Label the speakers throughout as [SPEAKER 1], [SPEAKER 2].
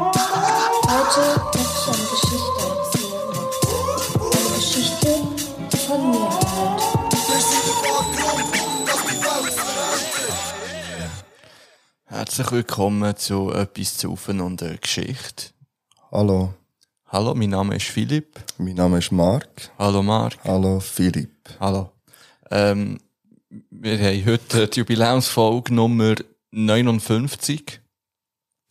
[SPEAKER 1] Heute möchte ich eine Geschichte erzählen. Eine Geschichte, die von mir halt. handelt.
[SPEAKER 2] Herzlich willkommen zu etwas zu Ufen und der Geschichte.
[SPEAKER 3] Hallo,
[SPEAKER 2] Hallo, mein Name ist Philipp.
[SPEAKER 3] mein Name ist Marc.
[SPEAKER 2] Hallo Marc.
[SPEAKER 3] Hallo Philipp.
[SPEAKER 2] Hallo. Ähm, wir haben heute die Jubiläumsfolge Nummer 59.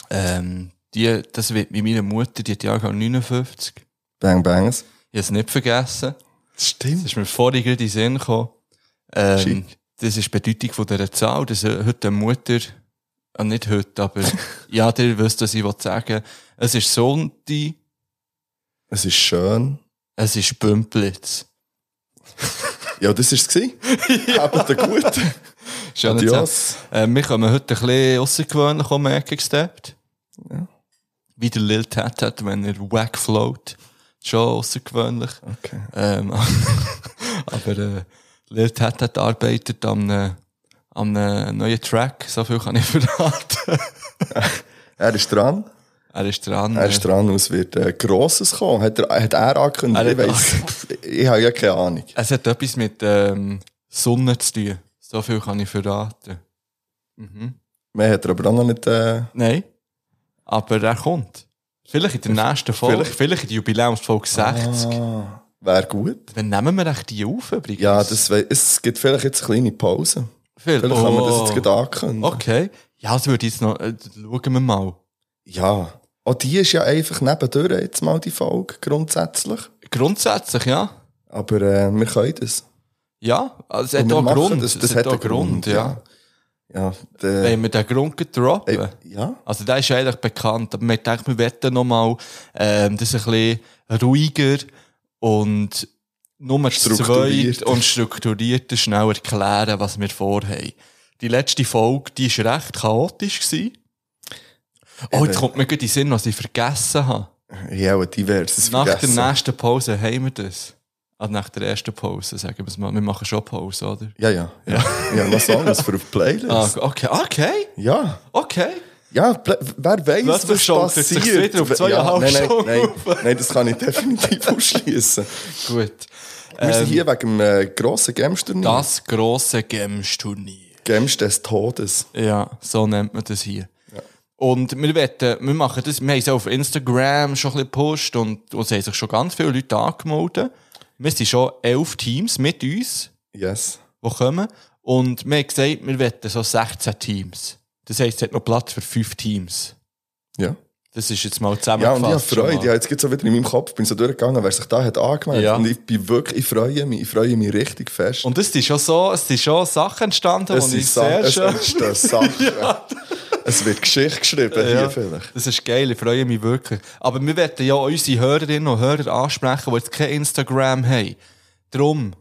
[SPEAKER 2] Ähm, die, das wird mit meiner Mutter, die hat Jahrgang 59. Ich
[SPEAKER 3] Bang Bangs.
[SPEAKER 2] habe es nicht vergessen. Das
[SPEAKER 3] Stimmt.
[SPEAKER 2] ist mir vorhin gerade in den Sinn gekommen. Ähm,
[SPEAKER 3] Shit.
[SPEAKER 2] das ist die Bedeutung von dieser Zahl, dass äh, heute eine Mutter, ah, nicht heute, aber ja, ihr wisst, was ich sagen will. Es ist Sonntag,
[SPEAKER 3] Es ist schön.
[SPEAKER 2] es ist Bümplitz.
[SPEAKER 3] Ja, das war's. ja. Habt ihr gut.
[SPEAKER 2] Schön
[SPEAKER 3] Adios.
[SPEAKER 2] Äh, wir kommen heute ein bisschen außergewöhnlich um die Ecke gesteppt.
[SPEAKER 3] Ja.
[SPEAKER 2] Wie der Lil Tat hat, wenn er wack float. Schon außergewöhnlich.
[SPEAKER 3] Okay.
[SPEAKER 2] Ähm, aber äh, Lil Tat hat arbeitet an einem, an einem äh, neuen Track. So viel kann ich verraten.
[SPEAKER 3] Er ist dran.
[SPEAKER 2] er ist dran.
[SPEAKER 3] Er ist dran und es wird äh, Grosses kommen. Hat er, hat er angekündigt?
[SPEAKER 2] Er hat
[SPEAKER 3] ich weiss. ich habe ja keine Ahnung.
[SPEAKER 2] Es hat etwas mit ähm, Sonne zu tun. So viel kann ich verraten. Mhm.
[SPEAKER 3] Mehr hat er aber auch noch nicht. Äh,
[SPEAKER 2] Nein. Aber er kommt. Vielleicht in der nächsten Folge. Vielleicht,
[SPEAKER 3] Vielleicht.
[SPEAKER 2] in der Jubiläumsfolge 60.
[SPEAKER 3] ah, Wäre gut.
[SPEAKER 2] Wann nehmen wir echt die auf übrigens?
[SPEAKER 3] Ja, das, we- es gibt vielleicht jetzt eine kleine Pause.
[SPEAKER 2] Vielleicht,
[SPEAKER 3] Vielleicht kann man das jetzt gerade ankündigen.
[SPEAKER 2] Oh. Okay. Ja, das würde ich jetzt noch... Äh, schauen wir mal.
[SPEAKER 3] Ja. Auch die ist ja einfach nebendurch jetzt mal die Folge, grundsätzlich.
[SPEAKER 2] Grundsätzlich, ja.
[SPEAKER 3] Aber äh, wir können das.
[SPEAKER 2] Ja, also es
[SPEAKER 3] Und
[SPEAKER 2] hat
[SPEAKER 3] wir
[SPEAKER 2] auch
[SPEAKER 3] machen
[SPEAKER 2] Grund.
[SPEAKER 3] Das, das
[SPEAKER 2] es
[SPEAKER 3] hat einen
[SPEAKER 2] Grund, ja.
[SPEAKER 3] Ja,
[SPEAKER 2] Wenn
[SPEAKER 3] der,
[SPEAKER 2] wir den Grund gedroppt.
[SPEAKER 3] ey, ja.
[SPEAKER 2] Also der ist eigentlich bekannt, aber wir denken, wir werden nochmal ähm, das ein bisschen ruhiger und Nummer
[SPEAKER 3] Strukturiert.
[SPEAKER 2] zwei und strukturierter schnell erklären, was wir vorhaben. Die letzte Folge, die war recht chaotisch. Gewesen. Oh, jetzt
[SPEAKER 3] Eben.
[SPEAKER 2] kommt mir gerade in den Sinn, was ich vergessen habe.
[SPEAKER 3] Ich habe ein diverses
[SPEAKER 2] Nach
[SPEAKER 3] vergessen.
[SPEAKER 2] der nächsten Pause haben wir das. Also nach der ersten Pause, sagen wir es mal. Wir machen schon Pause, oder?
[SPEAKER 3] Ja, ja. ja. ja was anderes für eine Playlist.
[SPEAKER 2] Ah, okay, okay,
[SPEAKER 3] Ja.
[SPEAKER 2] okay.
[SPEAKER 3] Ja, Pla- wer weiß,
[SPEAKER 2] Was
[SPEAKER 3] was
[SPEAKER 2] verschaukelt sich
[SPEAKER 3] passiert.
[SPEAKER 2] wieder auf zweieinhalb
[SPEAKER 3] nein, nein,
[SPEAKER 2] Stunden
[SPEAKER 3] nein,
[SPEAKER 2] auf?
[SPEAKER 3] nein, das kann ich definitiv ausschließen.
[SPEAKER 2] Gut.
[SPEAKER 3] Wir
[SPEAKER 2] Ähm,
[SPEAKER 3] sind hier wegen dem äh, grossen Gamsturnier.
[SPEAKER 2] Das grosse Games-Turnier.
[SPEAKER 3] Games des Todes.
[SPEAKER 2] Ja, so nennt man das hier. Und wir wette, wir machen das, wir haben es auch auf Instagram schon ein bisschen gepusht und, und es haben sich schon ganz viele Leute angemeldet. Wir sind schon elf Teams mit uns,
[SPEAKER 3] Yes.
[SPEAKER 2] die kommen. Und wir haben gesagt, wir wetten so 16 Teams. Das heisst, es hat noch Platz für fünf Teams.
[SPEAKER 3] Ja.
[SPEAKER 2] Das ist jetzt mal
[SPEAKER 3] Ja, und ich habe
[SPEAKER 2] zusammengefasst.
[SPEAKER 3] Freude.
[SPEAKER 2] schon
[SPEAKER 3] Ja,
[SPEAKER 2] mal.
[SPEAKER 3] jetzt geht so wieder in meinem Kopf. bin so durchgegangen, wer sich da hat angemeldet.
[SPEAKER 2] Ja.
[SPEAKER 3] Und ich bin wirklich, ich freue mich. Ich freue mich richtig fest.
[SPEAKER 2] Und es sind schon so, es sind schon Sachen entstanden,
[SPEAKER 3] es
[SPEAKER 2] die
[SPEAKER 3] sind
[SPEAKER 2] ich sehr
[SPEAKER 3] Sachen, es
[SPEAKER 2] schön
[SPEAKER 3] entstehen Sachen. Es wird Geschichte geschrieben hier vielleicht.
[SPEAKER 2] Das ist geil, ich freue mich wirklich. Aber wir werden ja unsere Hörerinnen und Hörer ansprechen, die jetzt kein Instagram haben. Drum,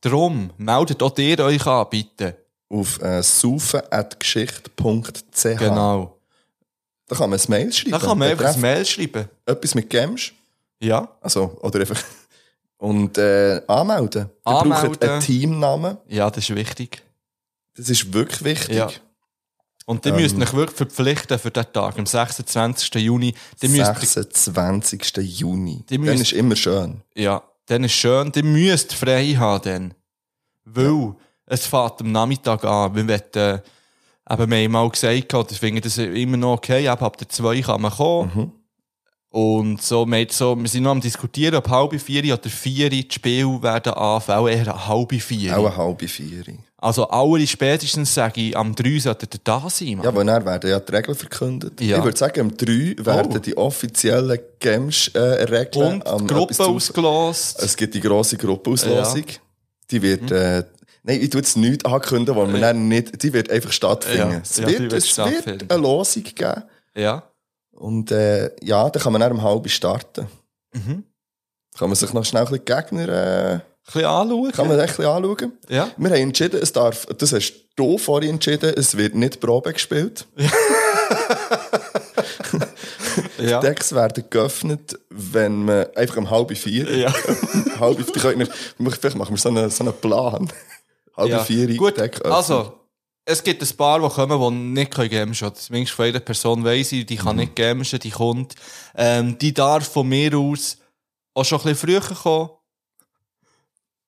[SPEAKER 2] drum, meldet auch ihr euch an, bitte.
[SPEAKER 3] Auf äh, saufen.geschichte.ch
[SPEAKER 2] Genau.
[SPEAKER 3] Da kann man ein Mail schreiben.
[SPEAKER 2] Da kann man einfach ein
[SPEAKER 3] Betreff
[SPEAKER 2] Mail schreiben.
[SPEAKER 3] Etwas mit Games.
[SPEAKER 2] Ja,
[SPEAKER 3] Also, oder einfach... Und äh, anmelden. Wir
[SPEAKER 2] Anmelden.
[SPEAKER 3] brauchen einen Teamnamen.
[SPEAKER 2] ja, das ist wichtig.
[SPEAKER 3] Das ist wirklich wichtig.
[SPEAKER 2] Ja. Und ihr müsst euch wirklich verpflichten für den Tag, am 26. Juni. Ihr müsst,
[SPEAKER 3] 26. Juni.
[SPEAKER 2] Die
[SPEAKER 3] Dann
[SPEAKER 2] müssen-
[SPEAKER 3] ist immer schön.
[SPEAKER 2] ja, dann ist schön, ihr müsst frei haben, dann. Weil es fährt am Nachmittag an. Wir wollen, äh, eben, wir haben mal gesagt, oder finden das immer noch okay, aber ab der 2 kann man kommen.
[SPEAKER 3] Mhm.
[SPEAKER 2] Und so, wir, haben so, wir sind noch am diskutieren, ob halbe vier oder vier das Spiel werden anfangen, eher halbe vier.
[SPEAKER 3] Auch eine halbe Vieri.
[SPEAKER 2] Also alle spätestens sage ich, am 3 sollten ihr da sein. Mann.
[SPEAKER 3] Ja, weil dann werden ja die Regeln verkündet.
[SPEAKER 2] Ja.
[SPEAKER 3] Ich würde sagen, am 3 werden
[SPEAKER 2] Oh.
[SPEAKER 3] die offiziellen äh, Games-Regeln
[SPEAKER 2] Und die Gruppe ausgelost.
[SPEAKER 3] ähm, Es gibt die grosse Gruppenauslosung. Die
[SPEAKER 2] Hm.
[SPEAKER 3] wird, äh, nein, ich tue jetzt nichts ankündigen, weil wir dann nicht, die wird einfach stattfinden.
[SPEAKER 2] Ja,
[SPEAKER 3] Es,
[SPEAKER 2] ja, die
[SPEAKER 3] wird,
[SPEAKER 2] wird
[SPEAKER 3] es
[SPEAKER 2] stattfinden.
[SPEAKER 3] wird eine Losung geben.
[SPEAKER 2] Ja.
[SPEAKER 3] Und, äh, ja, dann kann man dann um halb starten.
[SPEAKER 2] Mhm.
[SPEAKER 3] Kann man sich noch schnell ein bisschen die Gegner, äh,
[SPEAKER 2] Ein bisschen anschauen.
[SPEAKER 3] kann man ein bisschen anschauen.
[SPEAKER 2] Ja.
[SPEAKER 3] Wir haben entschieden, es darf, das hast du vorhin entschieden, es wird nicht Probe gespielt.
[SPEAKER 2] ja.
[SPEAKER 3] Die Decks werden geöffnet, wenn man einfach um halb vier.
[SPEAKER 2] Ja.
[SPEAKER 3] halb vier. Vielleicht machen wir so einen, so einen eh, Plan. Halb
[SPEAKER 2] Ja.
[SPEAKER 3] vier eh,
[SPEAKER 2] Gut,
[SPEAKER 3] Deck öffnen.
[SPEAKER 2] also, es gibt ein paar, die kommen, die nicht gamschen können. Zumindest von jeder Person weiss ich, die kann
[SPEAKER 3] Mhm.
[SPEAKER 2] nicht gamschen, die kommt. Ähm, die darf von mir aus auch schon ein bisschen früher kommen.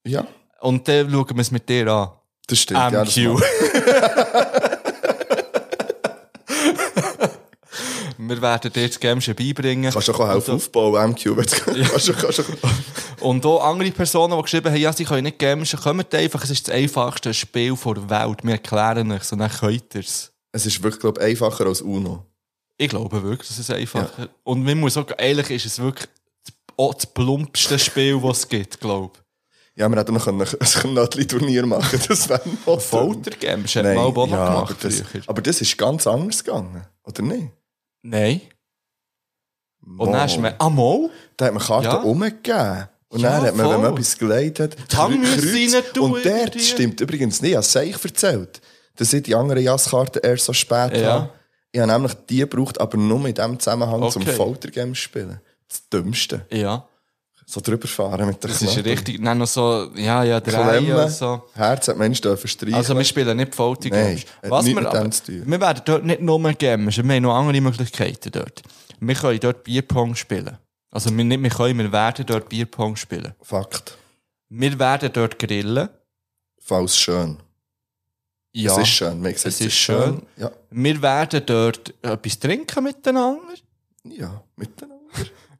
[SPEAKER 3] Ja,
[SPEAKER 2] Und dann schauen wir es mit dir an.
[SPEAKER 3] das stimmt. ja, das
[SPEAKER 2] MQ.
[SPEAKER 3] macht-
[SPEAKER 2] wir werden dir das Gamschen beibringen.
[SPEAKER 3] Kannst du auch helfen aufbauen, MQ, wenn du kannst. du- kannst du-
[SPEAKER 2] Und auch andere Personen, die geschrieben haben, ja, sie können nicht gamschen, kommt einfach, es ist das einfachste Spiel der Welt. Wir erklären euch und dann könnt ihr es.
[SPEAKER 3] Es ist wirklich, glaube ich, einfacher als UNO.
[SPEAKER 2] Ich glaube wirklich, dass es einfach Und man muss sagen, ehrlich ist es wirklich das- auch das plumpste Spiel, das es gibt, glaube ich.
[SPEAKER 3] Ja, wir hätten noch ein ein Nödli-Turnier machen Das wäre noch
[SPEAKER 2] Folter Games hat man auch noch
[SPEAKER 3] aber,
[SPEAKER 2] gemacht
[SPEAKER 3] das,
[SPEAKER 2] früher.
[SPEAKER 3] aber das ist ganz anders gegangen, oder nicht?
[SPEAKER 2] Nein. Und
[SPEAKER 3] Mal.
[SPEAKER 2] dann ist man, ah, mal?
[SPEAKER 3] Da hat man Karten
[SPEAKER 2] Ja.
[SPEAKER 3] umgegeben. Und
[SPEAKER 2] Ja,
[SPEAKER 3] dann hat man, wenn
[SPEAKER 2] voll.
[SPEAKER 3] man etwas gelegt hat,
[SPEAKER 2] Tang müssen
[SPEAKER 3] Kreuz.
[SPEAKER 2] sie rein tun,
[SPEAKER 3] Und dort
[SPEAKER 2] irgendwie.
[SPEAKER 3] stimmt übrigens nicht, als ich erzählt, dass ich die anderen Jasskarten erst so spät
[SPEAKER 2] Ja.
[SPEAKER 3] habe. Ich habe nämlich die gebraucht, aber nur in dem Zusammenhang zum
[SPEAKER 2] Okay.
[SPEAKER 3] Foltergame zu spielen. Das Dümmste.
[SPEAKER 2] Ja.
[SPEAKER 3] So drüber fahren mit der
[SPEAKER 2] Das ist
[SPEAKER 3] Klappe.
[SPEAKER 2] richtig, dann noch so, ja, ja, drei
[SPEAKER 3] Klemmen,
[SPEAKER 2] und so.
[SPEAKER 3] Herz hat Mensch dürfen streichen.
[SPEAKER 2] Also wir spielen nicht Faulty
[SPEAKER 3] Nein,
[SPEAKER 2] Games.
[SPEAKER 3] hat
[SPEAKER 2] Was
[SPEAKER 3] nichts
[SPEAKER 2] wir,
[SPEAKER 3] mit
[SPEAKER 2] aber,
[SPEAKER 3] dem zu tun.
[SPEAKER 2] wir werden dort nicht nur Games, wir haben noch andere Möglichkeiten dort. Wir können dort Bierpong spielen. Also wir nicht, wir können, wir werden dort Bierpong spielen.
[SPEAKER 3] Fakt.
[SPEAKER 2] Wir werden dort grillen.
[SPEAKER 3] Falls schön.
[SPEAKER 2] Ja.
[SPEAKER 3] Es ist schön. Man sieht,
[SPEAKER 2] Es ist schön.
[SPEAKER 3] Ja.
[SPEAKER 2] Wir werden dort etwas trinken miteinander.
[SPEAKER 3] ja, miteinander.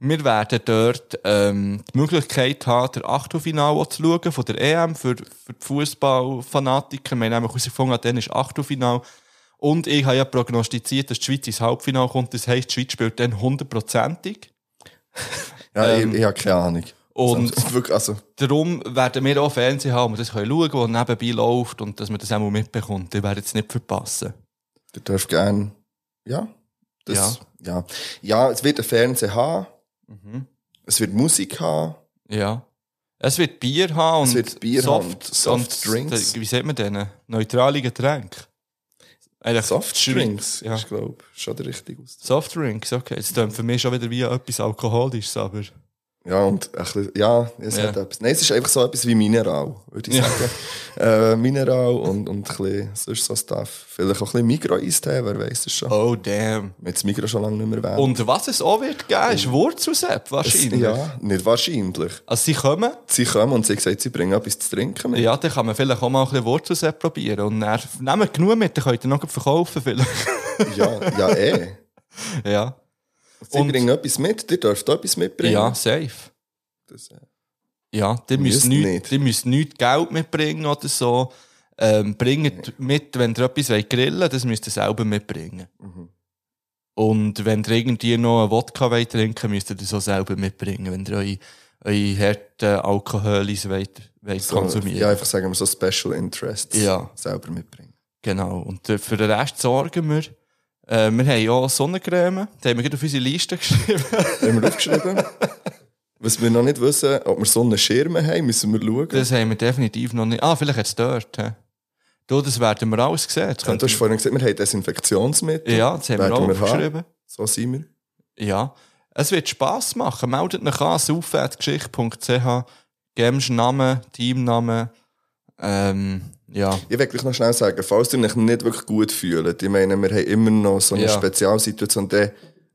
[SPEAKER 2] Wir werden dort ähm, die Möglichkeit haben, der Achtelfinale auch zu schauen von der EM für, für die Fußballfanatiker. Wir haben nämlich herausgefunden, ah, dann ist Achtelfinale. Und ich habe ja prognostiziert, dass die Schweiz ins Halbfinale kommt. Das heisst, die Schweiz spielt dann hundertprozentig.
[SPEAKER 3] Ja,
[SPEAKER 2] Ähm,
[SPEAKER 3] ich, ich habe keine Ahnung.
[SPEAKER 2] und-
[SPEAKER 3] Also, wirklich, also,
[SPEAKER 2] Darum werden wir auch Fernsehen haben, wo wir das können schauen können, was nebenbei läuft und dass man das auch mal mitbekommt. Ihr werdet es nicht verpassen.
[SPEAKER 3] Ihr dürft gerne. Ja. Das, ja. ja. es wird ein Fernseher haben,
[SPEAKER 2] Mhm.
[SPEAKER 3] es wird Musik haben.
[SPEAKER 2] Ja. Es wird Bier haben und
[SPEAKER 3] Es wird Bier haben und Softdrinks.
[SPEAKER 2] und- äh, Wie sagt man denn? Neutrale Getränke. Eigentlich
[SPEAKER 3] Softdrinks,
[SPEAKER 2] Ja.
[SPEAKER 3] ist, glaube ich, schon der richtige Ausdruck.
[SPEAKER 2] Softdrinks, okay. Jetzt klingt für mich schon wieder wie etwas Alkoholisches, aber.
[SPEAKER 3] Ja, und ein bisschen, ja, es
[SPEAKER 2] Ja.
[SPEAKER 3] hat etwas. Nein, es ist einfach so etwas wie Mineral, würde ich
[SPEAKER 2] Ja.
[SPEAKER 3] sagen. äh, Mineral und, und ein bisschen sonst so Stuff. Vielleicht auch ein bisschen Mikro-Eistee, wer weiß das schon. Wir
[SPEAKER 2] Oh, damn.
[SPEAKER 3] haben das Mikro schon lange nicht mehr erwähnt.
[SPEAKER 2] Und was es auch wird geben, ist Wurzelsepp
[SPEAKER 3] Es-
[SPEAKER 2] wahrscheinlich.
[SPEAKER 3] ja, nicht wahrscheinlich.
[SPEAKER 2] Also, sie kommen,
[SPEAKER 3] Sie kommen und sie sagt, sie bringen etwas zu trinken mit.
[SPEAKER 2] ja, dann kann man vielleicht auch mal ein bisschen Wurzelsepp probieren. Und dann nehmen wir genug mit, dann könnt ihr noch gleich verkaufen, vielleicht.
[SPEAKER 3] ja, ja eh.
[SPEAKER 2] ja.
[SPEAKER 3] Sie
[SPEAKER 2] Und-
[SPEAKER 3] bringen etwas mit, ihr dürft auch etwas mitbringen.
[SPEAKER 2] Ja, safe.
[SPEAKER 3] Das, äh,
[SPEAKER 2] Ja, die müssen,
[SPEAKER 3] Müsst
[SPEAKER 2] nicht.
[SPEAKER 3] nicht.
[SPEAKER 2] die müssen nicht Geld mitbringen oder so. Ähm, bringt mit, wenn ihr etwas wollt grillen wollt, das müsst ihr selber mitbringen.
[SPEAKER 3] Mhm.
[SPEAKER 2] Und wenn ihr irgendwie noch einen Wodka wollt trinken müsst ihr das auch selber mitbringen, wenn ihr eure, eure harten Alkoholis wollt, wollt
[SPEAKER 3] so,
[SPEAKER 2] konsumieren.
[SPEAKER 3] Ja, einfach sagen wir so Special Interests
[SPEAKER 2] Ja.
[SPEAKER 3] selber mitbringen.
[SPEAKER 2] Genau. Und äh, für den Rest sorgen wir. Äh, wir haben ja auch Sonnencreme, die haben wir gerade auf unsere Liste geschrieben.
[SPEAKER 3] Haben wir aufgeschrieben. Was wir noch nicht wissen, ob wir Sonnenschirme haben, müssen wir schauen.
[SPEAKER 2] Das haben wir definitiv noch nicht. Ah, vielleicht hat es dort. hä? Du, das werden wir alles sehen. Das
[SPEAKER 3] Und du hast
[SPEAKER 2] könnten-
[SPEAKER 3] vorhin gesagt, wir haben Desinfektionsmittel.
[SPEAKER 2] ja, das haben wir
[SPEAKER 3] Werden
[SPEAKER 2] auch
[SPEAKER 3] wir haben.
[SPEAKER 2] aufgeschrieben.
[SPEAKER 3] So sind wir.
[SPEAKER 2] Ja, es wird Spass machen. Meldet euch an, saufen.geschichte.ch. Games Namen, Teamnamen. Ähm, ja.
[SPEAKER 3] Ich will gleich noch schnell sagen, falls ihr euch nicht wirklich gut fühlt, ich meine, wir haben immer noch so eine
[SPEAKER 2] Ja.
[SPEAKER 3] Spezialsituation, dann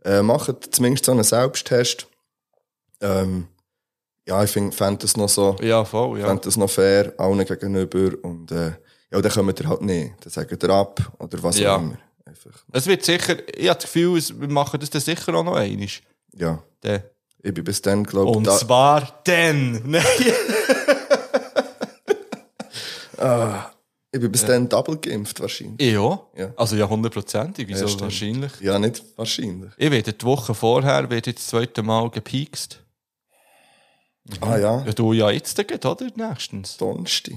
[SPEAKER 3] äh, macht zumindest so einen Selbsttest. Ähm, ja, ich fände das noch so...
[SPEAKER 2] Ja, voll,
[SPEAKER 3] ja.
[SPEAKER 2] ja.
[SPEAKER 3] fände das noch fair allen gegenüber und äh, ja, dann kommen wir halt nicht. Dann sagen wir ab oder was
[SPEAKER 2] Ja.
[SPEAKER 3] auch immer. Einfach.
[SPEAKER 2] Es wird sicher, ich habe das Gefühl, es- wir machen das dann sicher auch noch einmal.
[SPEAKER 3] Ja,
[SPEAKER 2] Dann.
[SPEAKER 3] ich bin bis dann, glaube
[SPEAKER 2] Und
[SPEAKER 3] ich,
[SPEAKER 2] zwar dann. Nein.
[SPEAKER 3] ich bin bis dann double geimpft wahrscheinlich.
[SPEAKER 2] ja.
[SPEAKER 3] Ja.
[SPEAKER 2] Also ja, hundertprozentig. Wieso
[SPEAKER 3] Ja, stimmt.
[SPEAKER 2] wahrscheinlich?
[SPEAKER 3] Ja, nicht wahrscheinlich.
[SPEAKER 2] Ich werde die Woche vorher, werde jetzt das zweite Mal gepiekst.
[SPEAKER 3] Ah ja,
[SPEAKER 2] Mhm. Ja, du ja jetzt, dann, oder? Nächstens.
[SPEAKER 3] Donnerstag.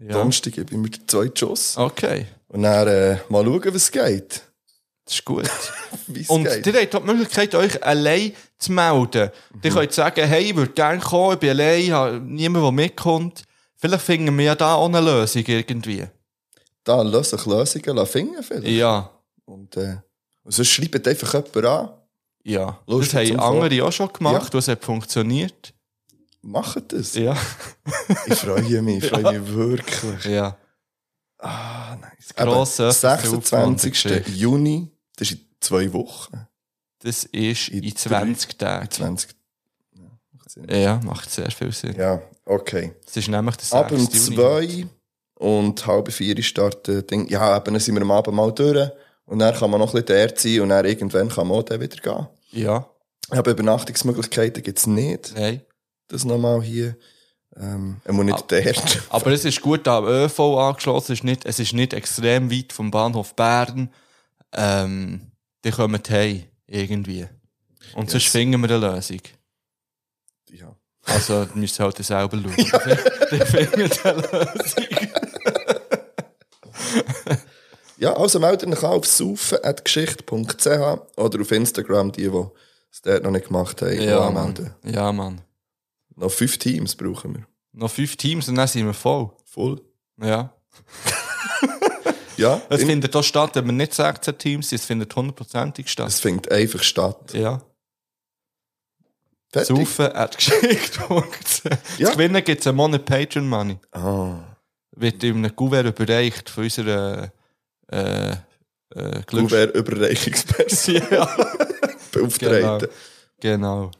[SPEAKER 2] Ja.
[SPEAKER 3] Donnerstag gebe ich mir den zweiten Schuss.
[SPEAKER 2] Okay,
[SPEAKER 3] Und dann äh, mal schauen, was geht.
[SPEAKER 2] das ist gut.
[SPEAKER 3] Wie es
[SPEAKER 2] Und
[SPEAKER 3] geht.
[SPEAKER 2] ihr habt auch die Möglichkeit, euch allein zu melden.
[SPEAKER 3] Mhm.
[SPEAKER 2] Ihr könnt sagen, hey, ich würde gerne kommen, ich bin allein, habe niemand, der mitkommt. Vielleicht finden wir ja da auch eine Lösung irgendwie.
[SPEAKER 3] Da lass ich Lösungen lass finden vielleicht.
[SPEAKER 2] Ja,
[SPEAKER 3] Und, äh, und sonst schreibt einfach jemand an.
[SPEAKER 2] ja.
[SPEAKER 3] Lust
[SPEAKER 2] das haben
[SPEAKER 3] zum
[SPEAKER 2] andere auch schon gemacht, das hat funktioniert.
[SPEAKER 3] Macht das.
[SPEAKER 2] Ja,
[SPEAKER 3] Ich freue mich, ich freue mich wirklich.
[SPEAKER 2] ja.
[SPEAKER 3] Ah, nein. Das
[SPEAKER 2] grosse öffentliche Aufwand
[SPEAKER 3] 26.
[SPEAKER 2] Geschichte.
[SPEAKER 3] Juni, das ist in zwei Wochen.
[SPEAKER 2] Das ist in,
[SPEAKER 3] In
[SPEAKER 2] 20 Tagen.
[SPEAKER 3] 20. Ja, macht Sinn.
[SPEAKER 2] Äh, Ja, macht sehr viel Sinn.
[SPEAKER 3] Ja, okay.
[SPEAKER 2] Es ist nämlich der 6.
[SPEAKER 3] Ab um
[SPEAKER 2] Juni.
[SPEAKER 3] 2 und halb 4 starten äh, Ding. Ja, eben, dann sind wir am Abend mal durch. Und dann kann man noch ein bisschen dort sein und dann irgendwann kann man auch dann wieder gehen.
[SPEAKER 2] Ja,
[SPEAKER 3] Aber Übernachtungsmöglichkeiten gibt es nicht.
[SPEAKER 2] nein.
[SPEAKER 3] Das nochmal hier. Ähm, er muss
[SPEAKER 2] Ah.
[SPEAKER 3] nicht dort.
[SPEAKER 2] Aber es ist gut am ÖV angeschlossen. Es ist nicht, es ist nicht extrem weit vom Bahnhof Bern. Ähm, die kommen hey irgendwie. Und sonst
[SPEAKER 3] Yes.
[SPEAKER 2] finden wir eine Lösung.
[SPEAKER 3] Ja.
[SPEAKER 2] Also, ihr müsst halt selber schauen. Die finden eine Lösung.
[SPEAKER 3] ja, also meldet euch an auf saufen.geschichte.ch oder auf Instagram, die, die es dort noch nicht gemacht haben,
[SPEAKER 2] Ja,
[SPEAKER 3] anmelden.
[SPEAKER 2] Mann. Ja, Mann.
[SPEAKER 3] Noch fünf Teams brauchen wir.
[SPEAKER 2] Noch fünf Teams und dann sind wir voll.
[SPEAKER 3] Voll.
[SPEAKER 2] Ja.
[SPEAKER 3] Ja,
[SPEAKER 2] Es
[SPEAKER 3] in-
[SPEAKER 2] findet auch statt, wenn wir nicht 16 Teams sind. Es findet hundertprozentig
[SPEAKER 3] es
[SPEAKER 2] statt.
[SPEAKER 3] findet einfach statt.
[SPEAKER 2] Ja.
[SPEAKER 3] Fertig.
[SPEAKER 2] Saufen hat geschickt.
[SPEAKER 3] Ja.
[SPEAKER 2] Ja. Zu gewinnen gibt es einen Monat Patreon Money.
[SPEAKER 3] Ah,
[SPEAKER 2] Wird in einem Gouverne überreicht von unserer äh, äh,
[SPEAKER 3] du
[SPEAKER 2] Glücks-
[SPEAKER 3] wärst Überreichungsperson
[SPEAKER 2] Ja.
[SPEAKER 3] beauftragt.
[SPEAKER 2] Genau. Genau.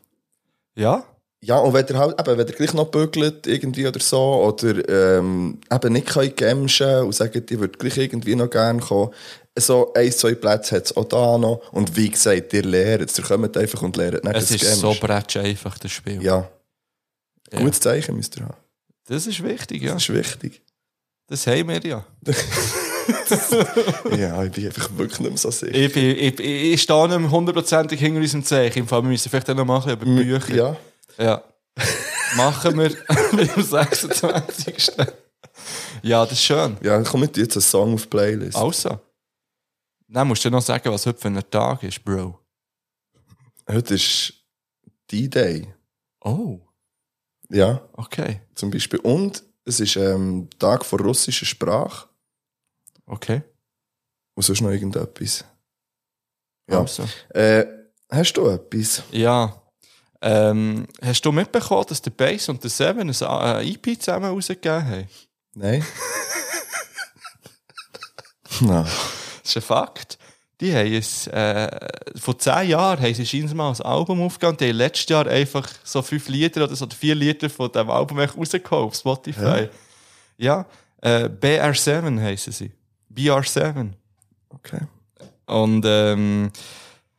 [SPEAKER 2] Ja?
[SPEAKER 3] Ja, und wenn ihr halt, eben, wenn ihr gleich noch bügelt irgendwie oder so, oder ähm, eben nicht könnt gemschen und sagt, ihr würdet gleich irgendwie noch gerne kommen, so ein, zwei Plätze hat es auch da noch. Und wie gesagt, ihr lehrt es. Ihr kommt einfach und lehrt nicht
[SPEAKER 2] Es ist
[SPEAKER 3] das Gemsch.
[SPEAKER 2] so bretsch einfach, das Spiel.
[SPEAKER 3] Ja.
[SPEAKER 2] Ja.
[SPEAKER 3] Gutes Zeichen müsst ihr haben.
[SPEAKER 2] Das ist wichtig,
[SPEAKER 3] Das
[SPEAKER 2] ja.
[SPEAKER 3] ist wichtig.
[SPEAKER 2] Das haben wir ja.
[SPEAKER 3] ja, ich bin einfach wirklich nicht mehr so sicher.
[SPEAKER 2] Ich, bin, ich, ich, ich stehe nicht mehr hundertprozentig hinter unserem Zeichen. Im Fall, wir müssen vielleicht auch noch machen über Bücher.
[SPEAKER 3] Ja.
[SPEAKER 2] Ja. Machen wir am 26. ja, das ist schön.
[SPEAKER 3] Ja, komm, ich tu jetzt einen Song auf die Playlist.
[SPEAKER 2] Also. Dann musst du noch sagen, was heute für ein Tag ist, Bro.
[SPEAKER 3] Heute ist D-Day.
[SPEAKER 2] Oh.
[SPEAKER 3] Ja,
[SPEAKER 2] Okay.
[SPEAKER 3] zum Beispiel. Und es ist ähm, Tag vor russischer Sprache.
[SPEAKER 2] Okay.
[SPEAKER 3] Und sonst noch irgendetwas. Ja.
[SPEAKER 2] Ja. Also.
[SPEAKER 3] Äh, hast du etwas?
[SPEAKER 2] Ja. Ähm, hast du mitbekommen, dass der Bass und der Seven ein A- ein EP zusammen rausgegeben haben?
[SPEAKER 3] Nein? Nein.
[SPEAKER 2] Das ist ein Fakt. Die haben es, äh, vor zehn Jahren haben sie scheinbar mal ein Album aufgegangen. Die haben letztes Jahr einfach so fünf Lieder oder so oder vier Lieder von diesem Album echt rausgeholt auf Spotify. Ja. Äh, BR7 heissen sie. BR7.
[SPEAKER 3] Okay.
[SPEAKER 2] Und ähm,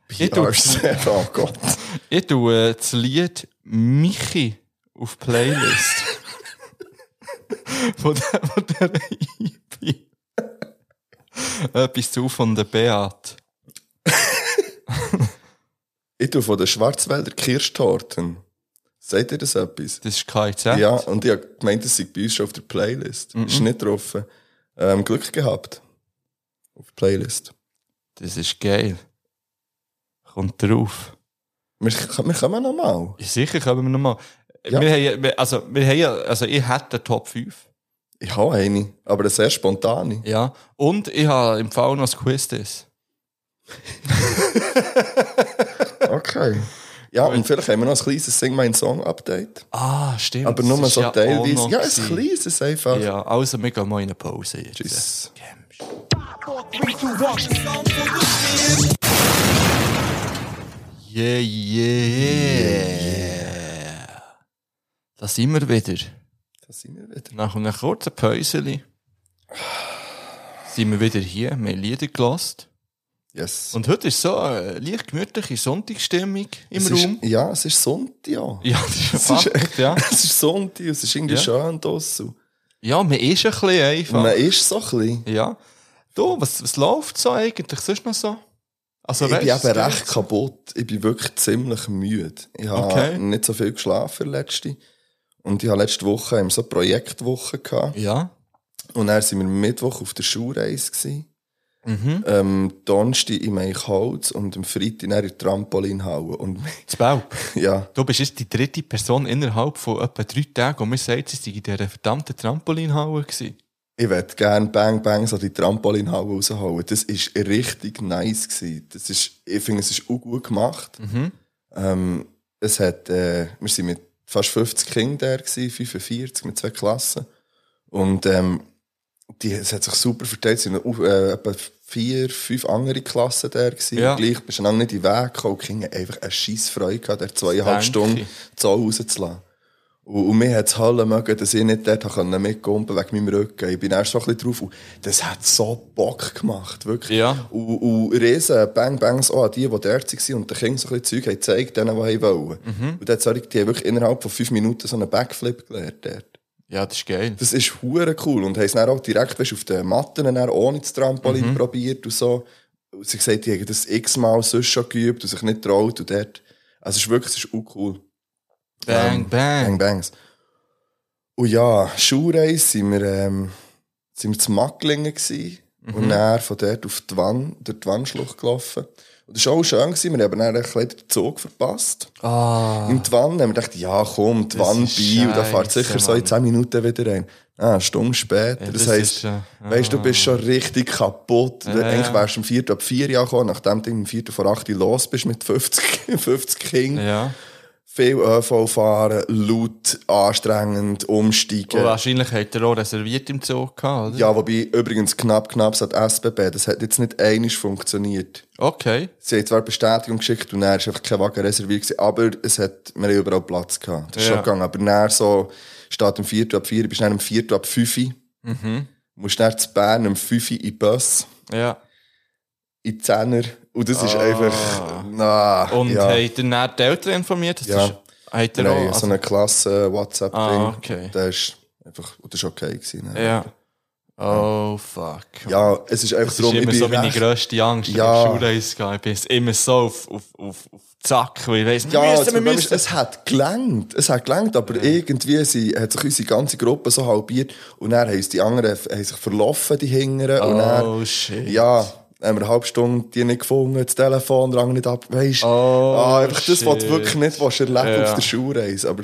[SPEAKER 2] Ich tu-
[SPEAKER 3] PR7. Oh Gott.
[SPEAKER 2] ich tue äh, das Lied Michi auf die Playlist. von der, von der EP. Etwas zu von der Beat.
[SPEAKER 3] Ich tue von den Schwarzwälder Kirschtorten. Seht ihr das etwas?
[SPEAKER 2] Das ist KIZ.
[SPEAKER 3] Ja, und ich habe gemeint, das sei bei uns schon auf der Playlist. Ist nicht drauf. Ähm, Glück gehabt. Auf der Playlist.
[SPEAKER 2] Das ist geil. Kommt drauf.
[SPEAKER 3] Wir, wir kommen nochmal.
[SPEAKER 2] Sicher kommen wir nochmal.
[SPEAKER 3] Ja.
[SPEAKER 2] Wir haben, ja- wir- also, wir haben, ja- also ich hätte eine Top 5.
[SPEAKER 3] Ich habe eine, aber eine sehr spontane.
[SPEAKER 2] Ja. Und ich habe im Fall noch das Quiz das.
[SPEAKER 3] Okay. Ja, und vielleicht haben wir noch ein kleines Sing Mein Song Update.
[SPEAKER 2] Ah, stimmt.
[SPEAKER 3] Aber
[SPEAKER 2] Das
[SPEAKER 3] nur
[SPEAKER 2] ist
[SPEAKER 3] so
[SPEAKER 2] ja auch
[SPEAKER 3] teilweise.
[SPEAKER 2] noch
[SPEAKER 3] Ja, ein
[SPEAKER 2] gewesen.
[SPEAKER 3] kleines einfach.
[SPEAKER 2] Ja, also wir gehen mal in eine Pause jetzt.
[SPEAKER 3] Tschüss.
[SPEAKER 2] Yeah, yeah. Da sind wir wieder.
[SPEAKER 3] Da sind wir wieder.
[SPEAKER 2] Nach einer kurzen Päuseli sind wir wieder hier, wir haben Lieder gelost.
[SPEAKER 3] Yes.
[SPEAKER 2] Und heute ist so eine leicht gemütliche Sonntagsstimmung im
[SPEAKER 3] es
[SPEAKER 2] Raum.
[SPEAKER 3] Ist, ja, es ist Sonntag. Ja.
[SPEAKER 2] Ja, das ist ein
[SPEAKER 3] Es ist-
[SPEAKER 2] Fakt, ja.
[SPEAKER 3] Es ist Sonntag, es ist irgendwie
[SPEAKER 2] Ja.
[SPEAKER 3] schön draussen.
[SPEAKER 2] Ja, man ist ein bisschen einfach.
[SPEAKER 3] Man ist so ein bisschen.
[SPEAKER 2] Ja. Du, was, was läuft so eigentlich sonst noch so? Also,
[SPEAKER 3] Ich bin
[SPEAKER 2] weißt du,
[SPEAKER 3] eben recht kaputt. Ich bin wirklich ziemlich müde. Ich habe
[SPEAKER 2] Okay.
[SPEAKER 3] nicht so viel geschlafen letzte. Und ich habe letzte Woche haben wir so eine Projektwoche gehabt.
[SPEAKER 2] Ja.
[SPEAKER 3] Und dann waren wir Mittwoch auf der Schulreise. Gewesen.
[SPEAKER 2] Mhm.
[SPEAKER 3] Ähm, Donnerstag im Eichholz und am Freitag dann in der Trampolinhalle. Und
[SPEAKER 2] Das Baub.
[SPEAKER 3] ja,
[SPEAKER 2] Du bist jetzt die dritte Person innerhalb von etwa drei Tagen und mir sagt, sie sei in dieser verdammten Trampolinhalle gewesen.
[SPEAKER 3] ich würde gerne Bang Bang so die Trampolinhalle raushauen. Das war richtig nice. Gewesen. Das ist, ich finde, es ist auch gut gemacht.
[SPEAKER 2] Mhm.
[SPEAKER 3] Ähm, es hat, äh, wir waren mit fast 50 Kindern da, gewesen, 45 mit zwei Klassen. Und ähm, die, es hat sich super verteilt. Es waren auf- äh, etwa vier, fünf andere Klassen da. Gewesen.
[SPEAKER 2] Ja.
[SPEAKER 3] Gleich bist du dann nicht in den Weg gekommen. Die Kinder hatten einfach eine scheisse Freude gehabt, der zweieinhalb
[SPEAKER 2] Denke
[SPEAKER 3] Stunden
[SPEAKER 2] ich.
[SPEAKER 3] zu rauszulassen. Und, und mir hat es Halle mögen, dass ich nicht dort konnte mitkumpen wegen meinem Rücken. Ich bin erst so ein bisschen drauf. Und das hat so Bock gemacht, wirklich.
[SPEAKER 2] Ja.
[SPEAKER 3] Und, und riesen Bang Bangs auch an die, die dort waren und den Kindern so ein bisschen Zeug haben gezeigt, denen, die wollten. Und dann habe ich die haben wirklich innerhalb von fünf Minuten so einen Backflip gelernt dort.
[SPEAKER 2] Ja, das ist geil.
[SPEAKER 3] Das ist hure cool. Und haben es dann auch direkt weißt, du, auf den Matten dann ohne das Trampolin probiert und so. Und sie gesagt, die haben das x-mal sonst schon geübt und sich nicht traut und dort. Also es ist wirklich, es ist auch cool.
[SPEAKER 2] Bang,
[SPEAKER 3] Ähm,
[SPEAKER 2] bang.
[SPEAKER 3] Bang Bangs. Und ja, Schuhreis sind wir, ähm, sind wir zu Macklingen gewesen
[SPEAKER 2] Mhm.
[SPEAKER 3] und dann von dort auf die Wann, durch die Wannschlucht gelaufen. Und das war auch schön, gewesen. wir haben dann ein bisschen den Zug verpasst.
[SPEAKER 2] Ah.
[SPEAKER 3] Und die Wanne, haben wir gedacht, ja komm, die
[SPEAKER 2] Das
[SPEAKER 3] Wanne
[SPEAKER 2] ist
[SPEAKER 3] bei, und da fährt
[SPEAKER 2] scheisse,
[SPEAKER 3] sicher so in
[SPEAKER 2] Mann.
[SPEAKER 3] 10 Minuten wieder rein. Ah, eine Stunde später.
[SPEAKER 2] Ja,
[SPEAKER 3] das
[SPEAKER 2] das
[SPEAKER 3] heisst,
[SPEAKER 2] ist schon-
[SPEAKER 3] weißt du, du bist schon richtig kaputt.
[SPEAKER 2] Ja,
[SPEAKER 3] Eigentlich
[SPEAKER 2] ja.
[SPEAKER 3] wärst du um 4 ab 4 Uhr angekommen, nachdem du um 4 vor 8 Uhr los bist mit 50, 50 Kindern.
[SPEAKER 2] Ja.
[SPEAKER 3] Viel ÖV fahren, laut, anstrengend, umsteigen.
[SPEAKER 2] Und wahrscheinlich hat er auch reserviert im Zug gehabt, oder?
[SPEAKER 3] ja, wobei übrigens knapp, knapp sagt SBB, das hat jetzt nicht einisch funktioniert.
[SPEAKER 2] Okay.
[SPEAKER 3] Sie haben zwar Bestätigung geschickt und dann war einfach kein Wagen reserviert, gewesen, aber es hat, wir haben überall Platz gehabt. Das ist
[SPEAKER 2] Ja.
[SPEAKER 3] schon gegangen. Aber dann so, statt um 4 Uhr ab 4 Uhr, bist du dann um 4 Uhr ab 5 Uhr.
[SPEAKER 2] Mhm.
[SPEAKER 3] Musst dann zu Bern um 5 Uhr in den Bus,
[SPEAKER 2] Ja.
[SPEAKER 3] in die 10er. Und das ist einfach, na,
[SPEAKER 2] Ah. Und
[SPEAKER 3] ja.
[SPEAKER 2] hat er dann die Eltern informiert? dass
[SPEAKER 3] Ja.
[SPEAKER 2] Das ja. Hat er
[SPEAKER 3] Wir haben
[SPEAKER 2] auch,
[SPEAKER 3] so
[SPEAKER 2] also,
[SPEAKER 3] eine Klasse-WhatsApp-Ding.
[SPEAKER 2] Ah, okay.
[SPEAKER 3] Das ist einfach, und das ist okay gewesen. ne?
[SPEAKER 2] also, ja. Oh, fuck.
[SPEAKER 3] Ja, es ist einfach
[SPEAKER 2] Das ist
[SPEAKER 3] darum, ich
[SPEAKER 2] immer
[SPEAKER 3] bin
[SPEAKER 2] so meine
[SPEAKER 3] recht-
[SPEAKER 2] grösste Angst, wenn
[SPEAKER 3] Ja.
[SPEAKER 2] ich Schulreise gehe. Ich bin jetzt immer so auf, auf, auf, auf Zack, weil ich weiss, wir
[SPEAKER 3] Ja, das
[SPEAKER 2] müssen, wir
[SPEAKER 3] Problem ist,
[SPEAKER 2] müssen.
[SPEAKER 3] es hat gelangt. Es hat gelangt, aber irgendwie sie, hat sich unsere ganze Gruppe so halbiert und dann haben uns die anderen haben sich verlaufen, die Hingeren. und dann,
[SPEAKER 2] Oh, shit.
[SPEAKER 3] ja, haben wir eine halbe Stunde die nicht gefunden, das Telefon rang nicht ab. Weißt du,
[SPEAKER 2] Oh,
[SPEAKER 3] ah, einfach das, was du
[SPEAKER 2] shit.
[SPEAKER 3] wirklich nicht willst, erleben
[SPEAKER 2] Ja.
[SPEAKER 3] auf der Schulreise. Aber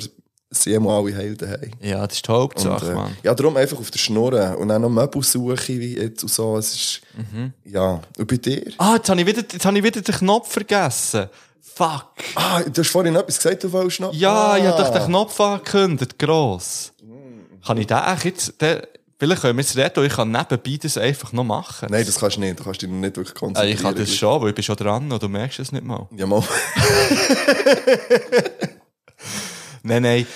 [SPEAKER 3] sie haben alle heil daheim.
[SPEAKER 2] Ja, das ist die Hauptsache,
[SPEAKER 3] Und, äh,
[SPEAKER 2] Mann.
[SPEAKER 3] ja, darum einfach auf der Schnurren und dann noch Möbelsuche wie jetzt und so. Es ist,
[SPEAKER 2] Mhm.
[SPEAKER 3] ja. Und bei dir?
[SPEAKER 2] Ah, jetzt habe ich, wieder- jetzt hab ich wieder den Knopf vergessen. Fuck.
[SPEAKER 3] Ah, du hast vorhin etwas gesagt, du wolltest noch.
[SPEAKER 2] Ja,
[SPEAKER 3] ah.
[SPEAKER 2] ich habe doch den Knopf angekündigt, gross. Kann ich den eigentlich jetzt, den, vielleicht können wir jetzt reden, und ich kann nebenbei das einfach noch machen.
[SPEAKER 3] Nein, das kannst du nicht. Du kannst dich nicht wirklich
[SPEAKER 2] Äh,
[SPEAKER 3] konzentrieren.
[SPEAKER 2] ich kann das schon, weil ich bin schon dran nou, und du merkst es nicht mal.
[SPEAKER 3] Ja, mal.
[SPEAKER 2] Nein, nein.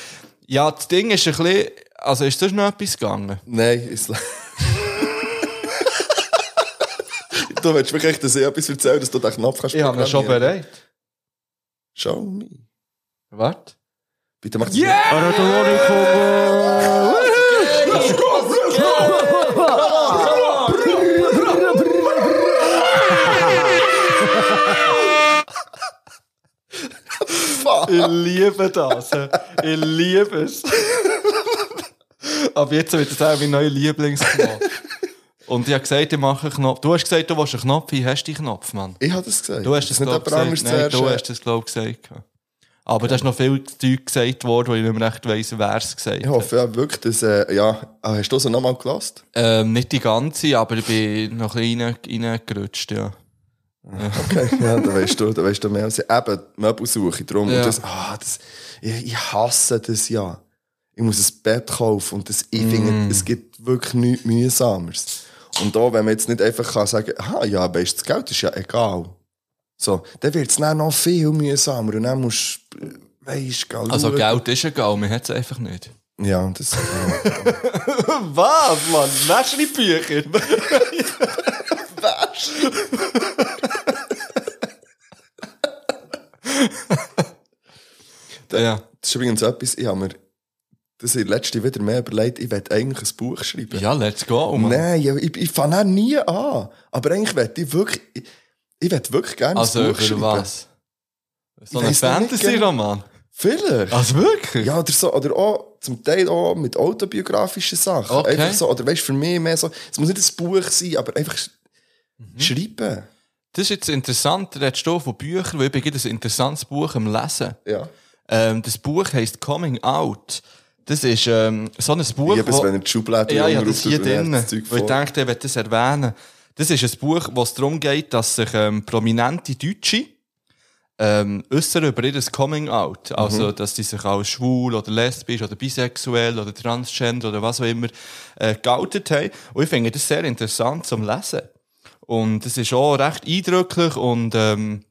[SPEAKER 2] Ja, das Ding ist ein bisschen, also ist das noch etwas dus gegangen?
[SPEAKER 3] Nein, ist Du willst wirklich, dass ich etwas erzähle, dass du den Knopf kannst. programmieren.
[SPEAKER 2] bereit.
[SPEAKER 3] Show me.
[SPEAKER 2] Warte.
[SPEAKER 3] Bitte mach das
[SPEAKER 2] Yeah!
[SPEAKER 3] Fuck.
[SPEAKER 2] Ich liebe das. Ich liebe es. Aber jetzt wird es auch mein neuer Lieblingsknopf. Und ich habe gesagt, ich mache einen Knopf. Du hast gesagt, du willst einen Knopf. Wie hast du den Knopf, Mann?
[SPEAKER 3] Ich habe das gesagt.
[SPEAKER 2] Du hast es,
[SPEAKER 3] nicht
[SPEAKER 2] glaub,
[SPEAKER 3] jemand
[SPEAKER 2] gesagt.
[SPEAKER 3] anderes
[SPEAKER 2] Nein,
[SPEAKER 3] zuerst.
[SPEAKER 2] du hast es, glaub, gesagt. Aber da ist noch viel Zeug gesagt worden, wo ich nicht mehr recht weiss, wer es gesagt
[SPEAKER 3] Ich
[SPEAKER 2] hat.
[SPEAKER 3] hoffe ja, wirklich, dass. Äh, ja. Ah, hast du es nochmal gelassen?
[SPEAKER 2] Ähm, nicht die ganze, aber ich bin noch ein bisschen rein- reingerutscht, ja.
[SPEAKER 3] Okay, ja, da weißt du, da weißt du mehr als ich. Eben, die Möbelsuche, drum.
[SPEAKER 2] Ja.
[SPEAKER 3] Und das, ah, das, ich, ich hasse das ja. Ich muss ein Bett kaufen und das, ich
[SPEAKER 2] Mm.
[SPEAKER 3] finde, es gibt wirklich nichts mühsameres. Und da, wenn man jetzt nicht einfach kann sagen ah ja, weißt, das Geld ist ja egal. So, dann wird es dann noch viel mühsamer und dann musst du, weißt du,
[SPEAKER 2] Also Geld ist egal, man hat es einfach nicht.
[SPEAKER 3] Ja, das, ja.
[SPEAKER 2] Was, Mann? Wäschli-Bücher? ja.
[SPEAKER 3] das ist übrigens etwas, ich habe mir das in letzter wieder mehr überlegt, ich werde eigentlich ein Buch schreiben.
[SPEAKER 2] Ja, let's go, Mann.
[SPEAKER 3] Nein, ja, ich, ich fange auch nie an. Aber eigentlich möchte ich wirklich. Ich, ich möchte wirklich gerne
[SPEAKER 2] Also
[SPEAKER 3] ein
[SPEAKER 2] über
[SPEAKER 3] Buch schreiben.
[SPEAKER 2] was? So ein
[SPEAKER 3] Ich weiss noch nicht
[SPEAKER 2] Fantasy-Roman?
[SPEAKER 3] Vielleicht.
[SPEAKER 2] Also wirklich?
[SPEAKER 3] Ja, oder so. Oder auch zum Teil auch mit autobiografischen Sachen.
[SPEAKER 2] Okay.
[SPEAKER 3] Einfach so. Oder weißt du, für mich mehr so. Es muss nicht ein Buch sein, aber einfach sch-
[SPEAKER 2] Mhm.
[SPEAKER 3] schreiben.
[SPEAKER 2] Das ist jetzt interessant, da redest du von Büchern, weil ich bin gerade ein interessantes Buch am Lesen.
[SPEAKER 3] Ja.
[SPEAKER 2] Ähm, das Buch heisst Coming Out. Das ist ähm, so ein Buch,
[SPEAKER 3] Ich habe es,
[SPEAKER 2] wo-
[SPEAKER 3] wenn er die Schublade
[SPEAKER 2] Ja, ja,
[SPEAKER 3] umruft,
[SPEAKER 2] das hier
[SPEAKER 3] dann hat
[SPEAKER 2] drin.
[SPEAKER 3] das Zeug
[SPEAKER 2] Weil ich
[SPEAKER 3] voll.
[SPEAKER 2] denke, ich will das erwähnen. Das ist ein Buch, wo es darum geht, dass sich ähm, prominente Deutsche ähm, äußern über ihr Coming-out. Also, dass sie sich als schwul oder lesbisch oder bisexuell oder transgender oder was auch immer äh, geoutet haben. Und ich finde das sehr interessant zum Lesen. Und es ist auch recht eindrücklich und, ähm,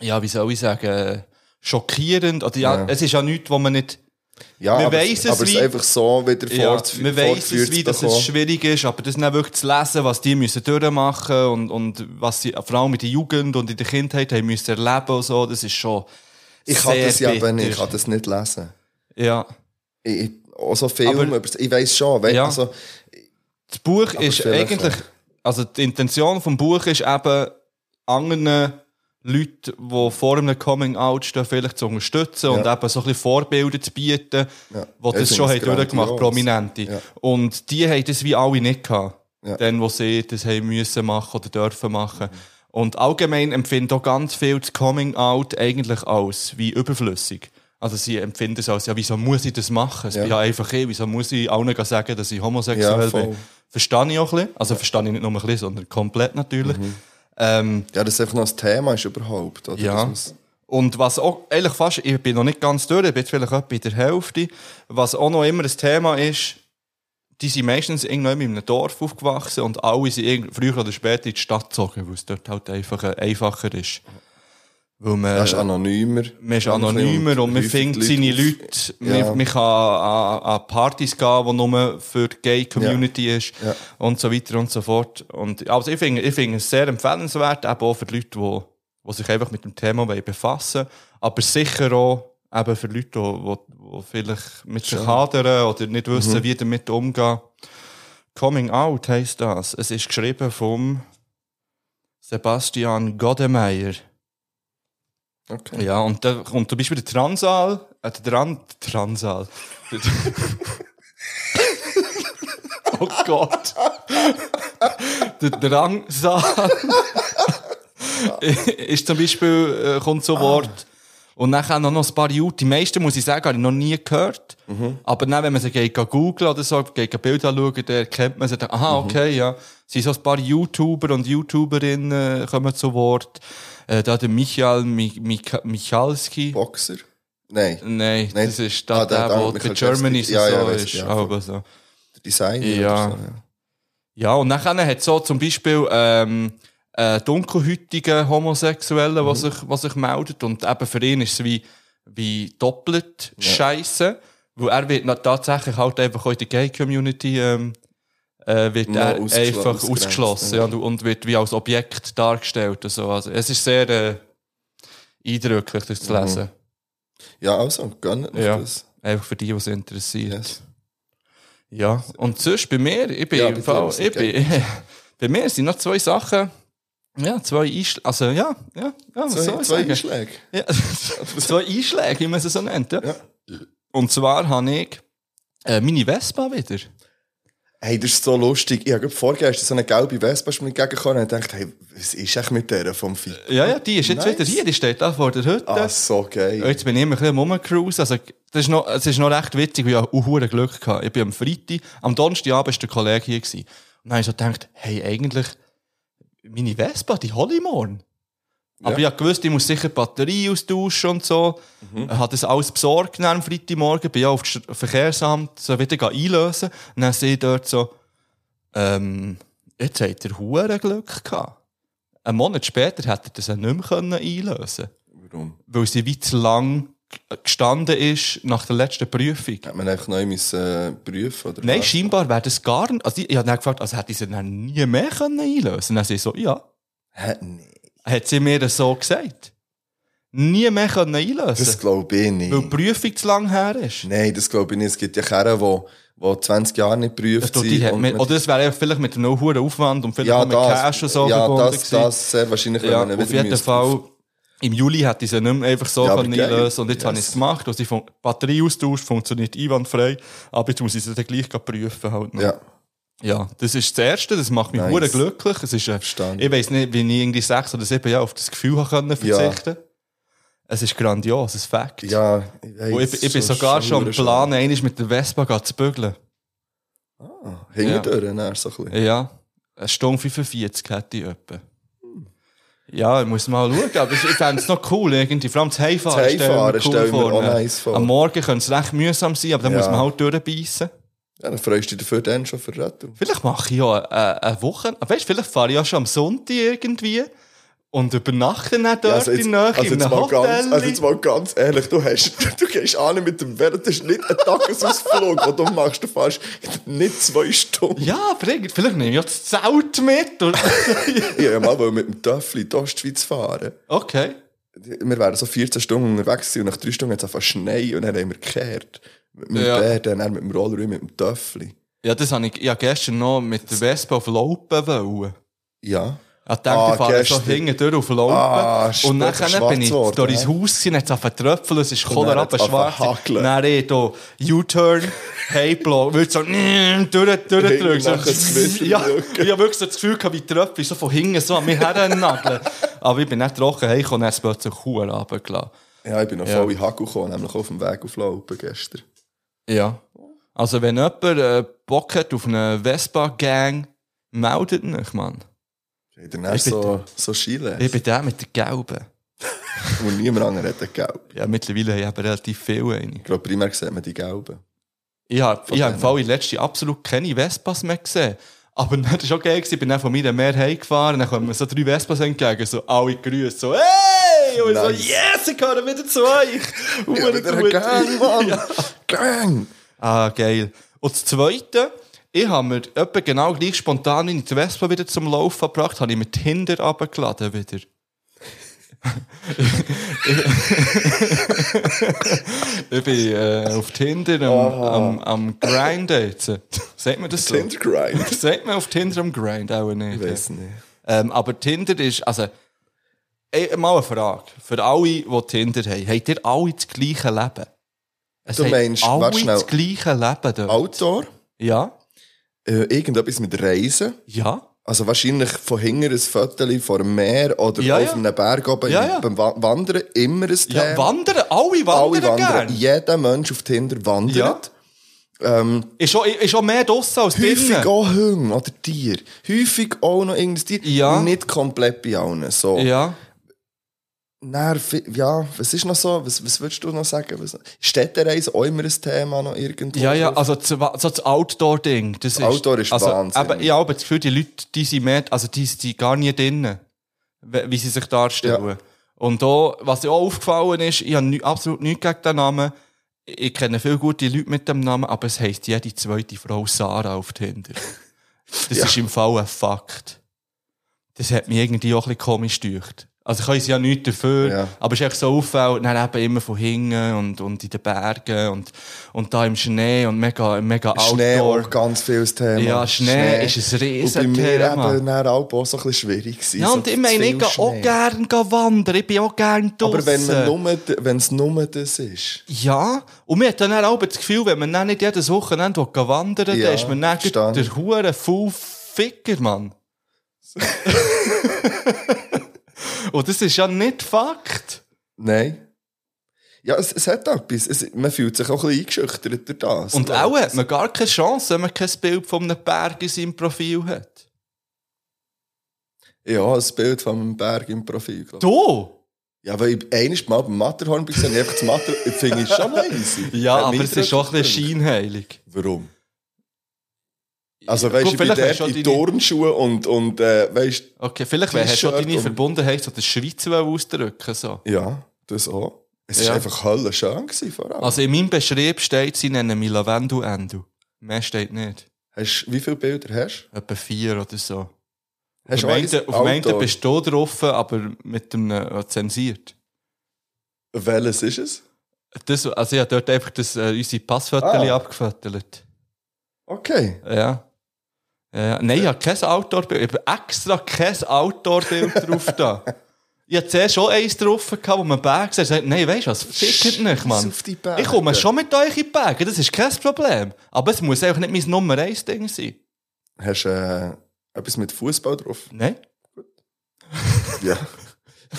[SPEAKER 2] ja, wie soll ich sagen, schockierend. Oder, ja,
[SPEAKER 3] Ja.
[SPEAKER 2] Es ist ja nichts, wo man nicht
[SPEAKER 3] Ja,
[SPEAKER 2] Man
[SPEAKER 3] aber,
[SPEAKER 2] weiss
[SPEAKER 3] es,
[SPEAKER 2] es
[SPEAKER 3] aber es
[SPEAKER 2] wie-
[SPEAKER 3] einfach so wieder
[SPEAKER 2] ja,
[SPEAKER 3] fortf-
[SPEAKER 2] man weiss es,
[SPEAKER 3] fortgeführt
[SPEAKER 2] wie
[SPEAKER 3] zu
[SPEAKER 2] dass
[SPEAKER 3] bekommen.
[SPEAKER 2] es schwierig ist, aber das dann wirklich zu lesen, was die müssen durchmachen und, und was sie vor allem in der Jugend und in der Kindheit haben müssen erleben und so, das ist schon
[SPEAKER 3] Ich kann
[SPEAKER 2] sehr
[SPEAKER 3] das ja
[SPEAKER 2] bitter.
[SPEAKER 3] aber nicht, ich kann das nicht lesen.
[SPEAKER 2] Ja.
[SPEAKER 3] Ich, ich, auch so Film,
[SPEAKER 2] Aber-
[SPEAKER 3] aber, ich weiss schon, weißt,
[SPEAKER 2] Ja.
[SPEAKER 3] also,
[SPEAKER 2] Das Buch ist
[SPEAKER 3] vielleicht
[SPEAKER 2] eigentlich, also die Intention des Buches ist eben, anderen Leuten, die vor einem Coming-out stehen, vielleicht zu unterstützen und eben so ein bisschen Vorbilder zu bieten, die
[SPEAKER 3] Ja. Ich
[SPEAKER 2] das
[SPEAKER 3] finde
[SPEAKER 2] schon
[SPEAKER 3] es
[SPEAKER 2] haben durchgemacht
[SPEAKER 3] grandios.
[SPEAKER 2] Prominente.
[SPEAKER 3] Ja.
[SPEAKER 2] Und die haben das wie alle nicht gehabt.
[SPEAKER 3] Ja.
[SPEAKER 2] Dann, wo sie das haben müssen machen oder dürfen machen. Und allgemein empfinden auch ganz viel das Coming-out eigentlich als wie überflüssig. Also sie empfinden es als, ja, wieso muss ich das machen? Es
[SPEAKER 3] Ja.
[SPEAKER 2] bin ja einfach ich, wieso muss ich allen sagen, dass ich homosexuell
[SPEAKER 3] Ja, voll.
[SPEAKER 2] bin? Verstehe ich auch ein bisschen. Also verstehe ich nicht nur ein bisschen, sondern komplett natürlich.
[SPEAKER 3] Mhm.
[SPEAKER 2] Ähm,
[SPEAKER 3] ja, das einfach noch ein Thema ist überhaupt. Oder?
[SPEAKER 2] ja.
[SPEAKER 3] Das muss-
[SPEAKER 2] Und was auch, eigentlich fast, ich bin noch nicht ganz durch, ich bin jetzt vielleicht etwa in der Hälfte, was auch noch immer ein Thema ist, die sind meistens irgendwo in einem Dorf aufgewachsen und alle sind irgend- früher oder später in die Stadt gezogen, weil es dort halt einfach äh, einfacher ist. Weil man,
[SPEAKER 3] das ist anonymer.
[SPEAKER 2] Äh, man ist anonymer und man
[SPEAKER 3] häufig
[SPEAKER 2] findet
[SPEAKER 3] die
[SPEAKER 2] seine
[SPEAKER 3] auf-
[SPEAKER 2] Leute.
[SPEAKER 3] Ja.
[SPEAKER 2] Man, man kann an, an Partys gehen, die nur für die Gay-Community ist
[SPEAKER 3] Ja.
[SPEAKER 2] und so weiter und so fort. Und, also ich finde ich finde es sehr empfehlenswert, eben auch für die Leute, die, die sich einfach mit dem Thema wollen befassen wollen. Aber sicher auch eben für Leute, die, die, die vielleicht mit sich hadern oder nicht wissen,
[SPEAKER 3] Mhm.
[SPEAKER 2] wie damit umgehen. Coming Out heisst das. Es ist geschrieben vom Sebastian Godemeyer.
[SPEAKER 3] Okay.
[SPEAKER 2] Ja, und da kommt zum Beispiel der Transal, äh, der Tran Transal. oh Gott. der Drangsal ist zum Beispiel, äh, kommt so ein Wort. Und dann auch noch ein paar Jahre. Die meisten, muss ich sagen, habe ich noch nie gehört. Aber dann, wenn man sie geht, geht googeln oder so, geht Bilder anschauen, dann kennt man sie. Dann, aha, okay, ja. Es sind so ein paar YouTuber und YouTuberinnen äh, kommen zu Wort. Äh, da der Michael Mi Mika Michalski.
[SPEAKER 3] Boxer? Nein,
[SPEAKER 2] Nein,
[SPEAKER 3] Nein.
[SPEAKER 2] das ist da,
[SPEAKER 3] Ah, der-
[SPEAKER 2] der,
[SPEAKER 3] der
[SPEAKER 2] wo
[SPEAKER 3] Michael
[SPEAKER 2] der Germany
[SPEAKER 3] Jackson. Ja,
[SPEAKER 2] so
[SPEAKER 3] ja, weiss
[SPEAKER 2] ist.
[SPEAKER 3] ich, ja.
[SPEAKER 2] aber so.
[SPEAKER 3] der Designer.
[SPEAKER 2] Ja.
[SPEAKER 3] Oder so, ja.
[SPEAKER 2] Ja, und nachher hat es so zum Beispiel ähm, äh, dunkelhäutige Homosexuelle,
[SPEAKER 3] Mhm.
[SPEAKER 2] was sich, was sich meldet. Und eben für ihn ist es wie, wie doppelt Scheiße, weil er wird na- tatsächlich halt einfach auch in der Gay-Community ähm, äh, wird
[SPEAKER 3] Noch
[SPEAKER 2] er
[SPEAKER 3] ausgeschl-
[SPEAKER 2] einfach
[SPEAKER 3] ausgrenzt,
[SPEAKER 2] ausgeschlossen
[SPEAKER 3] ja.
[SPEAKER 2] ja. und, und wird wie als Objekt dargestellt. Und so. also, es ist sehr äh, eindrücklich, das zu lesen.
[SPEAKER 3] ja, also, gönnt euch
[SPEAKER 2] Ja.
[SPEAKER 3] Mhm. das.
[SPEAKER 2] Einfach für die, die es interessiert.
[SPEAKER 3] Yes.
[SPEAKER 2] Ja, und sonst bei mir, ich bin
[SPEAKER 3] Ja, bei
[SPEAKER 2] im
[SPEAKER 3] dir
[SPEAKER 2] Fall,
[SPEAKER 3] ist es
[SPEAKER 2] ich bin, bei mir sind noch zwei Sachen, ja, zwei Einschläge, also ja, ja, ja, was soll
[SPEAKER 3] Zwei,
[SPEAKER 2] ich
[SPEAKER 3] zwei
[SPEAKER 2] sagen?
[SPEAKER 3] Einschläge.
[SPEAKER 2] Ja, zwei Einschläge, wie man sie so nennt, ja.
[SPEAKER 3] Ja.
[SPEAKER 2] Und zwar habe ich äh, meine Vespa wieder.
[SPEAKER 3] Hey, das ist so lustig. Ich habe gerade vorgestern so eine gelbe Vespa ist mir entgegengekommen und dachte, hey, was ist echt mit der vom Fit?
[SPEAKER 2] Ja, ja, die ist jetzt
[SPEAKER 3] Nice.
[SPEAKER 2] wieder hier, die steht da vor der Hütte.
[SPEAKER 3] Ah, so
[SPEAKER 2] Ja,
[SPEAKER 3] geil.
[SPEAKER 2] Jetzt bin ich immer ein bisschen am rumcruisen. Also, das ist noch, es ist noch recht witzig, weil ich auch hure Glück hatte. Ich bin am Freitag, am Donnerstagabend war der Kollege hier. Gewesen. Und dann habe ich so gedacht, hey, eigentlich, meine Vespa, die hole ich morgen. Aber ich habe gewusst, ich muss sicher die Batterie austauschen und so. Ich habe das alles besorgt dann am Freitagmorgen, bin ja auf das St- Verkehrsamt so wieder einlösen. Und dann sehe ich dort so, ähm, jetzt hat er hure Glück gehabt. Einen Monat später hätte er das ja nicht mehr können einlösen
[SPEAKER 3] Warum?
[SPEAKER 2] weil sie wie zu lang g- gestanden ist nach der letzten Prüfung.
[SPEAKER 3] Hat man einfach neu müssen, äh, prüfen oder
[SPEAKER 2] Nein,
[SPEAKER 3] was?
[SPEAKER 2] scheinbar wäre das gar nicht. Also ich, ich habe dann gefragt, also hätte ich sie dann nie mehr können einlösen können? Dann sie so, ja.
[SPEAKER 3] Hä, nee.
[SPEAKER 2] Hat sie mir das so gesagt? Nie mehr können
[SPEAKER 3] Das
[SPEAKER 2] einlösen
[SPEAKER 3] glaube ich
[SPEAKER 2] weil die
[SPEAKER 3] nicht.
[SPEAKER 2] Prüfung zu lang her ist.
[SPEAKER 3] Nein, das glaube ich nicht. Es gibt ja Kerren, die, die 20 Jahre nicht
[SPEAKER 2] Das
[SPEAKER 3] geprüft
[SPEAKER 2] tut Also die, hat
[SPEAKER 3] und
[SPEAKER 2] mir,
[SPEAKER 3] man-
[SPEAKER 2] oder es wäre ja vielleicht mit einem hohen Aufwand und vielleicht
[SPEAKER 3] ja,
[SPEAKER 2] auch mit
[SPEAKER 3] das,
[SPEAKER 2] Cash und so
[SPEAKER 3] ja,
[SPEAKER 2] verbunden
[SPEAKER 3] das,
[SPEAKER 2] gewesen.
[SPEAKER 3] das sehr wahrscheinlich,
[SPEAKER 2] Ja,
[SPEAKER 3] ihn
[SPEAKER 2] auf
[SPEAKER 3] wieder
[SPEAKER 2] jeden
[SPEAKER 3] müsste-
[SPEAKER 2] Fall. Im Juli hätte ich sie nicht mehr einfach so
[SPEAKER 3] Ja, aber
[SPEAKER 2] können
[SPEAKER 3] geil.
[SPEAKER 2] einlösen und jetzt
[SPEAKER 3] Yes.
[SPEAKER 2] habe ich es gemacht. Also die Fun- Batterie austauscht, funktioniert einwandfrei, aber jetzt muss ich sie dann gleich gleich prüfen. Halt noch.
[SPEAKER 3] Ja,
[SPEAKER 2] ja, das ist das Erste, das macht mich
[SPEAKER 3] Nice.
[SPEAKER 2] nice. glücklich. Es ist, äh,
[SPEAKER 3] Verstanden.
[SPEAKER 2] ich weiß nicht, wie ich irgendwie sechs oder sieben Jahre auf das Gefühl habe können verzichten Es ist grandios, ein Fakt.
[SPEAKER 3] ja. Ich, weiss,
[SPEAKER 2] und ich, ich bin
[SPEAKER 3] schon-
[SPEAKER 2] sogar schon am
[SPEAKER 3] schon-
[SPEAKER 2] Plan, einmal mit der Vespa gehen zu bügeln.
[SPEAKER 3] Ah, Hinten durch, dann so ein bisschen.
[SPEAKER 2] Ja, eine Stunde 45 hätte ich etwa. Ja, ich muss mal schauen, aber ich fände es noch cool irgendwie. Vor allem das Heimfahren
[SPEAKER 3] Das
[SPEAKER 2] stelle ich mir
[SPEAKER 3] Heimfahren stelle ich mir auch
[SPEAKER 2] ne?
[SPEAKER 3] nice vor.
[SPEAKER 2] Am Morgen könnte es recht mühsam sein, aber dann
[SPEAKER 3] Ja.
[SPEAKER 2] muss man halt durchbeissen.
[SPEAKER 3] Ja, dann freust du dich dafür dann schon für Rettung.
[SPEAKER 2] Vielleicht mache ich ja äh, eine Woche, weißt du, vielleicht fahre ich ja schon am Sonntag irgendwie und übernachte dann dort
[SPEAKER 3] Ja, also jetzt,
[SPEAKER 2] in der Nähe
[SPEAKER 3] also
[SPEAKER 2] in
[SPEAKER 3] jetzt
[SPEAKER 2] einem
[SPEAKER 3] mal
[SPEAKER 2] Hotel.
[SPEAKER 3] ganz, also jetzt mal ganz ehrlich, du, hast, du gehst an mit dem Velo, das ist nicht ein Tagesausflug, den du machst, du fährst nicht zwei Stunden.
[SPEAKER 2] ja, aber irgendwie- vielleicht nehme ich ja das Zelt mit. Und
[SPEAKER 3] Ich wollte mal mit dem Töffel in die Ostschweiz fahren.
[SPEAKER 2] okay.
[SPEAKER 3] Wir wären so 14 Stunden unterwegs gewesen und nach drei Stunden hat es einfach Schnee und dann haben wir gekehrt. Mit dem
[SPEAKER 2] Ja.
[SPEAKER 3] Bär, dann mit dem Roller und mit dem Töffel.
[SPEAKER 2] Ja, das habe ich, ich habe gestern noch mit der Vespa auf Laupen wollen.
[SPEAKER 3] Ja.
[SPEAKER 2] Ich dachte,
[SPEAKER 3] Ah,
[SPEAKER 2] ich fahre schon
[SPEAKER 3] gestern.
[SPEAKER 2] hinten durch auf Laupen.
[SPEAKER 3] Ah,
[SPEAKER 2] und dann
[SPEAKER 3] schwarz
[SPEAKER 2] bin ich
[SPEAKER 3] worden,
[SPEAKER 2] durch ins
[SPEAKER 3] ja.
[SPEAKER 2] Haus gewesen, hat es auf Tröpfel, es ist
[SPEAKER 3] dann
[SPEAKER 2] Kohlraben
[SPEAKER 3] hat's angefangen
[SPEAKER 2] schwarz.
[SPEAKER 3] hakeln.
[SPEAKER 2] Dann ich hier U-Turn, Heyblock, würde so mm, durch,
[SPEAKER 3] Hinten
[SPEAKER 2] durchdrücken. So,
[SPEAKER 3] nachher das Gewitter
[SPEAKER 2] ja,
[SPEAKER 3] drücken.
[SPEAKER 2] ich habe wirklich so das Gefühl gehabt, wie die Tröpfel so von hinten so an mich hernageln. Aber ich bin nicht trocken heimgekommen und dann hat es plötzlich Kohlraben gelassen.
[SPEAKER 3] Ja, ich bin noch
[SPEAKER 2] Ja.
[SPEAKER 3] voll in Hagel gekommen, nämlich auf dem Weg auf Laupen gestern.
[SPEAKER 2] Ja. Also wenn jemand äh, Bock hat auf eine Vespa-Gang, meldet mich, Mann.
[SPEAKER 3] Ich bin dann
[SPEAKER 2] Ich bin-
[SPEAKER 3] so, so Skiless.
[SPEAKER 2] Ich bin der mit der gelben.
[SPEAKER 3] Und niemand anderer hat eine gelbe.
[SPEAKER 2] Ja, mittlerweile haben aber relativ viele eine.
[SPEAKER 3] Ich glaube, primär sieht man die gelben.
[SPEAKER 2] Ich habe
[SPEAKER 3] Von
[SPEAKER 2] ich hab im
[SPEAKER 3] denen.
[SPEAKER 2] Fall in letzter absolut keine Vespas mehr gesehen. Aber dann, das war auch geil, gewesen. ich bin dann von mir mehr heimgefahren, dann kommen mir so drei Vespas entgegen, so alle grüßen, so «Hey!» Und ich so
[SPEAKER 3] Nice.
[SPEAKER 2] «Yes, ich gehöre wieder zu euch!» Und
[SPEAKER 3] Ja, wieder eine Gang, Mann! Gang!
[SPEAKER 2] Ah, geil. Und das Zweite, ich habe mir etwa genau gleich spontan in die Vespa wieder zum Laufen gebracht, habe ich mir Tinder runtergeladen wieder. ich bin äh, auf Tinder am, am, am Grind jetzt. Sagt man das so?
[SPEAKER 3] Tindergrind.
[SPEAKER 2] Sagt man auf Tinder am Grind auch nicht.
[SPEAKER 3] Ich weiß nicht.
[SPEAKER 2] Ähm, aber Tinder ist, also, ey, mal eine Frage. Für alle, die Tinder haben, habt ihr alle das gleiche Leben? Es
[SPEAKER 3] Du
[SPEAKER 2] haben
[SPEAKER 3] meinst,
[SPEAKER 2] alle
[SPEAKER 3] warte schnell.
[SPEAKER 2] das gleiche Leben dort.
[SPEAKER 3] Outdoor,
[SPEAKER 2] Ja,
[SPEAKER 3] äh, irgendetwas mit Reisen.
[SPEAKER 2] ja.
[SPEAKER 3] Also wahrscheinlich von hinten ein Viertel vor dem Meer oder
[SPEAKER 2] Ja,
[SPEAKER 3] auf
[SPEAKER 2] ja.
[SPEAKER 3] einem Berg oben
[SPEAKER 2] Ja, ja.
[SPEAKER 3] beim Wa- Wandern immer ein Thema.
[SPEAKER 2] Ja, wandern, alle
[SPEAKER 3] Ähm, Alle
[SPEAKER 2] wandern,
[SPEAKER 3] wandern.
[SPEAKER 2] gerne.
[SPEAKER 3] Jeder Mensch auf Tinder wandert.
[SPEAKER 2] Ja. Ist auch, ist auch mehr draussen als
[SPEAKER 3] Häufig
[SPEAKER 2] drinnen.
[SPEAKER 3] auch Hunde oder Tier. Häufig auch noch irgendein Tier.
[SPEAKER 2] Ja.
[SPEAKER 3] Nicht komplett bei allen. So.
[SPEAKER 2] Ja.
[SPEAKER 3] Nerv, ja, was ist noch so? Was, was würdest du noch sagen? Was, Städtereise auch immer ein Thema noch irgendwo.
[SPEAKER 2] Ja, ja,
[SPEAKER 3] drauf?
[SPEAKER 2] also das, Wa- so das Outdoor-Ding. Das ist,
[SPEAKER 3] Outdoor ist
[SPEAKER 2] also,
[SPEAKER 3] Wahnsinn.
[SPEAKER 2] Aber ich habe das Gefühl, die Leute, die sind mehr, also die sind gar nie drinnen, wie wie sie sich darstellen.
[SPEAKER 3] Ja.
[SPEAKER 2] Und da, was mir auch aufgefallen ist, ich habe nü- absolut nichts gegen den Namen. Ich kenne viele gute Leute mit dem Namen, aber es heisst jede zweite Frau Sarah auf Tinder. Das
[SPEAKER 3] Ja.
[SPEAKER 2] ist im Fall ein Fakt. Das hat mich irgendwie auch ein bisschen komisch gedacht. Also ich kann es ja nichts dafür,
[SPEAKER 3] Ja.
[SPEAKER 2] aber es ist echt so auffällig, dann eben immer von hinten und, und in den Bergen und, und da im Schnee und mega, mega
[SPEAKER 3] Schnee
[SPEAKER 2] also outdoor.
[SPEAKER 3] auch ganz viel Thema.
[SPEAKER 2] Ja, Schnee ist ein
[SPEAKER 3] Und bei mir
[SPEAKER 2] Riesenthema.
[SPEAKER 3] eben dann auch so ein bisschen schwierig gewesen.
[SPEAKER 2] Ja,
[SPEAKER 3] so
[SPEAKER 2] und ich meine, ich
[SPEAKER 3] viel
[SPEAKER 2] gehe auch
[SPEAKER 3] Schnee.
[SPEAKER 2] gerne wandern, ich bin auch gerne draussen.
[SPEAKER 3] Aber wenn man nur, wenn es nur das ist.
[SPEAKER 2] Ja, und man hat dann auch das Gefühl, wenn man dann nicht jedes Wochenende wandern will,
[SPEAKER 3] Ja,
[SPEAKER 2] dann ist man dann
[SPEAKER 3] verstehe.
[SPEAKER 2] der hure Full-Ficker, Mann. und das ist ja nicht Fakt.
[SPEAKER 3] Nein. Ja, es, es hat etwas. Es, man fühlt sich auch ein bisschen eingeschüchtert durch das.
[SPEAKER 2] Und auch hat man gar keine Chance, wenn man kein Bild von einem Berg in seinem Profil hat.
[SPEAKER 3] Ja, das Bild von einem Berg im Profil. glaub ich.
[SPEAKER 2] Du?
[SPEAKER 3] Ja, weil ich einmal mal beim Matterhorn bin, habe ich einfach das Matterhorn... finde ich schon easy.
[SPEAKER 2] Ja,
[SPEAKER 3] Hat
[SPEAKER 2] aber
[SPEAKER 3] mich
[SPEAKER 2] es ist auch ein
[SPEAKER 3] eindrücklich.
[SPEAKER 2] bisschen scheinheilig.
[SPEAKER 3] Warum? Also, weißt du,
[SPEAKER 2] Gut,
[SPEAKER 3] ich bin
[SPEAKER 2] vielleicht hast du
[SPEAKER 3] dort
[SPEAKER 2] auch
[SPEAKER 3] in
[SPEAKER 2] deine-
[SPEAKER 3] Turnschuhe und, und äh, weißt du,
[SPEAKER 2] Okay, vielleicht hast du schon
[SPEAKER 3] T-Shirt
[SPEAKER 2] deine
[SPEAKER 3] und-
[SPEAKER 2] Verbundenheit zu der Schweiz wollen ausdrücken so.
[SPEAKER 3] Ja, das auch. Es war
[SPEAKER 2] Ja.
[SPEAKER 3] einfach höllenschön gewesen, vor allem.
[SPEAKER 2] Also in meinem Beschrieb steht, sie nennen mich Lavendu-Endu. Mehr steht nicht.
[SPEAKER 3] hast, wie viele Bilder hast
[SPEAKER 2] Etwa vier oder so.
[SPEAKER 3] du? Hast
[SPEAKER 2] auf dem
[SPEAKER 3] auch
[SPEAKER 2] einen-
[SPEAKER 3] eins
[SPEAKER 2] auf dem einen
[SPEAKER 3] Outdoor?
[SPEAKER 2] bist du drauf, aber mit dem äh, zensiert.
[SPEAKER 3] Welches ist es?
[SPEAKER 2] Das, also ich habe dort einfach das, äh, unsere Passfotos
[SPEAKER 3] Ah.
[SPEAKER 2] abgefottelt.
[SPEAKER 3] Okay.
[SPEAKER 2] Ja. ja. Nein, ich habe kein Outdoor-Bild. Ich habe extra kein Outdoor-Bild drauf da. Ich hatte zuerst schon eins drauf, gehabt, wo man Berg sagt, nein, weißt du was, fickt nicht, Mann.
[SPEAKER 3] auf die Berge.
[SPEAKER 2] Ich komme schon mit euch in die Berge, das ist kein Problem. Aber es muss einfach nicht mein Nummer 1 Ding sein.
[SPEAKER 3] Hast du äh, etwas mit Fußball drauf?
[SPEAKER 2] Nein?
[SPEAKER 3] Ja.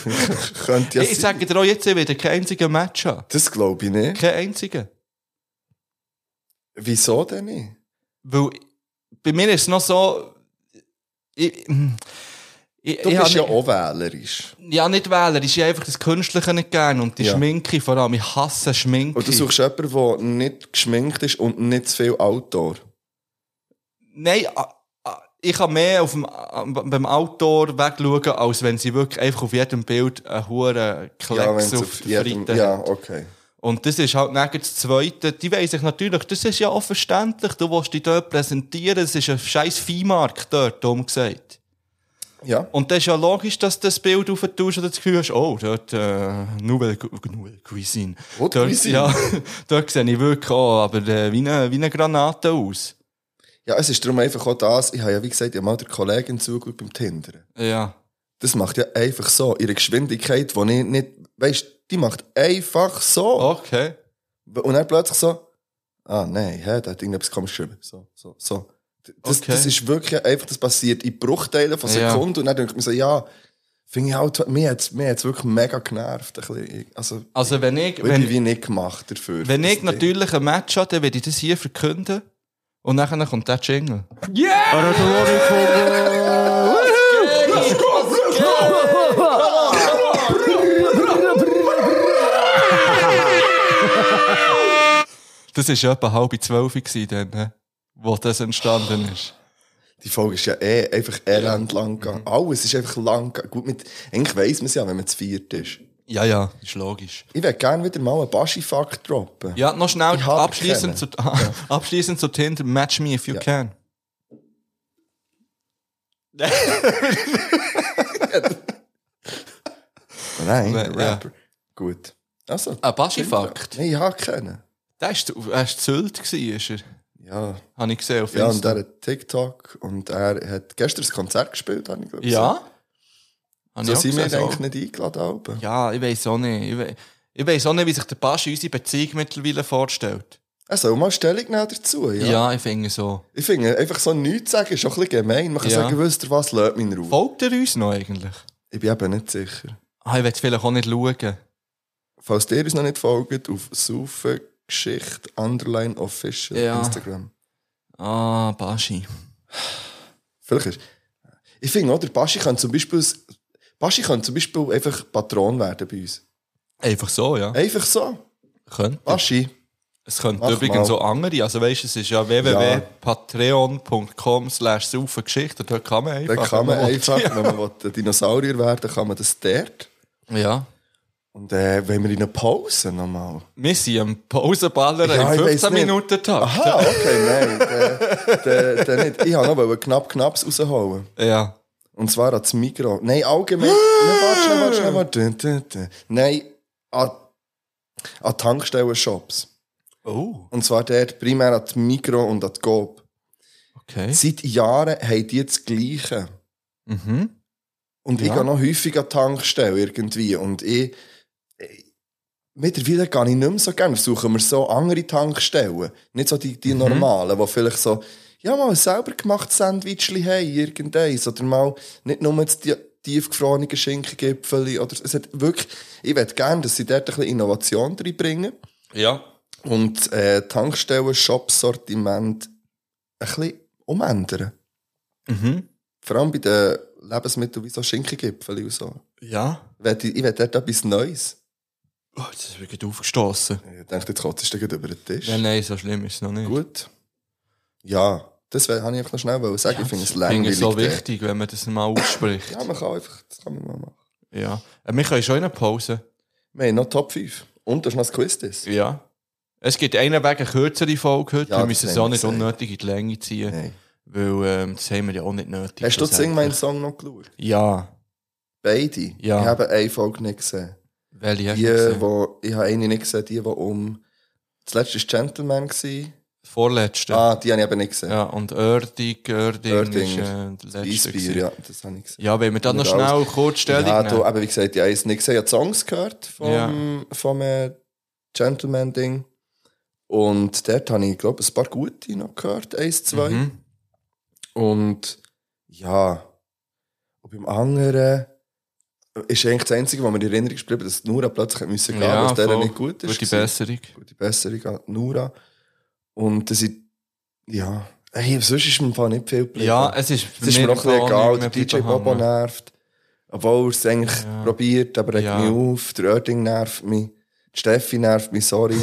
[SPEAKER 3] Könnte ja
[SPEAKER 2] ich
[SPEAKER 3] sein.
[SPEAKER 2] sage dir auch jetzt wieder, kein einziger Match an.
[SPEAKER 3] Das glaube ich nicht.
[SPEAKER 2] Kein einziger.
[SPEAKER 3] Wieso denn nicht?
[SPEAKER 2] Weil bei mir ist es noch so. Ich, Ich,
[SPEAKER 3] Du
[SPEAKER 2] ich
[SPEAKER 3] bist
[SPEAKER 2] habe
[SPEAKER 3] ja
[SPEAKER 2] nicht-
[SPEAKER 3] auch wählerisch.
[SPEAKER 2] ja, nicht Wähler, ich habe einfach das Künstliche nicht gern und die
[SPEAKER 3] Ja.
[SPEAKER 2] Schminke vor allem. Ich hasse Schminke.
[SPEAKER 3] Und du suchst jemanden, der nicht geschminkt ist und nicht zu viel Outdoor.
[SPEAKER 2] Nein, ah, ah, ich kann mehr auf dem, ah, beim Outdoor wegschauen, als wenn sie wirklich einfach auf jedem Bild einen hohen Klecks
[SPEAKER 3] wenn's
[SPEAKER 2] auf der
[SPEAKER 3] jedem-
[SPEAKER 2] Freite
[SPEAKER 3] Ja,
[SPEAKER 2] hat.
[SPEAKER 3] okay.
[SPEAKER 2] Und das ist halt neben das Zweite. Die weiss ich natürlich, das ist ja auch verständlich. Du willst dich dort präsentieren. Es ist ein scheiß Viehmarkt dort, dumm gesagt.
[SPEAKER 3] Ja.
[SPEAKER 2] Und das ist ja logisch, dass du das Bild auftauscht und das Gefühl hast, oh, dort, äh, Nouvelle, Cu- Nouvelle Cuisine.
[SPEAKER 3] Haute
[SPEAKER 2] dort,
[SPEAKER 3] Cuisine.
[SPEAKER 2] Ja, dort sehe ich wirklich auch, aber äh, wie, eine, wie eine Granate aus.
[SPEAKER 3] Ja, es ist darum einfach auch das, ich habe ja wie gesagt, ich habe mal der Kollegin zugeschaut beim Tindern.
[SPEAKER 2] Ja.
[SPEAKER 3] Das macht ja einfach so. Ihre Geschwindigkeit, die ich nicht, weißt die macht einfach so.
[SPEAKER 2] Okay.
[SPEAKER 3] Und dann plötzlich so, ah nein, hä, da hat irgendetwas komisch geschrieben. So, so, so. Das,
[SPEAKER 2] Okay.
[SPEAKER 3] das ist wirklich einfach, das passiert in Bruchteilen von
[SPEAKER 2] Ja.
[SPEAKER 3] Sekunden und dann denke ich mir so, ja, finde ich halt, mir hat es wirklich mega genervt. Ein bisschen. Also,
[SPEAKER 2] Also wenn ich,
[SPEAKER 3] wenn, ich
[SPEAKER 2] wenn,
[SPEAKER 3] wie nicht gemacht dafür.
[SPEAKER 2] wenn
[SPEAKER 3] Das
[SPEAKER 2] ich
[SPEAKER 3] Ding.
[SPEAKER 2] natürlich ein Match habe, dann werde ich das hier verkünden. Und dann kommt der Jingle. Das war etwa halb zwölf gewesen dann, ne? wo das entstanden ist.
[SPEAKER 3] Die Folge ist ja eh einfach elend lang gegangen.
[SPEAKER 2] Mhm.
[SPEAKER 3] Alles ist einfach lang gegangen. Gut, mit, eigentlich weiss man es ja, wenn man zu viert ist.
[SPEAKER 2] Ja, ja, ist logisch.
[SPEAKER 3] Ich würde gerne wieder mal einen Baschi-Fakt droppen.
[SPEAKER 2] Ja, noch schnell
[SPEAKER 3] Ich habe
[SPEAKER 2] abschließend zu, abschließend zu Tinder. Match me if you can.
[SPEAKER 3] Nein,
[SPEAKER 2] Nein,
[SPEAKER 3] der
[SPEAKER 2] ja.
[SPEAKER 3] Rapper. Gut. Also,
[SPEAKER 2] Ein Baschi-Fakt.
[SPEAKER 3] Nein, ich habe keinen.
[SPEAKER 2] Der ist, er ist Sylt gewesen, ist er.
[SPEAKER 3] Ja.
[SPEAKER 2] Habe ich gesehen auf
[SPEAKER 3] ja, und
[SPEAKER 2] Insta.
[SPEAKER 3] er hat TikTok und er hat gestern ein Konzert gespielt, habe ich glaube
[SPEAKER 2] Ja? Habe
[SPEAKER 3] So
[SPEAKER 2] ich auch
[SPEAKER 3] sind wir
[SPEAKER 2] gesehen, so.
[SPEAKER 3] eigentlich nicht eingeladen. Alben.
[SPEAKER 2] Ja, ich weiß auch nicht. Ich we- Ich weiß auch nicht, wie sich der Baschi unsere Beziehung mittlerweile vorstellt.
[SPEAKER 3] Er soll mal Stellung nehmen dazu. Ja.
[SPEAKER 2] Ja, ich finde so.
[SPEAKER 3] Ich finde, einfach so nichts sagen ist schon ein bisschen gemein. Man kann
[SPEAKER 2] Ja.
[SPEAKER 3] sagen, wisst ihr was, lasst mich in Ruhe.
[SPEAKER 2] Folgt er uns noch eigentlich?
[SPEAKER 3] Ich bin eben nicht sicher.
[SPEAKER 2] Ah, ich will vielleicht auch nicht schauen.
[SPEAKER 3] Falls ihr uns noch nicht folgt, auf Saufengeschichte underline official
[SPEAKER 2] Ja.
[SPEAKER 3] Instagram.
[SPEAKER 2] Ah, Baschi.
[SPEAKER 3] Vielleicht ist. Ich finde auch, der Baschi kann zum Beispiel, Baschi kann zum Beispiel einfach Patron werden bei uns.
[SPEAKER 2] Einfach so, ja.
[SPEAKER 3] Einfach so.
[SPEAKER 2] Könnte.
[SPEAKER 3] Baschi.
[SPEAKER 2] Es könnten
[SPEAKER 3] Ah, Mach
[SPEAKER 2] übrigens
[SPEAKER 3] mal.
[SPEAKER 2] so andere. Also weißt du, es ist ja www.patreon.com slash saufengeschichte. Dort kann man einfach.
[SPEAKER 3] Dann kann man
[SPEAKER 2] wenn man
[SPEAKER 3] einfach, wenn man will, ein Dinosaurier werden will, kann man das dort.
[SPEAKER 2] will. Ja.
[SPEAKER 3] Und äh, wenn wir in eine Pause nochmal.
[SPEAKER 2] Wir sind am Pausenballer
[SPEAKER 3] Ja, ich
[SPEAKER 2] im
[SPEAKER 3] weiss
[SPEAKER 2] 15
[SPEAKER 3] nicht.
[SPEAKER 2] Minuten Tag.
[SPEAKER 3] Aha, okay, nein. der- der- der nicht. Ich wollte noch knapp Knaps rausholen.
[SPEAKER 2] Ja.
[SPEAKER 3] Und zwar ans Mikro. Nein, allgemein. nein, warte, schnell, warte, schnell, warte. Dun, dun, dun. Nein, an, an Tankstellen-Shops.
[SPEAKER 2] Oh,
[SPEAKER 3] Und zwar dort primär an die Mikro und an die Coop.
[SPEAKER 2] okay.
[SPEAKER 3] Seit Jahren haben die das Gleiche.
[SPEAKER 2] Mhm.
[SPEAKER 3] Und ich
[SPEAKER 2] Ja.
[SPEAKER 3] gehe noch häufig an die Tankstelle irgendwie. Und ich, ich- mittlerweile gehe ich nicht mehr so gerne. Versuchen wir so andere Tankstellen. Nicht so die, die normalen, die vielleicht so, ja, mal ein selber gemachtes Sandwich haben, irgendeins. Oder mal nicht nur das tie- tiefgefrorene Schinkengipfel. Oder, es hat wirklich, ich würde gerne, dass sie dort ein bisschen Innovation reinbringen.
[SPEAKER 2] Ja.
[SPEAKER 3] Und äh, Tankstellen, Shop-Sortiment ein bisschen umändern.
[SPEAKER 2] Mhm.
[SPEAKER 3] Vor allem bei den Lebensmitteln wie so Schinkengipfel und so.
[SPEAKER 2] Ja.
[SPEAKER 3] Wett Ich ich will dort etwas Neues.
[SPEAKER 2] Oh, das ist wirklich aufgestoßen.
[SPEAKER 3] Ich dachte, jetzt kotzt du gerade über den Tisch.
[SPEAKER 2] Ja, nein, so schlimm ist es noch nicht.
[SPEAKER 3] Gut. Ja, das wollte ich einfach noch schnell wollen sagen. ich finde es
[SPEAKER 2] Finde
[SPEAKER 3] langweilig.
[SPEAKER 2] ich so
[SPEAKER 3] dort.
[SPEAKER 2] wichtig, wenn man das mal ausspricht.
[SPEAKER 3] Ja, man kann einfach, das kann man mal machen.
[SPEAKER 2] ja. Äh, Wir können schon in eine Pause.
[SPEAKER 3] Wir haben noch Top 5. Und das ist noch das Quiz. das.
[SPEAKER 2] Ja. Es gibt einen Weg eine kürzere Folge heute.
[SPEAKER 3] Ja,
[SPEAKER 2] wir
[SPEAKER 3] das
[SPEAKER 2] müssen es
[SPEAKER 3] haben
[SPEAKER 2] auch
[SPEAKER 3] wir
[SPEAKER 2] nicht
[SPEAKER 3] gesagt.
[SPEAKER 2] unnötig in die Länge ziehen,
[SPEAKER 3] Nein.
[SPEAKER 2] weil ähm, das haben wir ja auch nicht nötig.
[SPEAKER 3] Hast du Sing meinen
[SPEAKER 2] schlussendlich.
[SPEAKER 3] Song noch geschaut?
[SPEAKER 2] Ja.
[SPEAKER 3] Beide.
[SPEAKER 2] Ja.
[SPEAKER 3] Ich habe eine Folge nicht gesehen.
[SPEAKER 2] Welche hast
[SPEAKER 3] Die,
[SPEAKER 2] du gesehen?
[SPEAKER 3] wo, ich habe eine nicht gesehen, die, die um. Das letzte war Gentleman. Gewesen.
[SPEAKER 2] Vorletzte.
[SPEAKER 3] Ah, die habe ich eben nicht gesehen.
[SPEAKER 2] Ja, und Örding, Örding ist
[SPEAKER 3] Örding,
[SPEAKER 2] äh, der letzte.
[SPEAKER 3] Eisbier,
[SPEAKER 2] gewesen.
[SPEAKER 3] ja, das habe ich gesehen.
[SPEAKER 2] Ja, wenn wir dann noch
[SPEAKER 3] Nicht alles.
[SPEAKER 2] schnell kurz Stellung
[SPEAKER 3] Ja, du,
[SPEAKER 2] nehmen.
[SPEAKER 3] aber wie gesagt, ich habe es nicht gesehen. Ich habe Songs gehört vom, vom äh, Gentleman-Ding. Und dort habe ich, glaube ich, ein paar gute noch gehört. Eins, zwei.
[SPEAKER 2] Mhm.
[SPEAKER 3] Und ja. Und beim anderen äh, ist eigentlich das Einzige, was mir in Erinnerung geblieben ist, dass die Nura plötzlich hat müssen gehen,
[SPEAKER 2] Ja,
[SPEAKER 3] was der
[SPEAKER 2] voll.
[SPEAKER 3] nicht gut ist.
[SPEAKER 2] Gute
[SPEAKER 3] gewesen.
[SPEAKER 2] Besserung.
[SPEAKER 3] Gute Besserung an die Nura. Und dass ich, ja, hey, sonst ist mir im Fall nicht viel geblieben.
[SPEAKER 2] Ja, es ist,
[SPEAKER 3] es ist mir noch ein bisschen egal, der DJ Bobo nervt. Obwohl er es eigentlich probiert, aber er
[SPEAKER 2] Ja.
[SPEAKER 3] ja. mich auf. Der Oerding nervt mich. Die Steffi nervt mich, sorry.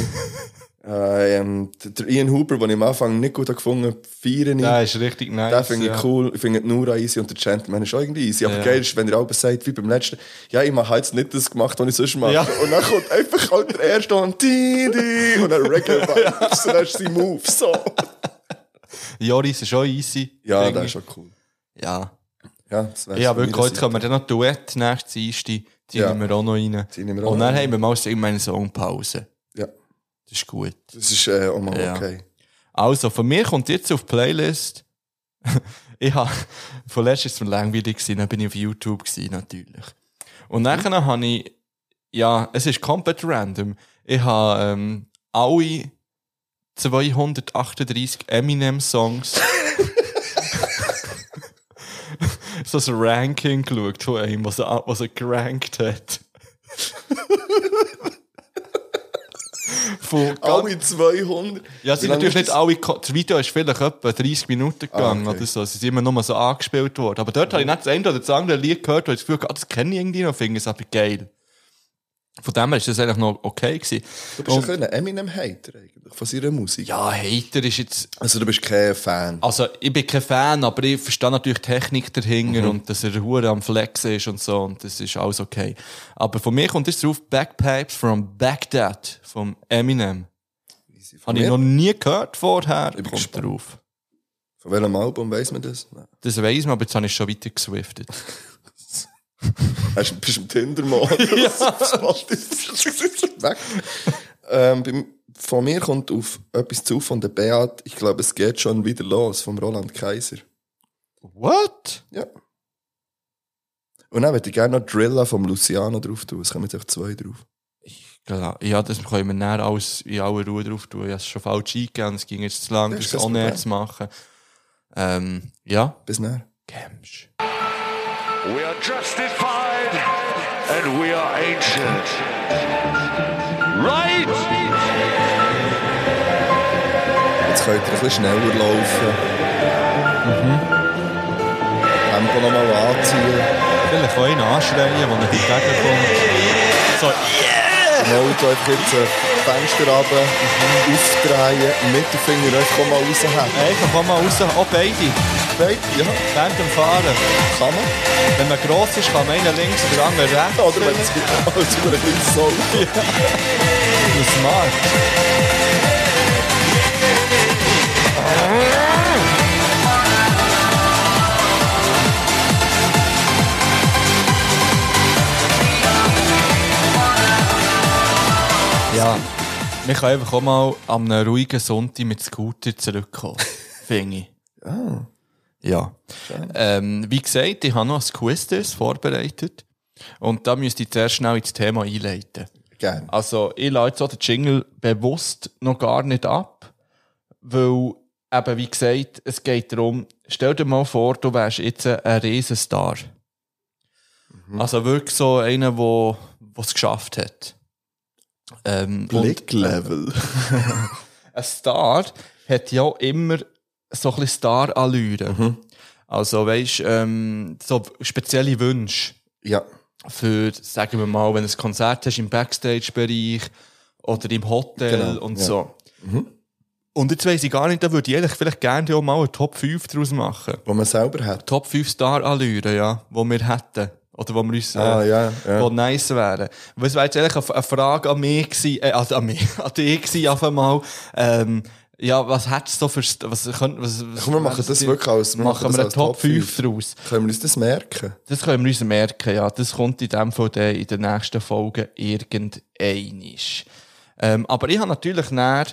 [SPEAKER 3] äh, ähm, der- der Ian Huber, den ich am Anfang nicht gut gefunden habe, feiere ich.
[SPEAKER 2] Der ist richtig nice.
[SPEAKER 3] Den finde ich
[SPEAKER 2] ja.
[SPEAKER 3] cool. Ich finde die Nura easy und der Gentleman ist auch irgendwie easy. Aber
[SPEAKER 2] Ja.
[SPEAKER 3] geil ist, wenn ihr auch sagt, wie beim letzten, ja, ich mache jetzt nicht das gemacht, was ich sonst mache.
[SPEAKER 2] Ja.
[SPEAKER 3] Und dann kommt einfach halt der erste und die, die, und dann Regular Vibes und dann ist sein Move so.
[SPEAKER 2] Joris ist auch easy.
[SPEAKER 3] Ja,
[SPEAKER 2] finde
[SPEAKER 3] das
[SPEAKER 2] ich.
[SPEAKER 3] ist schon cool.
[SPEAKER 2] Ja.
[SPEAKER 3] Ja, das wär's
[SPEAKER 2] Ja,
[SPEAKER 3] von
[SPEAKER 2] wirklich,
[SPEAKER 3] meiner
[SPEAKER 2] heute können wir dann noch Duett nächstes Einste. Die
[SPEAKER 3] Ja.
[SPEAKER 2] nehmen wir auch noch rein.
[SPEAKER 3] Die nehmen wir auch
[SPEAKER 2] Und dann
[SPEAKER 3] noch
[SPEAKER 2] haben wir mal irgendeine Songpause.
[SPEAKER 3] Ja.
[SPEAKER 2] Das ist gut.
[SPEAKER 3] Seite. Das ist äh, auch mal
[SPEAKER 2] Ja.
[SPEAKER 3] okay.
[SPEAKER 2] Also, von mir kommt jetzt auf die Playlist. ich habe, von letztes war es mir langweilig, gewesen, dann bin ich auf YouTube gewesen, natürlich. Und nachher habe ich, ja, es ist komplett random. Ich habe ähm, alle 238 Eminem-Songs so ein Ranking geschaut von ihm, was er, was er gerankt hat. von ganz-
[SPEAKER 3] Alle 200.
[SPEAKER 2] ja, es
[SPEAKER 3] Wie
[SPEAKER 2] sind natürlich
[SPEAKER 3] lange ist
[SPEAKER 2] nicht
[SPEAKER 3] das?
[SPEAKER 2] alle. Ko- Das Video ist vielleicht etwa 30 Minuten gegangen
[SPEAKER 3] Ah, okay.
[SPEAKER 2] oder so. Es ist immer nur so angespielt worden. Aber dort habe ich nicht das eine oder das andere Lied gehört, weil ich das Gefühl hatte, ah, das kenne ich irgendwie noch, finde es aber geil. Von dem her ist das eigentlich noch okay gewesen.
[SPEAKER 3] Du bist ein bisschen Eminem-Hater eigentlich von seiner Musik.
[SPEAKER 2] Ja, Hater ist jetzt.
[SPEAKER 3] Also du bist kein Fan.
[SPEAKER 2] Also, ich bin kein Fan, aber ich verstehe natürlich die Technik dahinter
[SPEAKER 3] Mhm.
[SPEAKER 2] und dass er Hure am Flex ist und so und das ist alles okay. Aber von mir kommt jetzt drauf Backpipes from Baghdad, vom Eminem.
[SPEAKER 3] Von,
[SPEAKER 2] Habe ich
[SPEAKER 3] mir?
[SPEAKER 2] noch nie gehört vorher.
[SPEAKER 3] bin
[SPEAKER 2] kommt
[SPEAKER 3] gespannt.
[SPEAKER 2] drauf.
[SPEAKER 3] von welchem Album weiss man das? Nein.
[SPEAKER 2] Das weiss man, aber jetzt habe ich schon weiter geswiftet.
[SPEAKER 3] Hast du bist im Tinder-Modus? ja. Weg. Ähm, beim- von mir kommt auf etwas zu von der Beat. Ich glaube, es geht schon wieder los vom Roland Kaiser.
[SPEAKER 2] What?
[SPEAKER 3] Ja. Und dann würde ich gerne noch Drilla vom Luciano drauf tun. Es kommen jetzt auch zwei drauf.
[SPEAKER 2] Genau. Ja, das können wir näher alles in aller Ruhe drauf tun. Ich habe es schon falsch eingegeben, es ging jetzt zu lang,
[SPEAKER 3] Das
[SPEAKER 2] das,
[SPEAKER 3] ist
[SPEAKER 2] das
[SPEAKER 3] kein
[SPEAKER 2] näher
[SPEAKER 3] Problem.
[SPEAKER 2] zu machen. Ähm, ja.
[SPEAKER 3] Bis dann.
[SPEAKER 2] Gemsch.
[SPEAKER 4] We are justified and we are ancient. Right?
[SPEAKER 3] Jetzt könnt ihr ein bisschen schneller laufen. Mhm. Tempo nochmal anziehen.
[SPEAKER 2] Vielleicht kann ich ihn anschreien, wenn er entgegenkommt. So,
[SPEAKER 3] Im Auto einfach jetzt ein Fenster runter, aufdrehen, Mittelfinger einfach mal raushaben.
[SPEAKER 2] einfach auch mal raus. Oh, beide.
[SPEAKER 3] Hey, ja.
[SPEAKER 2] Während dem Fahren.
[SPEAKER 3] Kann man?
[SPEAKER 2] Wenn man gross ist, kann man einen links und der andere rechts.
[SPEAKER 3] Oder wenn es als über ein kleines Soul
[SPEAKER 2] Das ist smart. Ja, wir können einfach auch mal am einem ruhigen Sonntag mit Scooter zurückkommen. Finde ich. Ja. Ähm, wie gesagt, ich habe noch ein Quiz das vorbereitet. Und da müsste ich zuerst schnell ins Thema einleiten.
[SPEAKER 3] Gerne.
[SPEAKER 2] Also, ich lasse jetzt auch den Jingle bewusst noch gar nicht ab, weil, eben, wie gesagt, es geht darum, stell dir mal vor, du wärst jetzt ein Riesenstar. Also wirklich so einer, der wo, es geschafft hat. Ähm, und
[SPEAKER 3] Blicklevel.
[SPEAKER 2] ein Star hat ja immer so ein bisschen Star-Allüren.
[SPEAKER 3] Mhm.
[SPEAKER 2] Also, weißt du, ähm, so spezielle Wünsche
[SPEAKER 3] Ja.
[SPEAKER 2] für, sagen wir mal, wenn du ein Konzert hast im Backstage-Bereich oder im Hotel
[SPEAKER 3] Genau,
[SPEAKER 2] und
[SPEAKER 3] ja.
[SPEAKER 2] so.
[SPEAKER 3] Mhm.
[SPEAKER 2] Und jetzt weiss ich gar nicht, da würde ich ehrlich vielleicht gerne auch mal eine Top 5 draus machen.
[SPEAKER 3] Wo man selber hat.
[SPEAKER 2] Top 5 Star-Allüren, ja, die wir hätten. Oder die wir uns, äh,
[SPEAKER 3] Ah, ja, ja.
[SPEAKER 2] die nice wären. Weil es wäre jetzt ehrlich eine eine Frage an mich gewesen, äh, also an mich, an dich gewesen, einfach mal, ähm, ja, was hättest du so für, St- was, könnt, was, was
[SPEAKER 3] Komm, wir machen das wirklich als- wir
[SPEAKER 2] machen
[SPEAKER 3] machen
[SPEAKER 2] wir
[SPEAKER 3] das
[SPEAKER 2] eine
[SPEAKER 3] als
[SPEAKER 2] Top
[SPEAKER 3] Top
[SPEAKER 2] 5
[SPEAKER 3] 5.
[SPEAKER 2] draus.
[SPEAKER 3] Können wir uns das merken?
[SPEAKER 2] Das können wir uns merken, ja. Das kommt in dem Fall dann in der nächsten Folge irgendeinisch. Ähm, aber ich habe natürlich näher.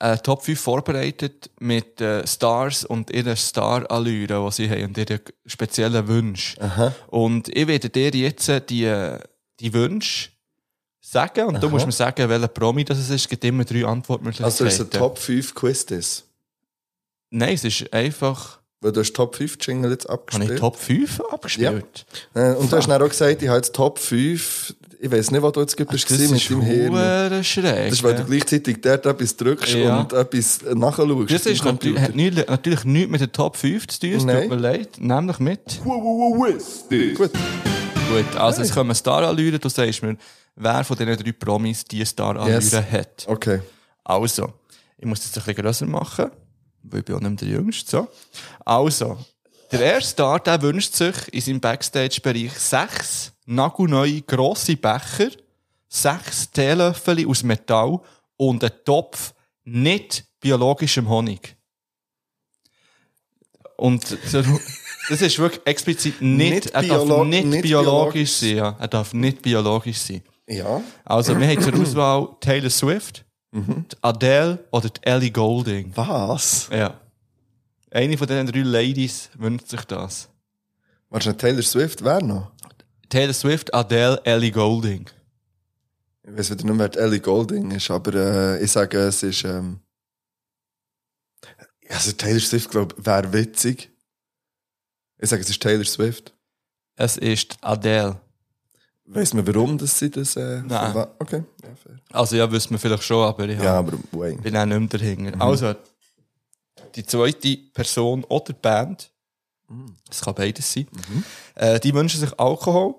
[SPEAKER 2] Äh, Top 5 vorbereitet mit äh, Stars und ihren Star-Allüren, die sie haben und ihre speziellen Wünsche. Und ich werde dir jetzt äh, die, äh, die Wünsche sagen und du musst mir sagen, welcher Promi das ist. Es gibt immer drei Antwortmöglichkeiten.
[SPEAKER 3] Also, es ist ein Top 5 Quiz. Das.
[SPEAKER 2] Nein, es ist einfach.
[SPEAKER 3] Weil du hast Top 5 Jingle jetzt
[SPEAKER 2] Habe
[SPEAKER 3] abgespielt.
[SPEAKER 2] ich Top 5 abgespielt?
[SPEAKER 3] Äh, Und du hast dann auch gesagt, ich habe jetzt Top 5 Ich weiß nicht, was du jetzt gerade bist
[SPEAKER 2] Das
[SPEAKER 3] gewesen
[SPEAKER 2] ist
[SPEAKER 3] mit deinem Hirn.
[SPEAKER 2] hure schräg.
[SPEAKER 3] Das ist, weil du
[SPEAKER 2] ja.
[SPEAKER 3] gleichzeitig dort etwas drückst
[SPEAKER 2] Ja.
[SPEAKER 3] und etwas nachschaust.
[SPEAKER 2] Das ist
[SPEAKER 3] im
[SPEAKER 2] natürlich, hat nie, natürlich nichts mit der Top 5 zu tun, es tut
[SPEAKER 3] Nein.
[SPEAKER 2] mir leid. Nämlich mit.
[SPEAKER 3] Gut.
[SPEAKER 2] Gut, also es kommen Star-Allüren, du sagst mir, wer von diesen drei Promis die Star-Allüren
[SPEAKER 3] Yes.
[SPEAKER 2] hat.
[SPEAKER 3] Okay.
[SPEAKER 2] Also, ich muss das ein bisschen grösser machen, weil ich bin auch nicht mehr der Jüngste. So. Also, der erste Star, der wünscht sich in seinem Backstage-Bereich sechs nagelneue grosse Becher, sechs Teelöffel aus Metall und einen Topf nicht biologischem Honig. Und der- das ist wirklich explizit nicht,
[SPEAKER 3] Nicht
[SPEAKER 2] er darf
[SPEAKER 3] biolo-
[SPEAKER 2] nicht,
[SPEAKER 3] nicht
[SPEAKER 2] biologisch
[SPEAKER 3] biologisch.
[SPEAKER 2] sein. Ja. Er darf nicht biologisch sein.
[SPEAKER 3] Ja.
[SPEAKER 2] Also, wir haben zur Auswahl Taylor Swift, die Adele oder die Ellie Golding.
[SPEAKER 3] Was?
[SPEAKER 2] Ja. Eine von diesen drei Ladies wünscht sich das.
[SPEAKER 3] Warst du nicht Taylor Swift? Wer noch?
[SPEAKER 2] Taylor Swift, Adele, Ellie Golding.
[SPEAKER 3] Ich weiß wieder nicht mehr, wer Ellie Golding ist, aber äh, ich sage, es ist. Ähm, also Taylor Swift, glaube ich, wäre witzig. Ich sage, es ist Taylor Swift.
[SPEAKER 2] Es ist Adele.
[SPEAKER 3] Weiß man, warum dass sie das. Äh,
[SPEAKER 2] Nein.
[SPEAKER 3] verwa- Okay, ja, fair.
[SPEAKER 2] Also, ja, wüsste man vielleicht schon, aber ich
[SPEAKER 3] Ja,
[SPEAKER 2] hab-
[SPEAKER 3] aber Wayne.
[SPEAKER 2] bin auch nicht mehr dahinter. Also, die zweite Person oder die Band, es kann beides sein, äh, die wünschen sich Alkohol,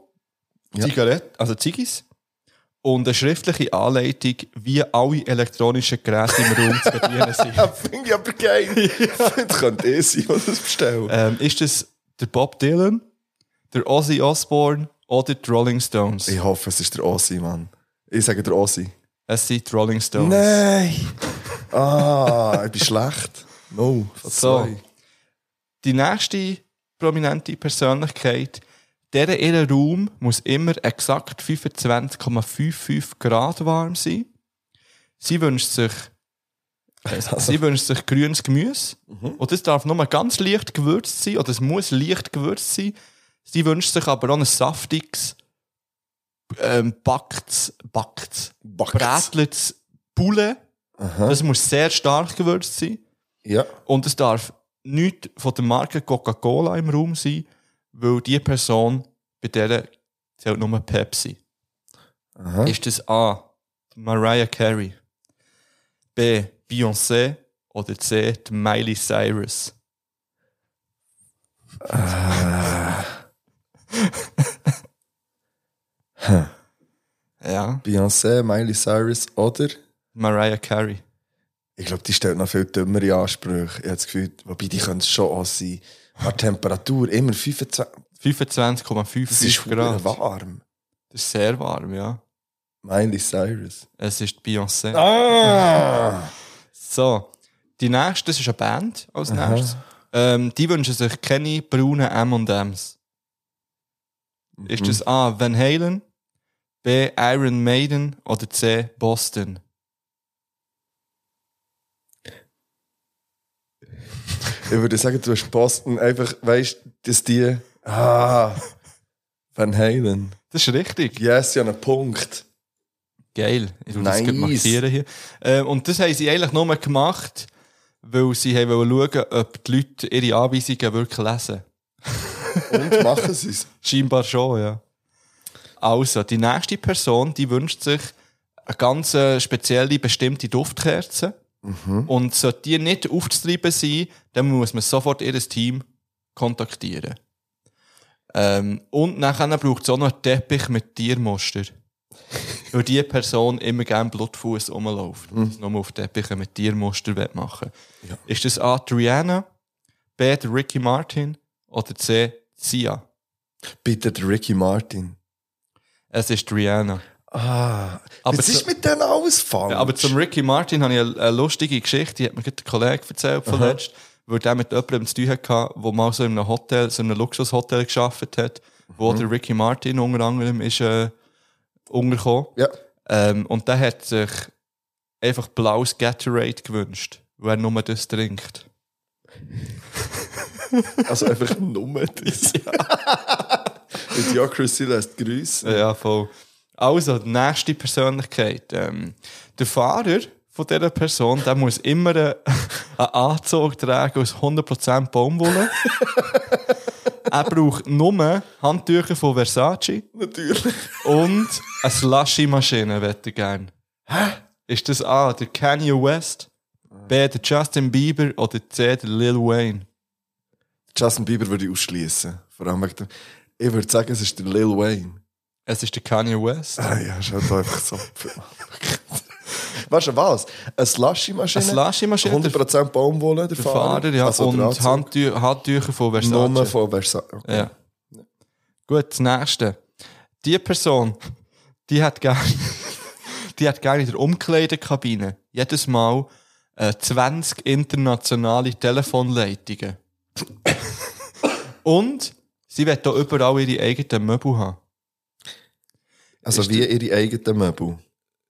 [SPEAKER 3] Ja.
[SPEAKER 2] Zigaretten, also Ziggis, und eine schriftliche Anleitung, wie alle elektronischen Geräte im Raum zu bedienen sind.
[SPEAKER 3] Finde ich aber geil. das könnte eh sein, was das bestellt.
[SPEAKER 2] Ähm, ist das der Bob Dylan, der Ozzy Osbourne oder die Rolling Stones?
[SPEAKER 3] Ich hoffe, es ist der Ossi, Mann. Ich sage der Ossi.
[SPEAKER 2] Es sind die Rolling Stones.
[SPEAKER 3] Nein! Ah, ich bin schlecht. No, von
[SPEAKER 2] So.
[SPEAKER 3] zwei.
[SPEAKER 2] Die nächste prominente Persönlichkeit, deren ihr Raum muss immer exakt 25,55 Grad warm sein. Sie wünscht sich, äh, sie wünscht sich grünes Gemüse. Und das darf nur ganz leicht gewürzt sein, oder es muss leicht gewürzt sein. Sie wünscht sich aber auch ein saftiges, ähm, backtes, backtes,
[SPEAKER 3] Backt's.
[SPEAKER 2] bräteltes Poulet. Das muss sehr stark gewürzt sein.
[SPEAKER 3] Ja.
[SPEAKER 2] Und es darf nichts von der Marke Coca-Cola im Raum sein, weil die Person, bei der zählt nur Pepsi.
[SPEAKER 3] Aha.
[SPEAKER 2] Ist das A. Mariah Carey, B. Beyoncé oder C. die Miley Cyrus?
[SPEAKER 3] Ah.
[SPEAKER 2] ja,
[SPEAKER 3] Beyoncé, Miley Cyrus oder?
[SPEAKER 2] Mariah Carey.
[SPEAKER 3] Ich glaube, die stellt noch viel dümmere Ansprüche. Ich habe das Gefühl, wobei die können es schon auch sein. Aber die Temperatur immer 25. Das ist
[SPEAKER 2] 25,5
[SPEAKER 3] verdammt
[SPEAKER 2] Grad.
[SPEAKER 3] warm.
[SPEAKER 2] Das ist sehr warm, ja.
[SPEAKER 3] Miley Cyrus.
[SPEAKER 2] Es ist die Beyoncé.
[SPEAKER 3] Ah!
[SPEAKER 2] So, die nächste, das ist eine Band als nächstes. Ähm, die wünschen sich keine braunen M&M's. Ist das A. Van Halen, B. Iron Maiden oder C. Boston?
[SPEAKER 3] Ich würde sagen, du hast Boston einfach, weißt du, dass die. Ah! Van Halen.
[SPEAKER 2] Das ist richtig.
[SPEAKER 3] Yes, ja, einen Punkt.
[SPEAKER 2] Geil. Ich will das
[SPEAKER 3] Nice.
[SPEAKER 2] das markieren hier. Ähm, und das haben sie eigentlich nur gemacht, weil sie haben wollen schauen, ob die Leute ihre Anweisungen wirklich lesen.
[SPEAKER 3] Und machen sie es.
[SPEAKER 2] Scheinbar schon, ja. Also, die nächste Person, die wünscht sich eine ganz äh, spezielle, bestimmte Duftkerze. Und sollte die nicht aufzutreiben sein, dann muss man sofort ihr Team kontaktieren. Ähm, und nachher braucht es auch noch einen Teppich mit Tiermuster. Weil diese Person immer gerne Blutfuß rumläuft. Mhm. Das nur auf Teppichen mit Tiermuster will machen Ist das A. die Rihanna, B. der Ricky Martin oder C. Sia?
[SPEAKER 3] Bitte der Ricky Martin.
[SPEAKER 2] Es ist Rihanna.
[SPEAKER 3] Ah.
[SPEAKER 2] Aber
[SPEAKER 3] was ist
[SPEAKER 2] zu-
[SPEAKER 3] mit denen alles falsch?
[SPEAKER 2] Ja, aber zum Ricky Martin habe ich eine, eine lustige Geschichte, die hat mir gerade der Kollege erzählt von letztem, weil der mit jemandem zu tun hatte, der mal so in einem Hotel, so in einem Luxushotel gearbeitet hat, wo der Ricky Martin unter anderem ist äh, untergekommen.
[SPEAKER 3] Ja.
[SPEAKER 2] Ähm, und der hat sich einfach blaues Gatorade gewünscht, weil er nur das trinkt.
[SPEAKER 3] Also einfach nur das. Idiocracy lässt grüßen.
[SPEAKER 2] Ja, voll. Also, die nächste Persönlichkeit. Ähm, der Fahrer von dieser Person, der muss immer äh, einen Anzug tragen aus 100% Baumwolle. er braucht nur Handtücher von Versace
[SPEAKER 3] Natürlich.
[SPEAKER 2] und eine Slushy-Maschine, wette gern. Hä? Ist das A, der Kanye West, B, der Justin Bieber oder C, der Lil Wayne?
[SPEAKER 3] Justin Bieber würde ich ausschließen. Vor allem wegen dem. Ich würde sagen, es ist der Lil Wayne.
[SPEAKER 2] Es ist der Kanye West.
[SPEAKER 3] Ah ja, ist halt einfach so. Weißt du was? Eine Slushy-Maschine.
[SPEAKER 2] Eine Slushy-Maschine,
[SPEAKER 3] 100% Baumwolle, der,
[SPEAKER 2] Der Fahrer, ja,
[SPEAKER 3] Also
[SPEAKER 2] und
[SPEAKER 3] der Anzug.
[SPEAKER 2] Handtü Handtücher von Versace.
[SPEAKER 3] Nummer von Versailles. Okay.
[SPEAKER 2] Ja. Gut, das nächste. Die Person, die hat gerne, die hat gerne in der Umkleidekabine jedes Mal äh, 20 internationale Telefonleitungen. Und sie wird da überall ihre eigenen Möbel haben.
[SPEAKER 3] Also wie ihre eigenen Möbel.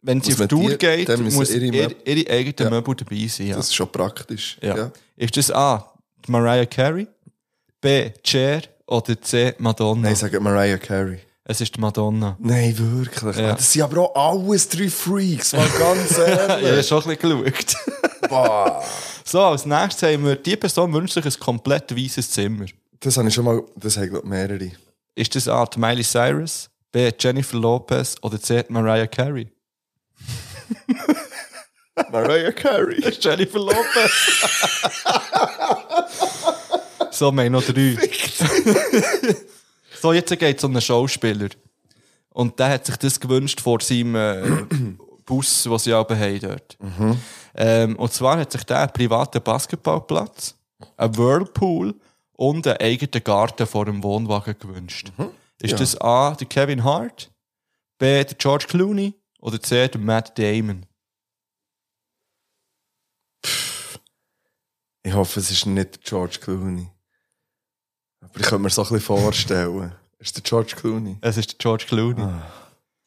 [SPEAKER 2] Wenn sie
[SPEAKER 3] Muss
[SPEAKER 2] auf
[SPEAKER 3] man
[SPEAKER 2] Tour
[SPEAKER 3] die-
[SPEAKER 2] geht,
[SPEAKER 3] dann müssen
[SPEAKER 2] muss
[SPEAKER 3] ihre
[SPEAKER 2] ihre, ihre,
[SPEAKER 3] Möbel-
[SPEAKER 2] eigenen
[SPEAKER 3] Ja.
[SPEAKER 2] Möbel dabei sein. Ja.
[SPEAKER 3] Das ist schon praktisch.
[SPEAKER 2] ja. Ist das A. Mariah Carey, B. Cher oder C. Madonna?
[SPEAKER 3] Nein, sagt Mariah Carey.
[SPEAKER 2] es ist die Madonna.
[SPEAKER 3] Nein, wirklich.
[SPEAKER 2] Ja.
[SPEAKER 3] Das sind aber auch alles drei Freaks, mal ganz
[SPEAKER 2] Ich habe
[SPEAKER 3] ehrlich.
[SPEAKER 2] schon ein bisschen geschaut.
[SPEAKER 3] Boah.
[SPEAKER 2] So, als nächstes haben wir, die Person wünscht sich ein komplett weißes Zimmer.
[SPEAKER 3] Das habe ich schon mal, das haben glaub ich, mehrere.
[SPEAKER 2] Ist das A. die Miley Cyrus, B. Jennifer Lopez oder C. die Mariah Carey?
[SPEAKER 3] Mariah Carey.
[SPEAKER 2] Das ist Jennifer Lopez. so, wir haben noch drei. so, jetzt geht es um einen Schauspieler. Und der hat sich das gewünscht vor seinem äh, Bus, den sie aber haben dort.
[SPEAKER 3] Mhm.
[SPEAKER 2] Ähm, und zwar hat sich der einen privaten Basketballplatz, einen Whirlpool und einen eigenen Garten vor dem Wohnwagen gewünscht.
[SPEAKER 3] Mhm.
[SPEAKER 2] Ist das A, der Kevin Hart, B, der George Clooney oder C, der Matt Damon?
[SPEAKER 3] Ich hoffe, es ist nicht George Clooney. Aber ich könnte mir so ein bisschen vorstellen. Ist der George Clooney?
[SPEAKER 2] Es ist der George Clooney.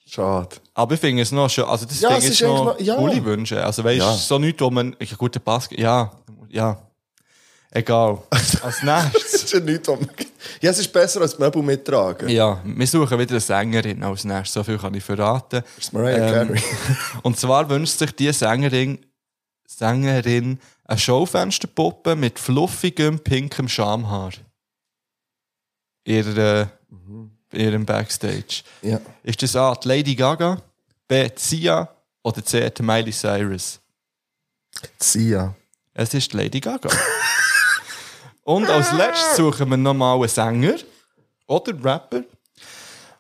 [SPEAKER 3] Schade.
[SPEAKER 2] Aber ich finde es noch schon, also das
[SPEAKER 3] Ah. Ja,
[SPEAKER 2] finde
[SPEAKER 3] es
[SPEAKER 2] ich
[SPEAKER 3] ist
[SPEAKER 2] jetzt noch,
[SPEAKER 3] eigentlich noch- ja.
[SPEAKER 2] coole Wünsche. Also weißt du,
[SPEAKER 3] Ja.
[SPEAKER 2] so nichts, wo man, ich gute Basket, ja, ja, egal. Als nächstes,
[SPEAKER 3] Das ist ja nichts, was man... Ja, es ist besser als Möbel mittragen.
[SPEAKER 2] ja, wir suchen wieder eine Sängerin als nächstes, so viel kann ich verraten.
[SPEAKER 3] Ist Mariah
[SPEAKER 2] Ähm,
[SPEAKER 3] Carey.
[SPEAKER 2] Und zwar wünscht sich die Sängerin, Sängerin eine Schaufensterpuppe mit fluffigem, pinkem Schamhaar. Ihre, Ihrem Backstage.
[SPEAKER 3] Mhm. Ja.
[SPEAKER 2] Ist das A, die Lady Gaga, B, die Sia oder C, die Miley Cyrus?
[SPEAKER 3] Sia.
[SPEAKER 2] Es ist Lady Gaga. und als letztes suchen wir nochmal einen Sänger oder Rapper.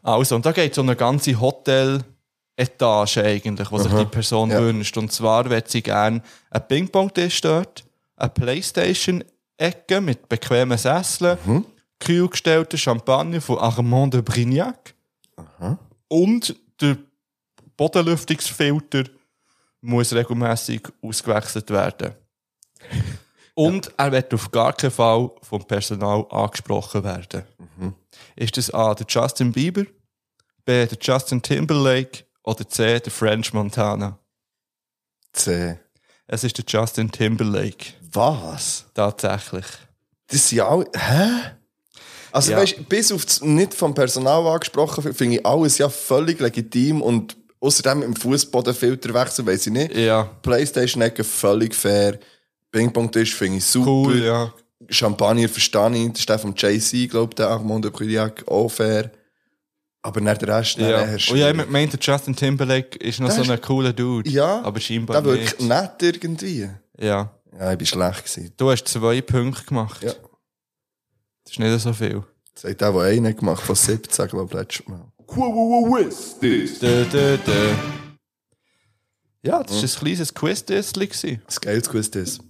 [SPEAKER 2] Also, und da geht es um eine ganze Hotel-Etage eigentlich, was sich die Person
[SPEAKER 3] ja.
[SPEAKER 2] wünscht. Und zwar wird sie gerne einen Ping-Pong-Tisch dort, eine Playstation-Ecke mit bequemen Sesseln, kühl gestellte Champagner von Armand de Brignac und der Bodenlüftungsfilter muss regelmäßig ausgewechselt werden. Und er wird auf gar keinen Fall vom Personal angesprochen werden.
[SPEAKER 3] Mhm.
[SPEAKER 2] Ist das A, der Justin Bieber, B, der Justin Timberlake oder C, der French Montana?
[SPEAKER 3] C.
[SPEAKER 2] Es ist der Justin Timberlake,
[SPEAKER 3] Was?
[SPEAKER 2] tatsächlich.
[SPEAKER 3] Das sind alle... Hä? Also
[SPEAKER 2] Ja.
[SPEAKER 3] weisst, bis auf das nicht vom Personal angesprochen, wird, finde ich alles ja völlig legitim und außerdem im Fußbodenfilter wechseln, weiß ich nicht.
[SPEAKER 2] Ja,
[SPEAKER 3] Playstation-Ecke völlig fair. Ping-Pong-Tisch finde ich super.
[SPEAKER 2] cool, ja.
[SPEAKER 3] Champagner verstehe ich. Das ist der vom JC, glaube ich, der Armand de Briac, auch fair. Aber nicht der Rest,
[SPEAKER 2] Ja.
[SPEAKER 3] ja.
[SPEAKER 2] Und ja, ich meinte, Justin Timberlake ist noch so
[SPEAKER 3] ist-
[SPEAKER 2] ein cooler Dude.
[SPEAKER 3] Ja,
[SPEAKER 2] Aber scheinbar
[SPEAKER 3] der wirkt
[SPEAKER 2] nicht.
[SPEAKER 3] nett irgendwie.
[SPEAKER 2] Ja.
[SPEAKER 3] Ja, ich bin schlecht gewesen.
[SPEAKER 2] Du hast zwei Punkte gemacht.
[SPEAKER 3] Ja.
[SPEAKER 2] Das ist nicht so viel.
[SPEAKER 3] Das hat auch einer gemacht von 17, glaube ich, letztes Mal.
[SPEAKER 2] Dö, dö, dö. Ja, das war
[SPEAKER 3] Mhm.
[SPEAKER 2] ein kleines Quiz-Dessli. gewesen.
[SPEAKER 3] Das Geld gewusst ist.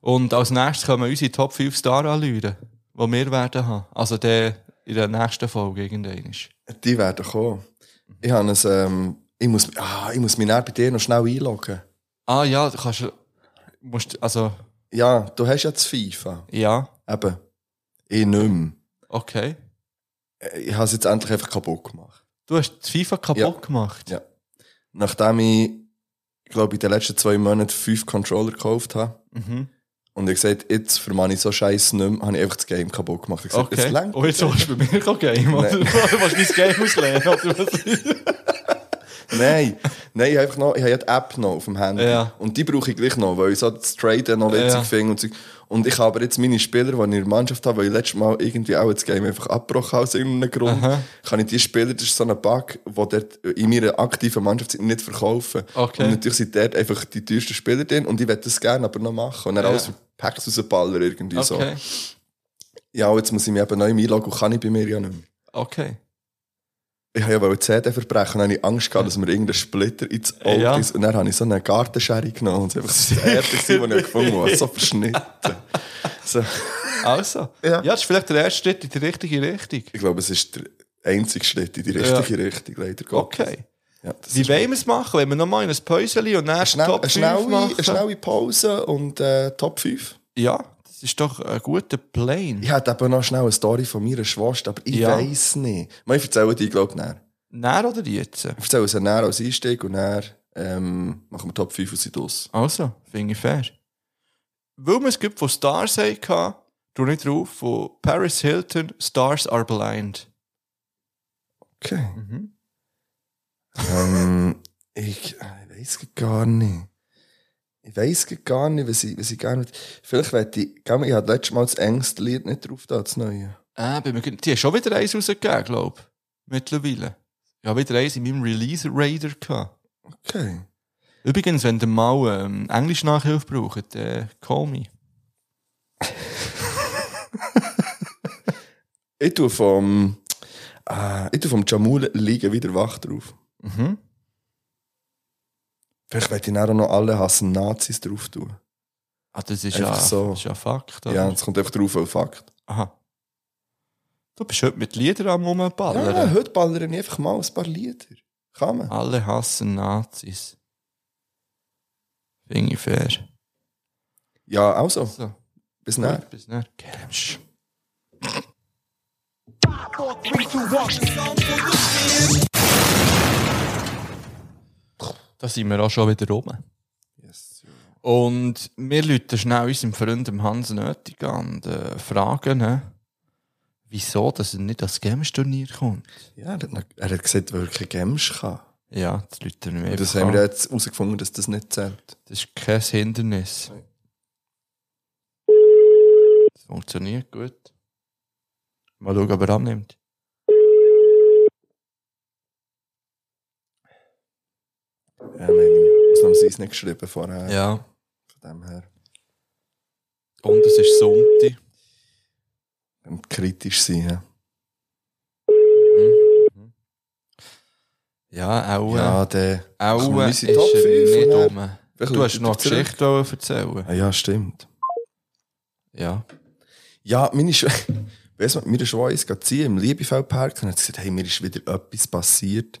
[SPEAKER 2] Und als nächstes kommen unsere Top 5 Star anlüren, die wir werden haben. Also der in der nächsten Folge irgendein ist.
[SPEAKER 3] Die werden kommen. Ich habe es, ähm, ich muss, ah, ich muss mich dann bei dir noch schnell einloggen.
[SPEAKER 2] Ah ja, du kannst. Musst, also,
[SPEAKER 3] Ja, du hast ja das FIFA.
[SPEAKER 2] ja,
[SPEAKER 3] Eben. Ich nicht mehr.
[SPEAKER 2] okay.
[SPEAKER 3] Ich habe es jetzt endlich einfach kaputt gemacht.
[SPEAKER 2] Du hast die FIFA kaputt
[SPEAKER 3] Ja.
[SPEAKER 2] gemacht.
[SPEAKER 3] Ja. Nachdem ich, glaube in den letzten zwei Monaten fünf Controller gekauft habe
[SPEAKER 2] Mhm.
[SPEAKER 3] und ich gesagt jetzt vermag ich so scheiß nicht mehr, habe ich einfach das Game kaputt gemacht. Ich gesagt,
[SPEAKER 2] Okay. Oh,
[SPEAKER 3] es langt.
[SPEAKER 2] Und jetzt willst du bei mir kein Game, oder?
[SPEAKER 3] Nein.
[SPEAKER 2] Du willst mein Game auslehnen, oder was?
[SPEAKER 3] Nein, nein, ich habe einfach noch, ich habe ja die App noch auf dem Handy.
[SPEAKER 2] Ja.
[SPEAKER 3] Und die brauche ich gleich noch, weil ich so das Traden noch witzig
[SPEAKER 2] Ja.
[SPEAKER 3] finde. Und, so. und ich habe aber jetzt meine Spieler, die ich in der Mannschaft habe, weil ich letztes Mal irgendwie auch das Game einfach abgebrochen habe aus irgendeinem Grund, kann ich die Spieler, das ist so ein Bug, die dort in meiner aktiven Mannschaft sind, nicht verkaufen.
[SPEAKER 2] Okay.
[SPEAKER 3] Und natürlich sind dort einfach die teuersten Spieler drin und ich werde das gerne aber noch machen. Und dann
[SPEAKER 2] Ja.
[SPEAKER 3] alles für Packs rausballern irgendwie so.
[SPEAKER 2] Okay.
[SPEAKER 3] Ja, und jetzt muss ich mich eben neu einloggen und kann ich bei mir ja nicht mehr.
[SPEAKER 2] Okay.
[SPEAKER 3] Ich habe ja wohl CD verbrechen und dann hatte ich Angst gehabt, dass mir irgendein Splitter ins Auge
[SPEAKER 2] Ja.
[SPEAKER 3] ist. Und dann habe ich so eine Gartenschere genommen und es war einfach das erste, was ich gefunden habe. So verschnitten. So.
[SPEAKER 2] Also.
[SPEAKER 3] Ja.
[SPEAKER 2] ja. das ist vielleicht der erste Schritt in die richtige Richtung.
[SPEAKER 3] Ich glaube, es ist der einzige Schritt in die richtige Richtung, leider Gottes.
[SPEAKER 2] Okay.
[SPEAKER 3] Ja, das
[SPEAKER 2] Wie
[SPEAKER 3] ist
[SPEAKER 2] wollen wir es machen? Wenn wir nochmal in ein Päuschen und dann
[SPEAKER 3] schnell,
[SPEAKER 2] Top
[SPEAKER 3] eine,
[SPEAKER 2] 5
[SPEAKER 3] schnelle,
[SPEAKER 2] machen?
[SPEAKER 3] eine schnelle Pause und äh, Top 5.
[SPEAKER 2] Ja, das ist doch ein guter Plane.
[SPEAKER 3] Ich hätte eben noch schnell eine Story von meiner Schwester, aber ich
[SPEAKER 2] Ja.
[SPEAKER 3] weiss nicht. Mal, Ich erzähle die, glaube ich, näher.
[SPEAKER 2] Näher oder jetzt?
[SPEAKER 3] Ich erzähle es näher als Einstieg und näher ähm, machen wir Top 5 und sind aus.
[SPEAKER 2] Also, finde ich fair. Weil wir es gibt von Stars hatten, tu nicht drauf, von Paris Hilton, Stars are blind.
[SPEAKER 3] Okay. Ähm, ich ich weiß gar nicht. Ich weiß gar nicht, was ich, was ich gerne. Vielleicht werde ich. gell, Ich hatte letztes Mal das engste Lied nicht drauf, da, das neue.
[SPEAKER 2] Ah, bei mir, die haben schon wieder eins rausgegeben, glaube ich. Mittlerweile. Ich habe wieder eins in meinem Release-Radar gehabt.
[SPEAKER 3] Okay.
[SPEAKER 2] Übrigens, wenn ihr mal ähm, Englisch-Nachhilfe braucht, äh, call me.
[SPEAKER 3] Ich tue vom. Äh, ich tue vom Jamul liegen wieder wach drauf.
[SPEAKER 2] Mhm.
[SPEAKER 3] Vielleicht werde ich dann auch noch alle hassen Nazis drauf tun.
[SPEAKER 2] Ah, das ist
[SPEAKER 3] Einfach
[SPEAKER 2] ja,
[SPEAKER 3] so.
[SPEAKER 2] das ist ja ein Fakt. oder?
[SPEAKER 3] Ja, es kommt einfach drauf auf Fakt.
[SPEAKER 2] Aha. Du bist heute mit Liedern am
[SPEAKER 3] Ja,
[SPEAKER 2] Rumballern.
[SPEAKER 3] heute ballern ich einfach mal ein paar Lieder. Kann man.
[SPEAKER 2] Alle hassen Nazis. Finde ich fair.
[SPEAKER 3] Ja, also,
[SPEAKER 2] So,
[SPEAKER 3] bis dann.
[SPEAKER 2] gut, bis ne? dann. Geremsch. Da sind wir auch schon wieder oben. Und wir rufen schnell unserem Freund dem Hans Nötig an und äh, fragen, ihn, wieso dass er nicht ans Games-Turnier kommt.
[SPEAKER 3] Ja, er hat, noch- er hat gesagt, wirklich Games kann.
[SPEAKER 2] Ja, das rufen wir
[SPEAKER 3] Und das
[SPEAKER 2] einfach
[SPEAKER 3] haben wir
[SPEAKER 2] an.
[SPEAKER 3] jetzt herausgefunden, dass das nicht zählt.
[SPEAKER 2] Das ist kein Hindernis. Das funktioniert gut. Mal schauen, ob er annimmt.
[SPEAKER 3] Ja, wir haben ausnahmsweise nicht geschrieben vorher.
[SPEAKER 2] Ja.
[SPEAKER 3] Von dem her.
[SPEAKER 2] Und es ist Sonntag.
[SPEAKER 3] Ähm, Kritisch sein. Ja,
[SPEAKER 2] Ja, auch.
[SPEAKER 3] ja
[SPEAKER 2] Ja,
[SPEAKER 3] der. machen
[SPEAKER 2] auch
[SPEAKER 3] wir
[SPEAKER 2] äh,
[SPEAKER 3] unsere
[SPEAKER 2] ist
[SPEAKER 3] Top
[SPEAKER 2] er
[SPEAKER 3] fünf ne?
[SPEAKER 2] nicht
[SPEAKER 3] und
[SPEAKER 2] um.
[SPEAKER 3] dann-
[SPEAKER 2] Du hast noch eine
[SPEAKER 3] zurück.
[SPEAKER 2] Geschichte wollen erzählen.
[SPEAKER 3] Ah, ja, stimmt.
[SPEAKER 2] Ja.
[SPEAKER 3] Ja, meine Schwester. Weißt du, meine Schwester ziehen im Liebefeldpark und hat gesagt, hey, mir ist wieder etwas passiert.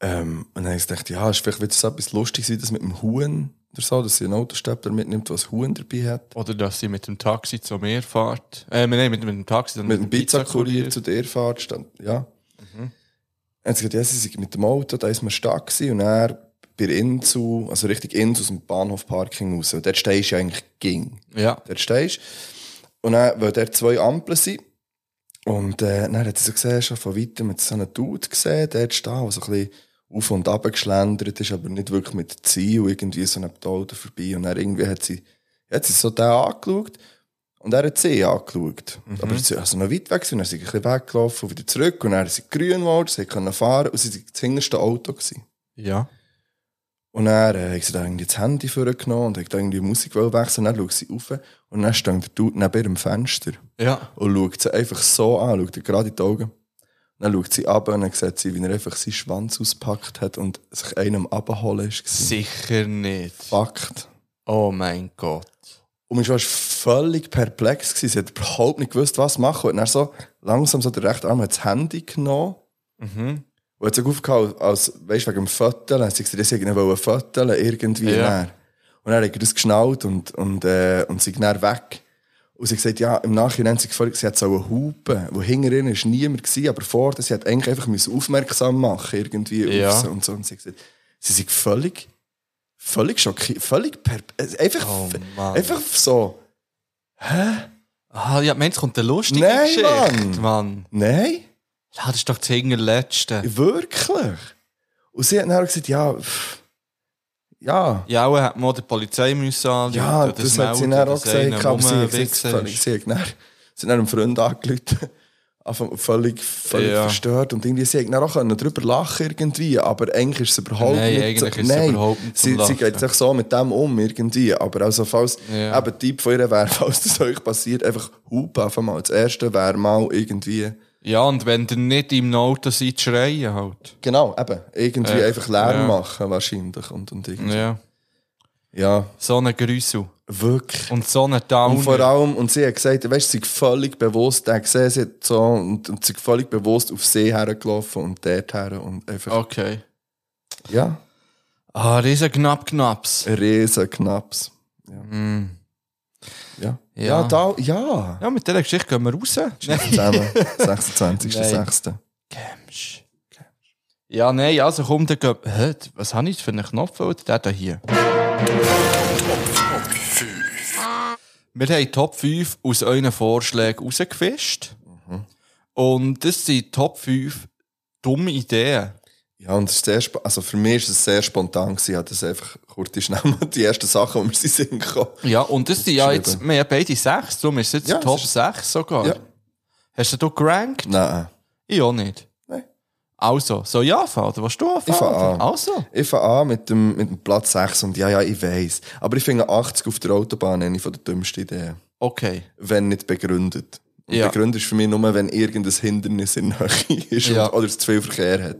[SPEAKER 3] Ähm, und dann habe ich gedacht, ja, ist vielleicht wird es etwas lustig sein, das mit dem Huhn oder so, dass sie einen Autostapler mitnimmt, was Huhn dabei hat.
[SPEAKER 2] Oder dass sie mit dem Taxi zu mir fährt. Äh, nein, mit, mit dem Taxi. Dann
[SPEAKER 3] mit dem Pizzakurier zu der Fahrt stand. Ja. Er hat gesagt, ja, sie sind mit dem Auto, da ist man stark gewesen, und er bei Inzu, also richtig Inzu aus dem Bahnhofparking raus. Und dort stehst du ja eigentlich ging.
[SPEAKER 2] Ja.
[SPEAKER 3] Dort stehst und dann, weil dort zwei Ampeln sind, und äh, dann hat sie so gesehen, schon von weitem mit so einem Dude gesehen, dort stehen, der so ein bisschen auf und ab geschlendert ist, aber nicht wirklich mit Ziel, irgendwie so einem Auto vorbei. Und dann irgendwie hat sie, hat sie so den angeschaut und er hat sie angeschaut. Aber sie also noch weit weg sind, dann sind sie ein bisschen weggelaufen, und wieder zurück und dann sind sie grün geworden, sie konnten fahren und sie waren das hinterste Auto. Gewesen.
[SPEAKER 2] Ja.
[SPEAKER 3] Und dann äh, hat sie da irgendwie das Handy vorgenommen und hat da irgendwie die Musik wechseln und dann schaut sie rauf und dann steht der Dude neben ihrem Fenster
[SPEAKER 2] Ja.
[SPEAKER 3] und schaut sie einfach so an, schaut ihr gerade in die Augen. Dann schaut sie ab und dann sieht sie, wie er einfach seinen Schwanz auspackt hat und sich einem abholen ist. gewesen.
[SPEAKER 2] Sicher nicht.
[SPEAKER 3] Fakt.
[SPEAKER 2] Oh mein Gott.
[SPEAKER 3] Und ich war völlig perplex. Gewesen. Sie hat überhaupt nicht gewusst, was machen. Und dann so langsam so der rechte Arm hat das Handy genommen.
[SPEAKER 2] Mhm.
[SPEAKER 3] Und hat sich aufgehauen, als, weißt, wegen dem Föteln. Hat sie gesagt, sie wollten föteln, irgendwie.
[SPEAKER 2] Ja.
[SPEAKER 3] Dann. Und dann hat er das geschnallt und, und, äh, und sie dann weg. Und sie hat gesagt, ja, im Nachhinein hat sie gefragt, sie hat so einen Hupen, wo hinter ihnen ist niemand gewesen, aber vor, sie hat eigentlich einfach müssen aufmerksam machen, irgendwie, auf
[SPEAKER 2] Ja.
[SPEAKER 3] sie und so. Und sie hat gesagt, sie sind völlig, völlig schockiert, völlig perp, äh, einfach,
[SPEAKER 2] Oh Mann.
[SPEAKER 3] einfach so,
[SPEAKER 2] Ah, ja, meinst du, kommt eine lustige
[SPEAKER 3] Nein,
[SPEAKER 2] Geschichte, Mann?
[SPEAKER 3] nein,
[SPEAKER 2] Ja, das ist doch das Hinterletzte.
[SPEAKER 3] wirklich. Und sie hat dann gesagt, ja, pff, ja,
[SPEAKER 2] Ja, auch hat man auch der Polizei müssen anrufen,
[SPEAKER 3] ja,
[SPEAKER 2] oder
[SPEAKER 3] das hat sie
[SPEAKER 2] melden,
[SPEAKER 3] dann auch
[SPEAKER 2] dass einer
[SPEAKER 3] gesagt, aber sie hat gesagt,
[SPEAKER 2] rumgewichst
[SPEAKER 3] völlig-
[SPEAKER 2] ist.
[SPEAKER 3] sie hat dann, sie hat dann einem Freund angerufen, Einfach völlig, völlig
[SPEAKER 2] Ja.
[SPEAKER 3] verstört und irgendwie, sie hat dann auch können drüber lachen irgendwie, aber eigentlich ist es überhaupt
[SPEAKER 2] Nein,
[SPEAKER 3] nicht
[SPEAKER 2] eigentlich
[SPEAKER 3] so,
[SPEAKER 2] ist es
[SPEAKER 3] nein,
[SPEAKER 2] überhaupt nicht
[SPEAKER 3] sie,
[SPEAKER 2] zum
[SPEAKER 3] sie
[SPEAKER 2] Lachen.
[SPEAKER 3] geht sich so mit dem um irgendwie, aber also falls,
[SPEAKER 2] Ja.
[SPEAKER 3] eben Typ von ihr wäre, falls das euch passiert, einfach hupen einfach mal, das erste wäre mal irgendwie,
[SPEAKER 2] Ja, und wenn ihr nicht im Auto seid, schreien halt.
[SPEAKER 3] Genau, eben. Irgendwie
[SPEAKER 2] Ja.
[SPEAKER 3] einfach Lärm
[SPEAKER 2] Ja.
[SPEAKER 3] machen wahrscheinlich. Und, und irgendwie. Ja.
[SPEAKER 2] Ja. So eine Grüssel.
[SPEAKER 3] wirklich.
[SPEAKER 2] Und so eine
[SPEAKER 3] Und vor
[SPEAKER 2] Downer.
[SPEAKER 3] allem, und sie hat gesagt, weißt du, sie ist völlig bewusst, der gesehen, sie hat so, und, und sie ist völlig bewusst auf See hergelaufen und dort her und einfach,
[SPEAKER 2] Okay.
[SPEAKER 3] ja,
[SPEAKER 2] Ah, riesen knapp knapps.
[SPEAKER 3] riesen Knaps. Ja. Ja.
[SPEAKER 2] Ja.
[SPEAKER 3] Ja, da, ja.
[SPEAKER 2] Ja, mit dieser Geschichte gehen wir raus.
[SPEAKER 3] Zusammen, 26.06.
[SPEAKER 2] Mensch. Ja, nein, also komm, dann geh... Hä, was habe ich für einen Knopf? Oder der da hier? Wir haben die Top 5 aus euren Vorschlägen rausgefischt. Und das sind die Top 5 dumme Ideen.
[SPEAKER 3] Ja, und es ist sehr, spo- also für mich ist es sehr spontan gewesen, ich habe das einfach kurz schnell mal die ersten Sachen, die mir sind in den Sinn kamen.
[SPEAKER 2] Ja, und das sind ja
[SPEAKER 3] Aufgeschrieben.
[SPEAKER 2] jetzt, wir haben ja beide 6, darum ist es jetzt
[SPEAKER 3] Ja,
[SPEAKER 2] Top
[SPEAKER 3] es ist-
[SPEAKER 2] 6 sogar.
[SPEAKER 3] Ja.
[SPEAKER 2] Hast du da gerankt?
[SPEAKER 3] Nein.
[SPEAKER 2] Ich auch nicht.
[SPEAKER 3] Nein.
[SPEAKER 2] Also, soll ich anfangen? Oder willst du anfangen?
[SPEAKER 3] Ich fange an.
[SPEAKER 2] Also.
[SPEAKER 3] Ich fange an mit dem, mit dem Platz 6 und ja, ja, ich weiß. Aber ich finde 80 auf der Autobahn eine von der dümmsten Ideen.
[SPEAKER 2] Okay.
[SPEAKER 3] Wenn nicht begründet. Und
[SPEAKER 2] Ja.
[SPEAKER 3] begründet ist für mich nur, wenn irgendein Hindernis in der Nähe ist
[SPEAKER 2] Ja.
[SPEAKER 3] und, oder es zu viel Verkehr hat.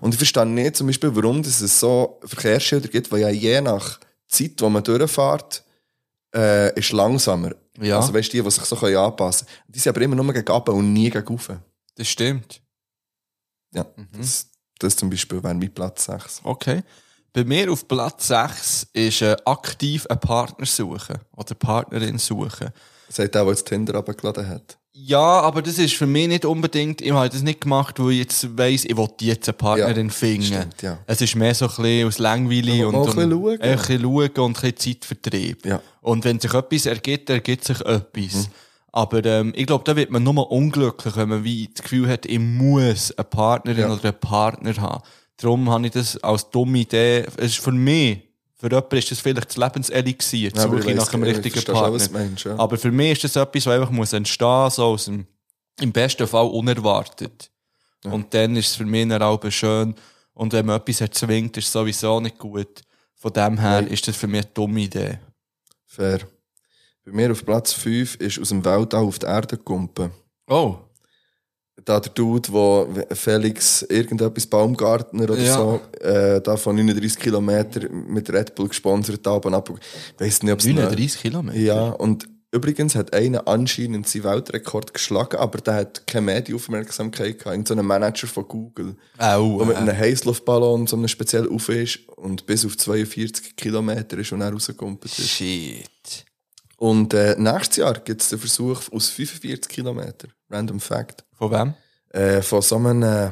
[SPEAKER 3] Und ich verstehe nicht zum Beispiel, warum dass es so Verkehrsschilder gibt, weil ja je nach Zeit, wo man durchfährt, äh, ist langsamer.
[SPEAKER 2] Ja.
[SPEAKER 3] Also weißt du, die, die sich so können anpassen können. Die sind aber immer nur gegen Abend und nie gegen Ufe.
[SPEAKER 2] Das stimmt.
[SPEAKER 3] Ja.
[SPEAKER 2] Mhm.
[SPEAKER 3] Das, das zum Beispiel wäre mein Platz 6.
[SPEAKER 2] Okay. Bei mir auf Platz 6 ist äh, aktiv einen Partner suchen oder Partnerin suchen.
[SPEAKER 3] Sagt der, der jetzt Tinder runtergeladen hat.
[SPEAKER 2] Ja, aber das ist für mich nicht unbedingt, ich habe das nicht gemacht, weil ich jetzt weiss, ich will jetzt eine Partnerin
[SPEAKER 3] Ja,
[SPEAKER 2] finden.
[SPEAKER 3] stimmt, ja.
[SPEAKER 2] Es ist mehr so ein bisschen aus Langweile
[SPEAKER 3] Ja,
[SPEAKER 2] und,
[SPEAKER 3] mal ein
[SPEAKER 2] und
[SPEAKER 3] bisschen schauen.
[SPEAKER 2] ein bisschen schauen und ein bisschen Zeitvertrieb.
[SPEAKER 3] Ja. Mhm.
[SPEAKER 2] Und wenn sich etwas ergibt, ergibt sich etwas. Aber ähm, ich glaube, da wird man nur unglücklich, wenn man wie das Gefühl hat, ich muss eine Partnerin
[SPEAKER 3] Ja.
[SPEAKER 2] oder einen Partner haben. Darum habe ich das als dumme Idee, es ist für mich, für jemanden ist das vielleicht das Lebenselixier, die
[SPEAKER 3] Ja, aber
[SPEAKER 2] Suche
[SPEAKER 3] ich weiss,
[SPEAKER 2] nach dem
[SPEAKER 3] ich
[SPEAKER 2] richtigen
[SPEAKER 3] verstehe schon,
[SPEAKER 2] Partner.
[SPEAKER 3] was du meinst, ja.
[SPEAKER 2] Aber für mich ist das etwas, was einfach muss entstehen muss, so aus dem, im besten Fall unerwartet. Und dann ist es für mich dann auch schön. Und wenn man etwas erzwingt, ist es sowieso nicht gut. Von dem her ist das für mich eine dumme Idee.
[SPEAKER 3] Fair. Bei mir auf Platz 5 ist aus dem Weltall auf die Erde gekommen.
[SPEAKER 2] Oh.
[SPEAKER 3] Da der Dude, der Felix irgendetwas Baumgartner oder
[SPEAKER 2] Ja.
[SPEAKER 3] so, äh, da von 39 Kilometern mit Red Bull gesponsert haben. ab. Ich weiss nicht, ob es
[SPEAKER 2] Kilometer?
[SPEAKER 3] Ja, und übrigens hat einer anscheinend seinen Weltrekord geschlagen, aber der hat keine Medienaufmerksamkeit gehabt. Irgend so ein Manager von Google.
[SPEAKER 2] Au.
[SPEAKER 3] Wo mit
[SPEAKER 2] Äh.
[SPEAKER 3] einem Heißluftballon so einem speziell auf ist und bis auf 42 Kilometer ist und er rausgekommen ist.
[SPEAKER 2] Shit.
[SPEAKER 3] Und äh, nächstes Jahr gibt es den Versuch aus 45 Kilometern. Random Fact.
[SPEAKER 2] Von wem?
[SPEAKER 3] Äh, von so einem, äh,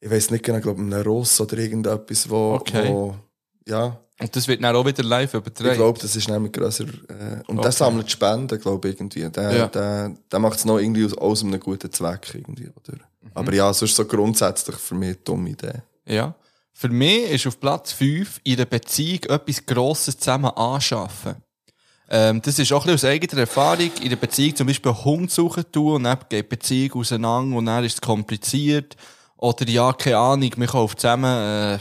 [SPEAKER 3] ich weiß nicht genau, glaube einem Ross oder irgendetwas, wo.
[SPEAKER 2] Okay.
[SPEAKER 3] wo ja,
[SPEAKER 2] Und das wird dann auch wieder live übertragen.
[SPEAKER 3] ich glaube, das ist nämlich grösser. Äh, und
[SPEAKER 2] Okay.
[SPEAKER 3] der sammelt Spenden, glaube ich, irgendwie. Der,
[SPEAKER 2] Ja.
[SPEAKER 3] der, der macht es noch irgendwie aus, aus einem guten Zweck. Irgendwie, oder?
[SPEAKER 2] Mhm.
[SPEAKER 3] Aber ja, sonst so grundsätzlich für mich eine dumme Idee.
[SPEAKER 2] Ja. Für mich ist auf Platz 5 in der Beziehung etwas Grosses zusammen anschaffen. Ähm, das ist auch ein bisschen aus eigener Erfahrung. In der Beziehung zum Beispiel einen Hund suchen tun und dann geht die Beziehung auseinander und dann ist es kompliziert. Oder ja, keine Ahnung, wir kaufen zusammen, äh,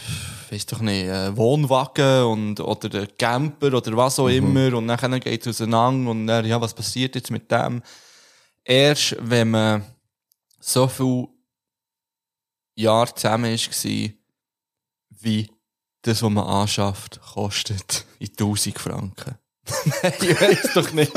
[SPEAKER 2] weiss doch nicht, äh, Wohnwagen und, oder einen Camper oder was auch immer und dann geht es auseinander und dann, ja, was passiert jetzt mit dem? Erst, wenn man so viel Jahr zusammen war, wie das, was man anschafft, kostet in 1000 Franken. Nein, ich weiß doch nicht.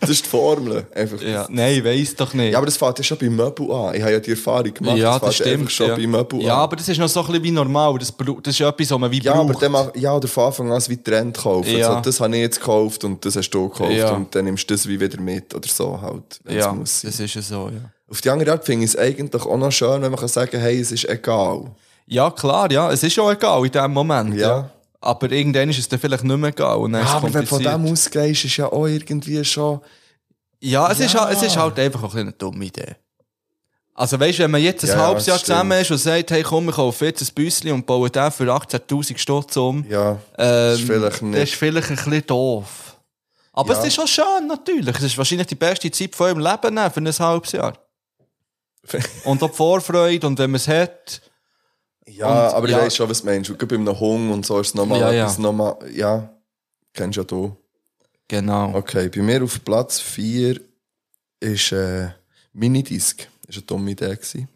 [SPEAKER 3] Das ist die Formel. Einfach.
[SPEAKER 2] ja, nein, ich weiß doch nicht.
[SPEAKER 3] Ja, aber das fängt ja schon bei Möbel an. Ich habe ja die Erfahrung gemacht.
[SPEAKER 2] Ja,
[SPEAKER 3] fängt halt einfach schon
[SPEAKER 2] ja.
[SPEAKER 3] bei Möbel
[SPEAKER 2] ja,
[SPEAKER 3] an.
[SPEAKER 2] aber das ist noch so ein bisschen wie normal. Das, brau- das ist etwas, was man wie
[SPEAKER 3] Ja, aber
[SPEAKER 2] braucht.
[SPEAKER 3] dann mach, ja, oder von Anfang an es wie Trend kaufen.
[SPEAKER 2] Ja.
[SPEAKER 3] So, das habe ich jetzt gekauft und das hast du gekauft
[SPEAKER 2] Ja.
[SPEAKER 3] und dann nimmst du das wie wieder mit oder so halt, wenn
[SPEAKER 2] ja,
[SPEAKER 3] es muss sein.
[SPEAKER 2] das ist ja so, ja.
[SPEAKER 3] Auf die andere Art finde ich es eigentlich auch noch schön, wenn man kann sagen hey, es ist egal.
[SPEAKER 2] Ja, klar, ja. Es ist ja egal in dem Moment. Ja.
[SPEAKER 3] Ja.
[SPEAKER 2] Aber irgendwann ist es dann vielleicht nicht mehr egal. Und dann ist es
[SPEAKER 3] Ja, Ah, aber wenn du von
[SPEAKER 2] kompliziert.
[SPEAKER 3] dem ausgehst, ist ja auch irgendwie schon...
[SPEAKER 2] Ja, es, Ist,
[SPEAKER 3] Ja.
[SPEAKER 2] halt- es ist halt einfach auch ein bisschen eine dumme Idee. Also weißt du, wenn man jetzt ein
[SPEAKER 3] Ja, ja,
[SPEAKER 2] halbes
[SPEAKER 3] das
[SPEAKER 2] Jahr
[SPEAKER 3] stimmt.
[SPEAKER 2] zusammen ist und sagt, hey komm, wir kaufen jetzt ein Büsschen und bauen den für 18'000 Stutz um, ähm,
[SPEAKER 3] Ja, ähm, das ist vielleicht
[SPEAKER 2] das
[SPEAKER 3] nicht.
[SPEAKER 2] ist vielleicht ein bisschen doof. Aber
[SPEAKER 3] Ja.
[SPEAKER 2] es ist schon schön, natürlich. Es ist wahrscheinlich die beste Zeit von eurem Leben ne, für ein halbes Jahr. und auch die Vorfreude und wenn man es hat.
[SPEAKER 3] Ja,
[SPEAKER 2] und-
[SPEAKER 3] aber ich
[SPEAKER 2] ja.
[SPEAKER 3] weiss schon, was du meinst. Und gerade bei einem Hung und so ist es nochmal
[SPEAKER 2] Ja,
[SPEAKER 3] ja,
[SPEAKER 2] ja.
[SPEAKER 3] etwas, nochmal, ja, kennst ja du.
[SPEAKER 2] Genau.
[SPEAKER 3] Okay, bei mir auf Platz 4 ist äh, Minidisc. Das war eine dumme Idee. gewesen.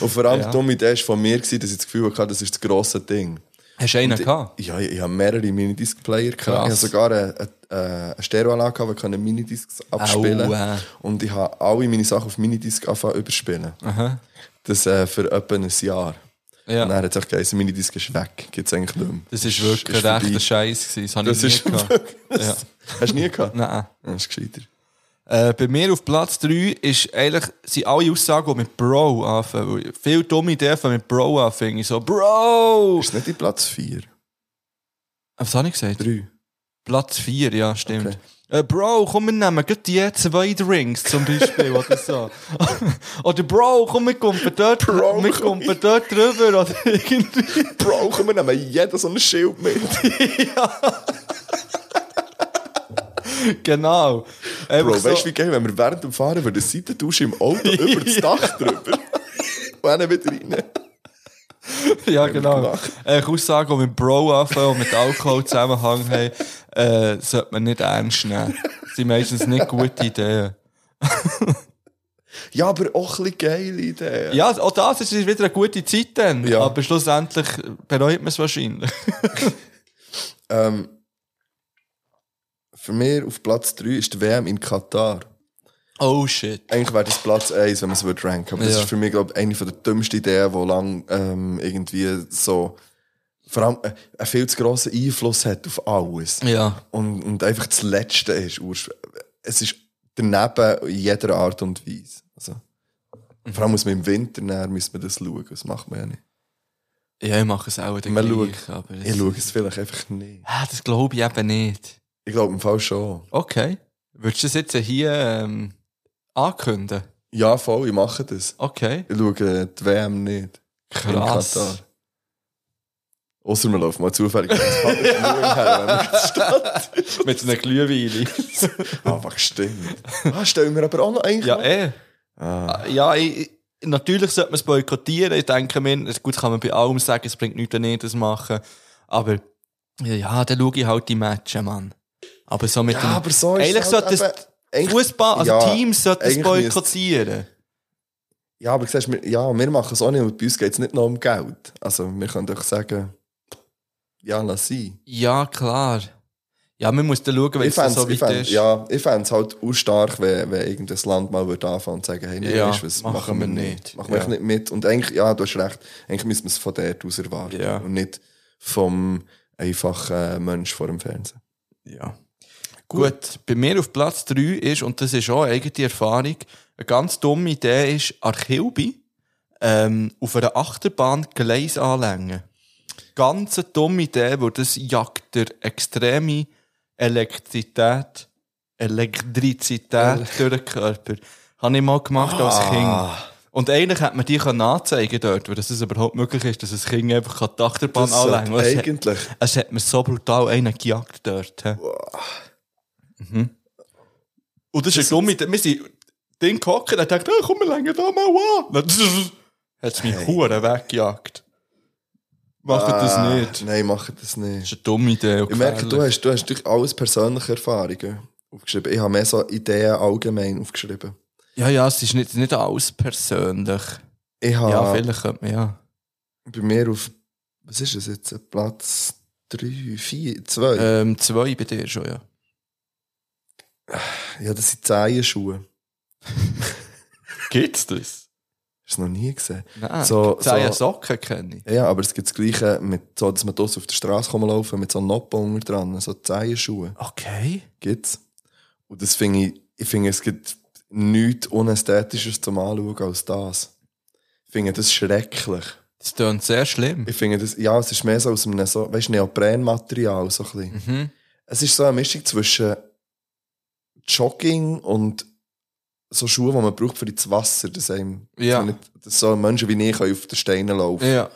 [SPEAKER 3] und vor allem die dumme Idee war von mir, gewesen, dass ich das Gefühl hatte, das ist das grosse Ding.
[SPEAKER 2] Hast du einen gehabt?
[SPEAKER 3] Ja, ich, ich habe mehrere Minidisc-Player. gehabt. Ich
[SPEAKER 2] Krass.
[SPEAKER 3] habe sogar eine, eine, eine Stereoanlage, gehabt, die konnte Minidiscs abspielen
[SPEAKER 2] Aua.
[SPEAKER 3] Und ich habe alle meine Sachen auf Minidisc angefangen zu überspielen. Das äh, für etwa ein Jahr.
[SPEAKER 2] Ja.
[SPEAKER 3] Und dann hat es auch geheißen, Minidisc ist weg. Gibt es eigentlich nicht mehr.
[SPEAKER 2] Das ist wirklich
[SPEAKER 3] ist
[SPEAKER 2] ein
[SPEAKER 3] vorbei.
[SPEAKER 2] rechter Scheiß. gewesen. Das habe
[SPEAKER 3] Das
[SPEAKER 2] ich nie gehabt. Ja. Nou.
[SPEAKER 3] ist Hast du nie gehabt?
[SPEAKER 2] Nein.
[SPEAKER 3] Das ist gescheiter.
[SPEAKER 2] Äh, bei mir auf Platz 3 ist eigentlich, sind alle Aussagen, die mit Bro anfangen. Weil Viele dumme Ideen fangen mit Bro an, finde ich. So, Bro!
[SPEAKER 3] Ist nicht in Platz 4?
[SPEAKER 2] Was habe ich gesagt?
[SPEAKER 3] 3?
[SPEAKER 2] Platz 4, ja, stimmt. Äh, Bro, komm, wir nehmen gerade die zwei Drinks zum Beispiel, oder so. oder Bro, komm, wir kommen dort,
[SPEAKER 3] Bro,
[SPEAKER 2] wir
[SPEAKER 3] komm.
[SPEAKER 2] kommen dort drüber, oder irgendwie.
[SPEAKER 3] Brauchen wir nehmen jeden so ein Schild mit.
[SPEAKER 2] genau.
[SPEAKER 3] Bro, weißt du, wie geil, wenn wir während dem Fahren über die Seitentausch im Auto über das Dach drüber. Und dann wieder rein.
[SPEAKER 2] Ja, genau.
[SPEAKER 3] gemacht.
[SPEAKER 2] Äh, Ich muss sagen, mit Bro anfangen und mit Alkohol Zusammenhang haben, äh, sollte man nicht ernst nehmen. Das sind meistens nicht gute Ideen.
[SPEAKER 3] Ja, aber auch ein bisschen geile Idee.
[SPEAKER 2] Ja, auch das ist wieder eine gute Zeit dann.
[SPEAKER 3] Ja.
[SPEAKER 2] Aber schlussendlich bereut man es wahrscheinlich.
[SPEAKER 3] Ähm, für mich auf Platz 3 ist die WM in Katar.
[SPEAKER 2] Oh shit.
[SPEAKER 3] Eigentlich wäre das Platz 1, wenn man es würde ranken. Aber das
[SPEAKER 2] Ja.
[SPEAKER 3] ist für mich, glaube ich, eine der dümmsten Ideen, die lang ähm, irgendwie so. Vor allem äh, einen viel zu grossen Einfluss hat auf alles.
[SPEAKER 2] Ja.
[SPEAKER 3] und, und einfach das Letzte ist. ursch- Es ist daneben in jeder Art und Weise. Also, Vor allem muss man im Winter näher muss man das schauen. Das macht man ja nicht.
[SPEAKER 2] Ja, ich mache es auch dann
[SPEAKER 3] Man
[SPEAKER 2] gleich,
[SPEAKER 3] schaut.
[SPEAKER 2] aber das-
[SPEAKER 3] Ich schaue es vielleicht einfach nicht.
[SPEAKER 2] Ah, das glaube ich eben nicht.
[SPEAKER 3] Ich glaube im Fall schon.
[SPEAKER 2] Okay. Würdest du das jetzt hier ähm, ankündigen?
[SPEAKER 3] Ja, voll, ich mache das.
[SPEAKER 2] Okay.
[SPEAKER 3] Ich schaue äh, die WM nicht.
[SPEAKER 2] Krass.
[SPEAKER 3] Außer man läuft mal zufällig ins Public Viewing her.
[SPEAKER 2] Mit einer Glühwein.
[SPEAKER 3] Ah, was stimmt. Ah, stellen wir aber auch noch eigentlich.
[SPEAKER 2] ja,
[SPEAKER 3] noch-
[SPEAKER 2] eh.
[SPEAKER 3] ah.
[SPEAKER 2] Ja, ich, ich- natürlich sollte man es boykottieren. Ich denke mir, es- gut kann man bei allem sagen, es bringt nichts, wenn ich das mache. Aber ja, ja, dann schaue ich halt die Matches, Mann. Aber so mit
[SPEAKER 3] ja,
[SPEAKER 2] dem
[SPEAKER 3] aber so ist
[SPEAKER 2] Eigentlich
[SPEAKER 3] es halt
[SPEAKER 2] sollte
[SPEAKER 3] eben-
[SPEAKER 2] Fußball, also
[SPEAKER 3] Ja,
[SPEAKER 2] Teams sollten es
[SPEAKER 3] eigentlich müsste-
[SPEAKER 2] boykottieren.
[SPEAKER 3] Ja, aber siehst, wir, ja, wir machen es auch nicht und bei uns geht es nicht nur um Geld. Also wir können doch sagen, ja, lass sein.
[SPEAKER 2] Ja, klar. Ja, man muss dann schauen, wenn
[SPEAKER 3] Ich
[SPEAKER 2] es dann so
[SPEAKER 3] fände
[SPEAKER 2] weit
[SPEAKER 3] es fänd,
[SPEAKER 2] ist.
[SPEAKER 3] ja, ich fänd's halt auch stark, wenn, wenn irgendein Land mal würde anfangen und sagen, hey, nee,
[SPEAKER 2] Ja,
[SPEAKER 3] weisst du was,
[SPEAKER 2] machen
[SPEAKER 3] machen
[SPEAKER 2] wir
[SPEAKER 3] wir nicht.
[SPEAKER 2] nicht.
[SPEAKER 3] Machen wir
[SPEAKER 2] Ja.
[SPEAKER 3] echt nicht mit. Und eigentlich, ja, du hast recht, eigentlich müssen wir es von dort aus erwarten
[SPEAKER 2] Ja.
[SPEAKER 3] und nicht vom einfachen äh, Mensch vor dem Fernsehen.
[SPEAKER 2] Ja. Gut. bei mir auf Platz 3 ist, und das ist auch eine eigene Erfahrung, eine ganz dumme Idee ist, an Kilby ähm, auf einer Achterbahn Gleis anlängen. Ganz eine dumme Idee, weil das dus jagt der extreme Elektrizität, Elektrizität durch den Körper. Habe ich mal gemacht als Kind. Und eigentlich hätte man die können anzeigen dort, weil das überhaupt möglich ist, dass ein Kind einfach an die Achterbahn
[SPEAKER 3] Das sollte
[SPEAKER 2] anlängen kann. Es hat-
[SPEAKER 3] eigentlich,
[SPEAKER 2] es hat mir so brutal einen gejagt dort. hä? Mhm. Und das ist eine dumme Idee. Wir sind den gehockt und dachten, oh, komm, wir legen da mal an. Hat es mich
[SPEAKER 3] Hey.
[SPEAKER 2] Huren weggejagt. Macht
[SPEAKER 3] Ah,
[SPEAKER 2] das nicht.
[SPEAKER 3] Nein, machen das nicht.
[SPEAKER 2] Das ist eine dumme Idee. und
[SPEAKER 3] Ich merke, du
[SPEAKER 2] gefährlich.
[SPEAKER 3] hast, du hast durch alles persönliche Erfahrungen aufgeschrieben. Ich habe mehr so Ideen allgemein aufgeschrieben.
[SPEAKER 2] Ja, ja, es ist nicht, nicht alles persönlich.
[SPEAKER 3] Ich habe
[SPEAKER 2] Ja, vielleicht könnte man, ja.
[SPEAKER 3] bei mir auf, was ist es jetzt, Platz 3, 4, 2?
[SPEAKER 2] Ähm, zwei bei dir schon, ja.
[SPEAKER 3] Ja, das sind Zehenschuhe.
[SPEAKER 2] Gibt's das?
[SPEAKER 3] Hast du es noch nie gesehen?
[SPEAKER 2] Nein.
[SPEAKER 3] So-
[SPEAKER 2] Zehn
[SPEAKER 3] so-
[SPEAKER 2] Socken kenne ich.
[SPEAKER 3] Ja, aber es gibt das Gleiche, mit so, dass man draussen auf der Straße laufen kann, mit so einem Noppen unten dran, so Zehenschuhe.
[SPEAKER 2] Okay.
[SPEAKER 3] Gibt's. Und das finde ich, ich finde, es gibt nichts Unästhetisches zum Anschauen als das. Ich finde das schrecklich.
[SPEAKER 2] Das klingt sehr schlimm.
[SPEAKER 3] Ich finde das, ja, es ist mehr so aus einem so, weißt, Neoprenmaterial, so ein bisschen.
[SPEAKER 2] Mhm.
[SPEAKER 3] Es ist so eine Mischung zwischen Jogging und so Schuhe, die man braucht für ins Wasser, dass, einem,
[SPEAKER 2] Ja.
[SPEAKER 3] dass, man nicht, dass so Menschen wie ich können auf den Steinen laufen
[SPEAKER 2] Ja.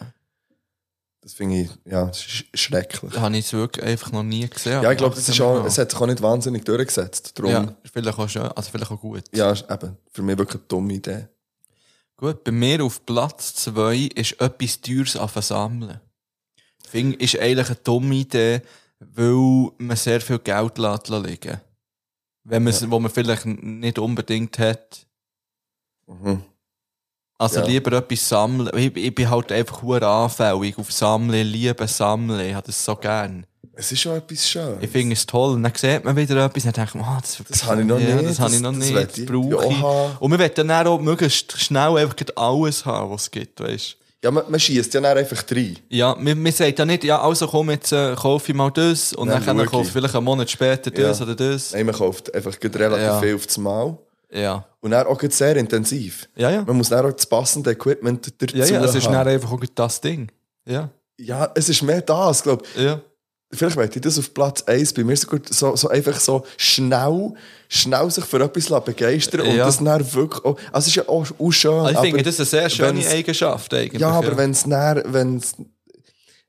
[SPEAKER 3] Das finde ich, ja, das ist schrecklich.
[SPEAKER 2] Das habe ich wirklich einfach noch nie gesehen.
[SPEAKER 3] Ja, ich glaube, das ist auch,
[SPEAKER 2] Genau.
[SPEAKER 3] es hat sich auch nicht wahnsinnig durchgesetzt. Darum,
[SPEAKER 2] ja,
[SPEAKER 3] ja.
[SPEAKER 2] ist vielleicht auch schön, also vielleicht auch gut.
[SPEAKER 3] ist eben, für mich wirklich eine dumme Idee.
[SPEAKER 2] Gut, bei mir auf Platz 2 ist etwas Teures auf Sammeln. Finde ist eigentlich eine dumme Idee, weil man sehr viel Geld lässt liegen. Wenn man, ja. wo man vielleicht nicht unbedingt hat.
[SPEAKER 3] Mhm.
[SPEAKER 2] Also
[SPEAKER 3] Ja.
[SPEAKER 2] lieber etwas sammeln. Ich, ich bin halt einfach hure anfällig auf Sammeln, liebe Sammeln. Ich habe das so gern.
[SPEAKER 3] Es ist schon etwas schön.
[SPEAKER 2] Ich finde es toll. Und dann sieht man wieder etwas und dann denkt man, ah, das,
[SPEAKER 3] Das habe ich noch
[SPEAKER 2] ja,
[SPEAKER 3] nicht.
[SPEAKER 2] Das, habe ich noch
[SPEAKER 3] Das- das
[SPEAKER 2] nicht.
[SPEAKER 3] möchte
[SPEAKER 2] Das,
[SPEAKER 3] ich
[SPEAKER 2] brauche ich.
[SPEAKER 3] auch haben.
[SPEAKER 2] Und wir wollen dann auch möglichst schnell einfach gleich alles haben, was es gibt, weißt du.
[SPEAKER 3] ja, man, man schießt ja dann einfach rein.
[SPEAKER 2] Ja, man, man sagt ja nicht, ja, also komm, jetzt äh, kaufe ich mal das und
[SPEAKER 3] Dann
[SPEAKER 2] dann, dann
[SPEAKER 3] schau ich.
[SPEAKER 2] kaufe ich vielleicht einen Monat später das
[SPEAKER 3] Ja.
[SPEAKER 2] oder das.
[SPEAKER 3] Nein, man kauft einfach gerade relativ
[SPEAKER 2] Ja.
[SPEAKER 3] viel aufs Mal.
[SPEAKER 2] Ja.
[SPEAKER 3] Und dann auch gerade sehr intensiv.
[SPEAKER 2] Ja, ja.
[SPEAKER 3] Man muss dann auch das passende Equipment dazu
[SPEAKER 2] Ja, ja, es ist dann
[SPEAKER 3] haben.
[SPEAKER 2] einfach auch gleich das Ding. Ja,
[SPEAKER 3] Ja, es ist mehr das, glaube
[SPEAKER 2] ja.
[SPEAKER 3] Vielleicht möchte ich das auf Platz 1 bei mir so gut, so, so einfach so schnell, schnell sich für etwas begeistern und
[SPEAKER 2] Ja.
[SPEAKER 3] das dann wirklich auch, also es ist ja auch, auch schön.
[SPEAKER 2] Also ich
[SPEAKER 3] aber
[SPEAKER 2] finde, das ist eine sehr schöne
[SPEAKER 3] wenn's-
[SPEAKER 2] Eigenschaft eigentlich.
[SPEAKER 3] Ja, aber wenn es dann, wenn's,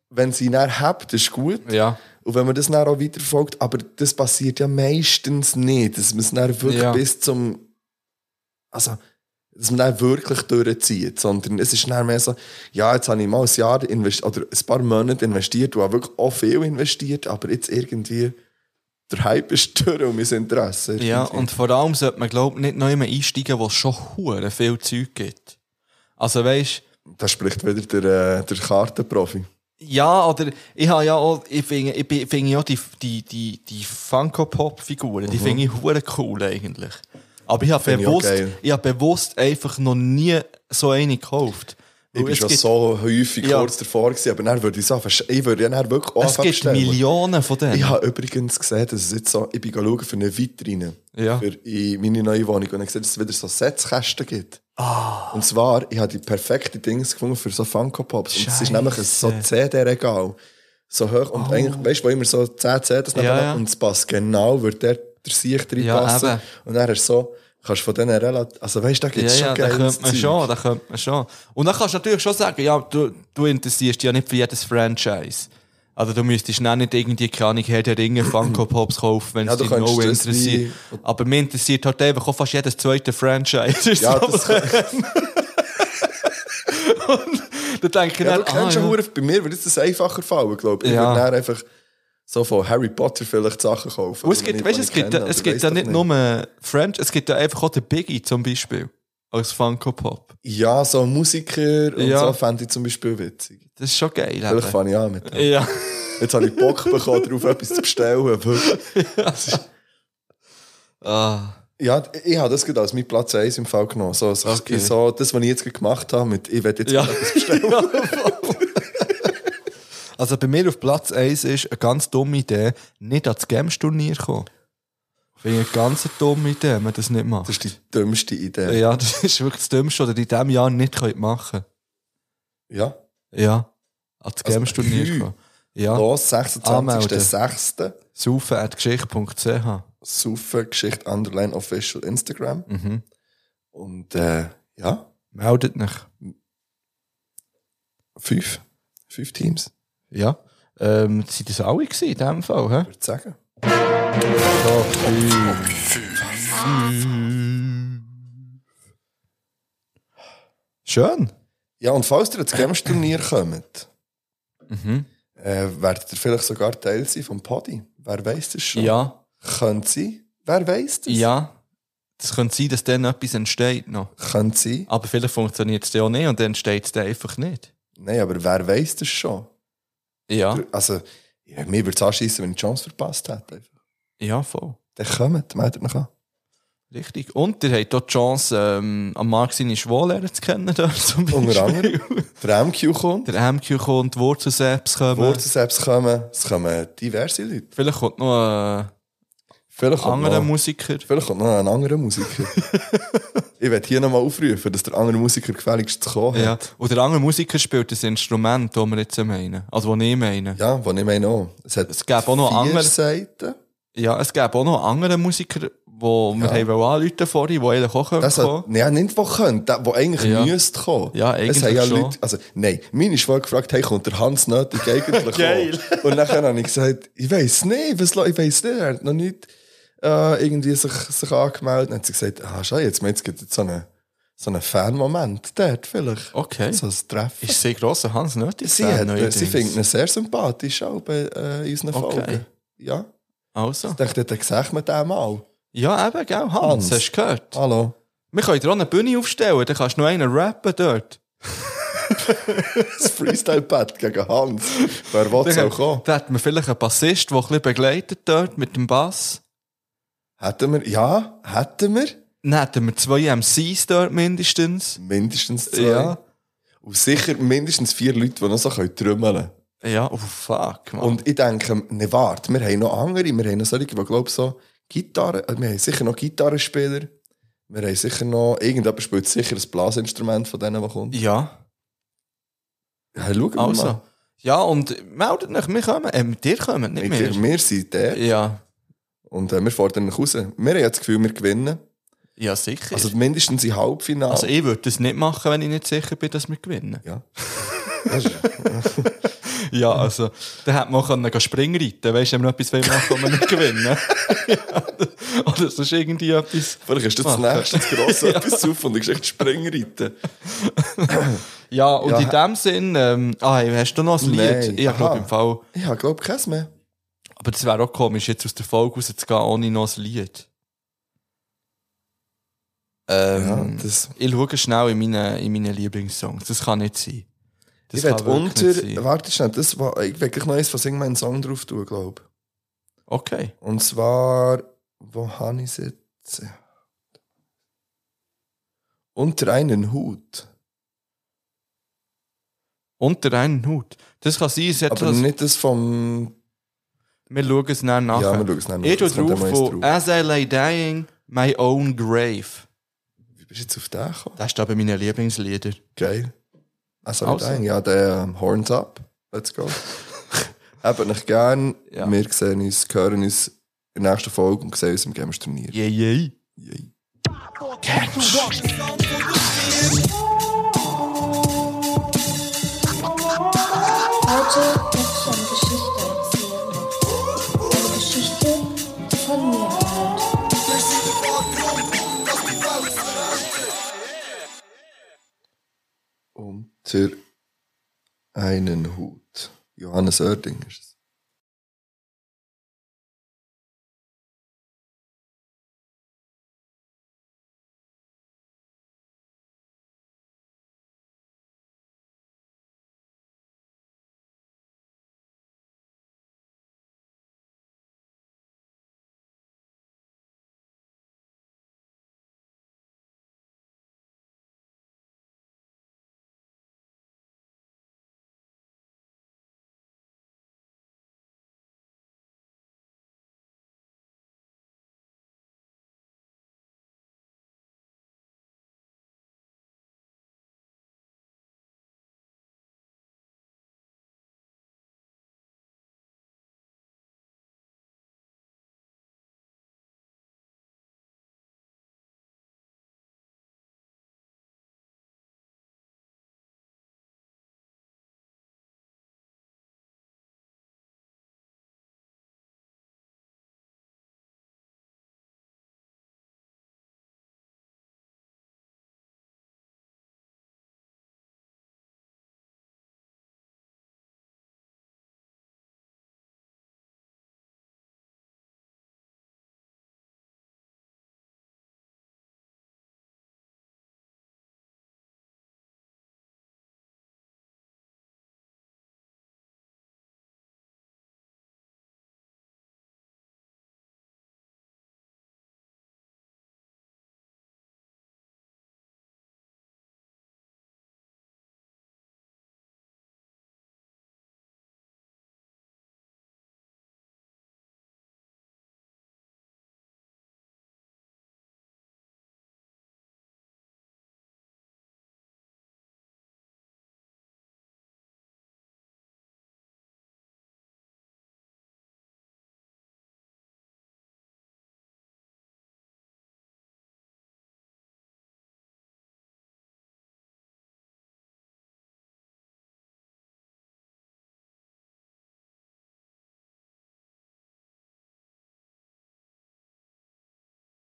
[SPEAKER 3] wenn sie dann habt, ist gut.
[SPEAKER 2] Ja.
[SPEAKER 3] Und wenn man das dann auch weiterverfolgt, aber das passiert ja meistens nicht, dass man es dann wirklich
[SPEAKER 2] Ja.
[SPEAKER 3] bis zum, also, dass man dann wirklich durchzieht, sondern es ist dann mehr so, ja, jetzt habe ich mal ein Jahr investiert, oder ein paar Monate investiert, und habe wirklich auch viel investiert, aber jetzt irgendwie, der Hype ist durch und mein Interesse. irgendwie.
[SPEAKER 2] Ja, und vor allem sollte man, glaube ich, nicht noch immer einsteigen, wo es schon hure viel Zeug gibt. Also weißt
[SPEAKER 3] Da spricht wieder der, äh, der Kartenprofi.
[SPEAKER 2] ja, oder ich habe ja auch, ich finde ich bin- finde ja die, die, die, die Funko-Pop-Figuren, die finde ich hure cool eigentlich. Aber ich habe
[SPEAKER 3] Mhm. Finde ich auch
[SPEAKER 2] bewusst,
[SPEAKER 3] geil.
[SPEAKER 2] ich habe bewusst einfach noch nie so eine gekauft.
[SPEAKER 3] Ich
[SPEAKER 2] Weil
[SPEAKER 3] bin
[SPEAKER 2] es
[SPEAKER 3] schon
[SPEAKER 2] gibt,
[SPEAKER 3] so häufig
[SPEAKER 2] Ja.
[SPEAKER 3] kurz davor, gewesen, aber dann würde ich sagen, ich würde ja dann wirklich
[SPEAKER 2] es
[SPEAKER 3] anfangen
[SPEAKER 2] gibt
[SPEAKER 3] bestellen.
[SPEAKER 2] Millionen von denen.
[SPEAKER 3] Ich habe übrigens gesehen, dass es jetzt so, ich bin schauen für eine Vitrine
[SPEAKER 2] Ja.
[SPEAKER 3] für in meine neue Wohnung und ich sehe, dass es wieder so Setzkästen gibt.
[SPEAKER 2] Ah.
[SPEAKER 3] Und zwar, ich habe die perfekten Dings gefunden für so Funko Pops. Und es ist
[SPEAKER 2] Scheisse. Oh.
[SPEAKER 3] nämlich ein so CD-Regal. So hoch. Und eigentlich, weißt du, wo immer so 10 CDs nebeneinander
[SPEAKER 2] ja.
[SPEAKER 3] und es passt genau, wird der, der Sieg
[SPEAKER 2] Ja,
[SPEAKER 3] reinpassen.
[SPEAKER 2] eben.
[SPEAKER 3] und dann hast du so, kannst von denen relativ, also weißt du, da
[SPEAKER 2] Ja,
[SPEAKER 3] gibt es
[SPEAKER 2] ja,
[SPEAKER 3] schon
[SPEAKER 2] da
[SPEAKER 3] geiles
[SPEAKER 2] könnte man
[SPEAKER 3] Zeug.
[SPEAKER 2] schon, da könnte man schon. Und dann kannst du natürlich schon sagen, ja, du, du interessierst dich ja nicht für jedes Franchise. Also du müsstest dann nicht irgendwie, keine Ahnung, Herr der Ringe Funko Pops kaufen, wenn
[SPEAKER 3] Ja,
[SPEAKER 2] es
[SPEAKER 3] du
[SPEAKER 2] dich
[SPEAKER 3] könntest
[SPEAKER 2] no
[SPEAKER 3] das
[SPEAKER 2] interessiert.
[SPEAKER 3] wie-
[SPEAKER 2] Aber mich interessiert halt einfach auch fast jedes zweite Franchise. Ist
[SPEAKER 3] Ja,
[SPEAKER 2] das
[SPEAKER 3] das
[SPEAKER 2] Problem. Und da denke ich
[SPEAKER 3] Ja,
[SPEAKER 2] dann,
[SPEAKER 3] du
[SPEAKER 2] ah,
[SPEAKER 3] kennst schon
[SPEAKER 2] ja.
[SPEAKER 3] hure- Bei mir würde es einfacher fallen, glaube ich.
[SPEAKER 2] Ja.
[SPEAKER 3] Ich würde dann einfach so von Harry Potter vielleicht Sachen kaufen.
[SPEAKER 2] Und Oh, es
[SPEAKER 3] die
[SPEAKER 2] gibt,
[SPEAKER 3] ich-
[SPEAKER 2] weißt,
[SPEAKER 3] die
[SPEAKER 2] es
[SPEAKER 3] ich
[SPEAKER 2] gibt,
[SPEAKER 3] kenne,
[SPEAKER 2] es
[SPEAKER 3] oder
[SPEAKER 2] gibt
[SPEAKER 3] weiss
[SPEAKER 2] ja
[SPEAKER 3] doch
[SPEAKER 2] nicht nur French, es gibt ja einfach auch den Biggie zum Beispiel. Als Funko Pop.
[SPEAKER 3] Ja, so Musiker und
[SPEAKER 2] Ja.
[SPEAKER 3] so fände ich zum Beispiel witzig.
[SPEAKER 2] Das ist schon geil. eben.
[SPEAKER 3] Vielleicht fange ich an mit dem.
[SPEAKER 2] Ja.
[SPEAKER 3] Jetzt habe ich Bock bekommen, darauf etwas zu bestellen. aber-
[SPEAKER 2] Ah.
[SPEAKER 3] Ja, ich habe das gerade als mein Platz 1 im Fall genommen. So, so,
[SPEAKER 2] Okay.
[SPEAKER 3] so, das, was ich jetzt gerade gemacht habe, mit ich werde jetzt
[SPEAKER 2] Ja.
[SPEAKER 3] etwas
[SPEAKER 2] also bei mir auf Platz 1 ist eine ganz dumme Idee, nicht ans Games-Turnier kommen. Finde ich eine ganz dumme Idee, wenn man das nicht macht.
[SPEAKER 3] Das ist die dümmste Idee.
[SPEAKER 2] ja, das ist wirklich das Dümmste, was ihr in diesem Jahr nicht könnt machen
[SPEAKER 3] Ja.
[SPEAKER 2] könnt. Ja, ans
[SPEAKER 3] Also,
[SPEAKER 2] Games-Turnier
[SPEAKER 3] heu.
[SPEAKER 2] kommen. Ja,
[SPEAKER 3] Los, 26.06.
[SPEAKER 2] saufen at geschichte.ch.
[SPEAKER 3] Saufen-Geschichte Underline Official Instagram.
[SPEAKER 2] Mhm.
[SPEAKER 3] Und äh, ja,
[SPEAKER 2] Meldet euch.
[SPEAKER 3] fünf. Fünf Teams,
[SPEAKER 2] Ja. Ähm, sind das alle gewesen in diesem Fall? He?
[SPEAKER 3] würde ich sagen.
[SPEAKER 2] Schön.
[SPEAKER 3] Ja, und falls ihr ins Games-Turnier kommt,
[SPEAKER 2] Mhm.
[SPEAKER 3] äh, werdet ihr vielleicht sogar Teil sein vom Poddy. Wer weiß das schon?
[SPEAKER 2] Ja.
[SPEAKER 3] Könnte sein. Wer weiß das?
[SPEAKER 2] Ja. Das könnte sein, dass dann etwas entsteht noch.
[SPEAKER 3] Könnte sein.
[SPEAKER 2] Aber vielleicht funktioniert es dann auch nicht und dann entsteht es dann einfach nicht.
[SPEAKER 3] Nein, aber wer weiß das schon?
[SPEAKER 2] Ja.
[SPEAKER 3] Also, ja, mir würde es anschiessen, wenn ich die Chance verpasst hätte. einfach.
[SPEAKER 2] Ja, voll.
[SPEAKER 3] Dann kommt, meldet mich an.
[SPEAKER 2] Richtig. Und ihr habt auch die Chance, ähm, am Marc seine Schwallehrer zu kennen. Dort, zum
[SPEAKER 3] Unter
[SPEAKER 2] Beispiel.
[SPEAKER 3] anderem, der MQ kommt,
[SPEAKER 2] Der MQ kommt, die Wurzelsäpps kommen.
[SPEAKER 3] Wurzelsaps kommen, es kommen diverse Leute.
[SPEAKER 2] Vielleicht kommt noch ein
[SPEAKER 3] Vielleicht kommt
[SPEAKER 2] anderer
[SPEAKER 3] noch-
[SPEAKER 2] Musiker.
[SPEAKER 3] Vielleicht kommt noch ein anderer Musiker. ich werde hier nochmal aufrufen, dass der andere Musiker gefälligst zu kommen
[SPEAKER 2] Ja.
[SPEAKER 3] hat.
[SPEAKER 2] Und der andere Musiker spielt das Instrument, das wir jetzt meinen. Also, das ich meine.
[SPEAKER 3] Ja, was ich meine auch. Es, hat
[SPEAKER 2] Es gäbe auch noch
[SPEAKER 3] vier
[SPEAKER 2] andere-
[SPEAKER 3] Seiten.
[SPEAKER 2] Ja, es gäbe auch noch andere Musiker, die wo wir haben wollen anrufen vorhin, die eigentlich auch
[SPEAKER 3] Das
[SPEAKER 2] kommen
[SPEAKER 3] hat, ja, nicht, wo können, der, wo eigentlich
[SPEAKER 2] Ja.
[SPEAKER 3] müsste kommen.
[SPEAKER 2] Ja, eigentlich
[SPEAKER 3] es haben ja
[SPEAKER 2] schon.
[SPEAKER 3] Leute, also, nein, meine Schwester gefragt, hey, kommt der Hans Nötig eigentlich
[SPEAKER 2] Geil.
[SPEAKER 3] auch? Und nachher habe ich gesagt, ich weiß nicht, was, lo- ich weiß nicht, er hat noch nicht, äh, irgendwie sich, sich angemeldet. Dann hat sie gesagt, ah, schau, jetzt, jetzt gibt es so einen, so einen Fan-Moment dort, vielleicht.
[SPEAKER 2] Okay.
[SPEAKER 3] So ein Treffen.
[SPEAKER 2] Ist sie grosser Hans Nötig?
[SPEAKER 3] sie, hat, sie finden ihn sehr sympathisch, auch bei, äh, in unseren
[SPEAKER 2] Okay.
[SPEAKER 3] Folgen. Ja.
[SPEAKER 2] Also.
[SPEAKER 3] Ich dachte, dann sehen wir den mal.
[SPEAKER 2] Ja, eben, gell, Hans,
[SPEAKER 3] Hans.
[SPEAKER 2] hast du gehört?
[SPEAKER 3] Hallo.
[SPEAKER 2] Wir können dir auch eine Bühne aufstellen, dann kannst du noch einen rappen dort.
[SPEAKER 3] Das Freestyle-Pad gegen Hans. Wer will
[SPEAKER 2] Dann
[SPEAKER 3] soll
[SPEAKER 2] hat-
[SPEAKER 3] kommen?
[SPEAKER 2] dann hat man vielleicht einen Bassist, der ein bisschen begleitet dort mit dem Bass.
[SPEAKER 3] Hätten wir, ja, hätten wir.
[SPEAKER 2] Dann hätten wir zwei MCs dort mindestens.
[SPEAKER 3] Mindestens zwei.
[SPEAKER 2] Ja.
[SPEAKER 3] Und sicher mindestens vier Leute, die noch so können trümmeln können.
[SPEAKER 2] Ja, oh fuck, man.
[SPEAKER 3] Und ich denke, ne, warte, wir haben noch andere. Wir haben noch solche, die, glaube ich, so Gitarre, äh, wir haben sicher noch Gitarrenspieler. Wir haben sicher noch, irgendjemand spielt sicher das Blasinstrument von denen, die kommt.
[SPEAKER 2] ja.
[SPEAKER 3] Hey, schauen wir
[SPEAKER 2] Also.
[SPEAKER 3] mal.
[SPEAKER 2] Ja, und meldet euch, wir kommen. Äh, mit dir kommen, nicht
[SPEAKER 3] Mit
[SPEAKER 2] mehr.
[SPEAKER 3] dir, wir sind der
[SPEAKER 2] Ja.
[SPEAKER 3] und äh, wir fordern euch raus. Wir haben ja das Gefühl, wir gewinnen.
[SPEAKER 2] Ja, sicher.
[SPEAKER 3] Also
[SPEAKER 2] Also,
[SPEAKER 3] mindestens im Halbfinale.
[SPEAKER 2] ich würde das nicht machen, wenn ich nicht sicher bin, dass wir gewinnen.
[SPEAKER 3] ja. Das ist-
[SPEAKER 2] Ja, also, dann hätte man auch können gehen springen reiten weißt du, wenn wir etwas machen wollen, wo wir nicht gewinnen. ja. Oder sonst irgendwie etwas.
[SPEAKER 3] Vielleicht ist das das
[SPEAKER 2] Machen.
[SPEAKER 3] nächste das grosse etwas auf und die Geschichte Springreiten.
[SPEAKER 2] Ja, und
[SPEAKER 3] Ja,
[SPEAKER 2] in dem Sinn, ähm, ah, hey, hast du noch ein
[SPEAKER 3] Nein.
[SPEAKER 2] Lied? Ich
[SPEAKER 3] Aha.
[SPEAKER 2] glaube im Fall,
[SPEAKER 3] Ich habe, glaube ich, keins mehr.
[SPEAKER 2] aber das wäre auch komisch, jetzt aus der Folge rauszugehen, ohne noch ein Lied.
[SPEAKER 3] Ja,
[SPEAKER 2] Ähm,
[SPEAKER 3] das,
[SPEAKER 2] Ich schaue schnell in meine, in meine Lieblingssongs. Das kann nicht sein. Das
[SPEAKER 3] ich will
[SPEAKER 2] kann wirklich
[SPEAKER 3] unter.
[SPEAKER 2] nicht sein.
[SPEAKER 3] Warte schnell, das war, ich will gleich noch eins von Sing meinen Song drauf tun, glaube ich.
[SPEAKER 2] Okay.
[SPEAKER 3] Und zwar, wo habe ich es jetzt? Unter einen Hut.
[SPEAKER 2] Unter einen Hut. Das kann sein, es hat
[SPEAKER 3] Aber
[SPEAKER 2] was-
[SPEAKER 3] nicht das vom.
[SPEAKER 2] Wir schauen es dann nachher.
[SPEAKER 3] Ja, wir schauen es dann
[SPEAKER 2] Ich
[SPEAKER 3] nachher.
[SPEAKER 2] tue
[SPEAKER 3] Es kommt
[SPEAKER 2] drauf
[SPEAKER 3] dann meins
[SPEAKER 2] von
[SPEAKER 3] drauf.
[SPEAKER 2] As I Lay Dying, My Own Grave.
[SPEAKER 3] Wie bist du jetzt auf den gekommen?
[SPEAKER 2] Das ist aber meine Lieblingslieder.
[SPEAKER 3] Geil. Also,
[SPEAKER 2] Also.
[SPEAKER 3] also. ja, der ähm, Horns up. Let's go. Habt euch gern.
[SPEAKER 2] Ja.
[SPEAKER 3] Wir sehen uns, hören uns in der nächsten Folge und sehen uns im Gamers Turnier.
[SPEAKER 2] Yeah, yeah.
[SPEAKER 3] Yay.
[SPEAKER 1] Heute möchte ich eine Geschichte erzählen. Eine Geschichte, die von mir halt. handelt.
[SPEAKER 3] Unter einen Hut. Johannes Oerding ist es.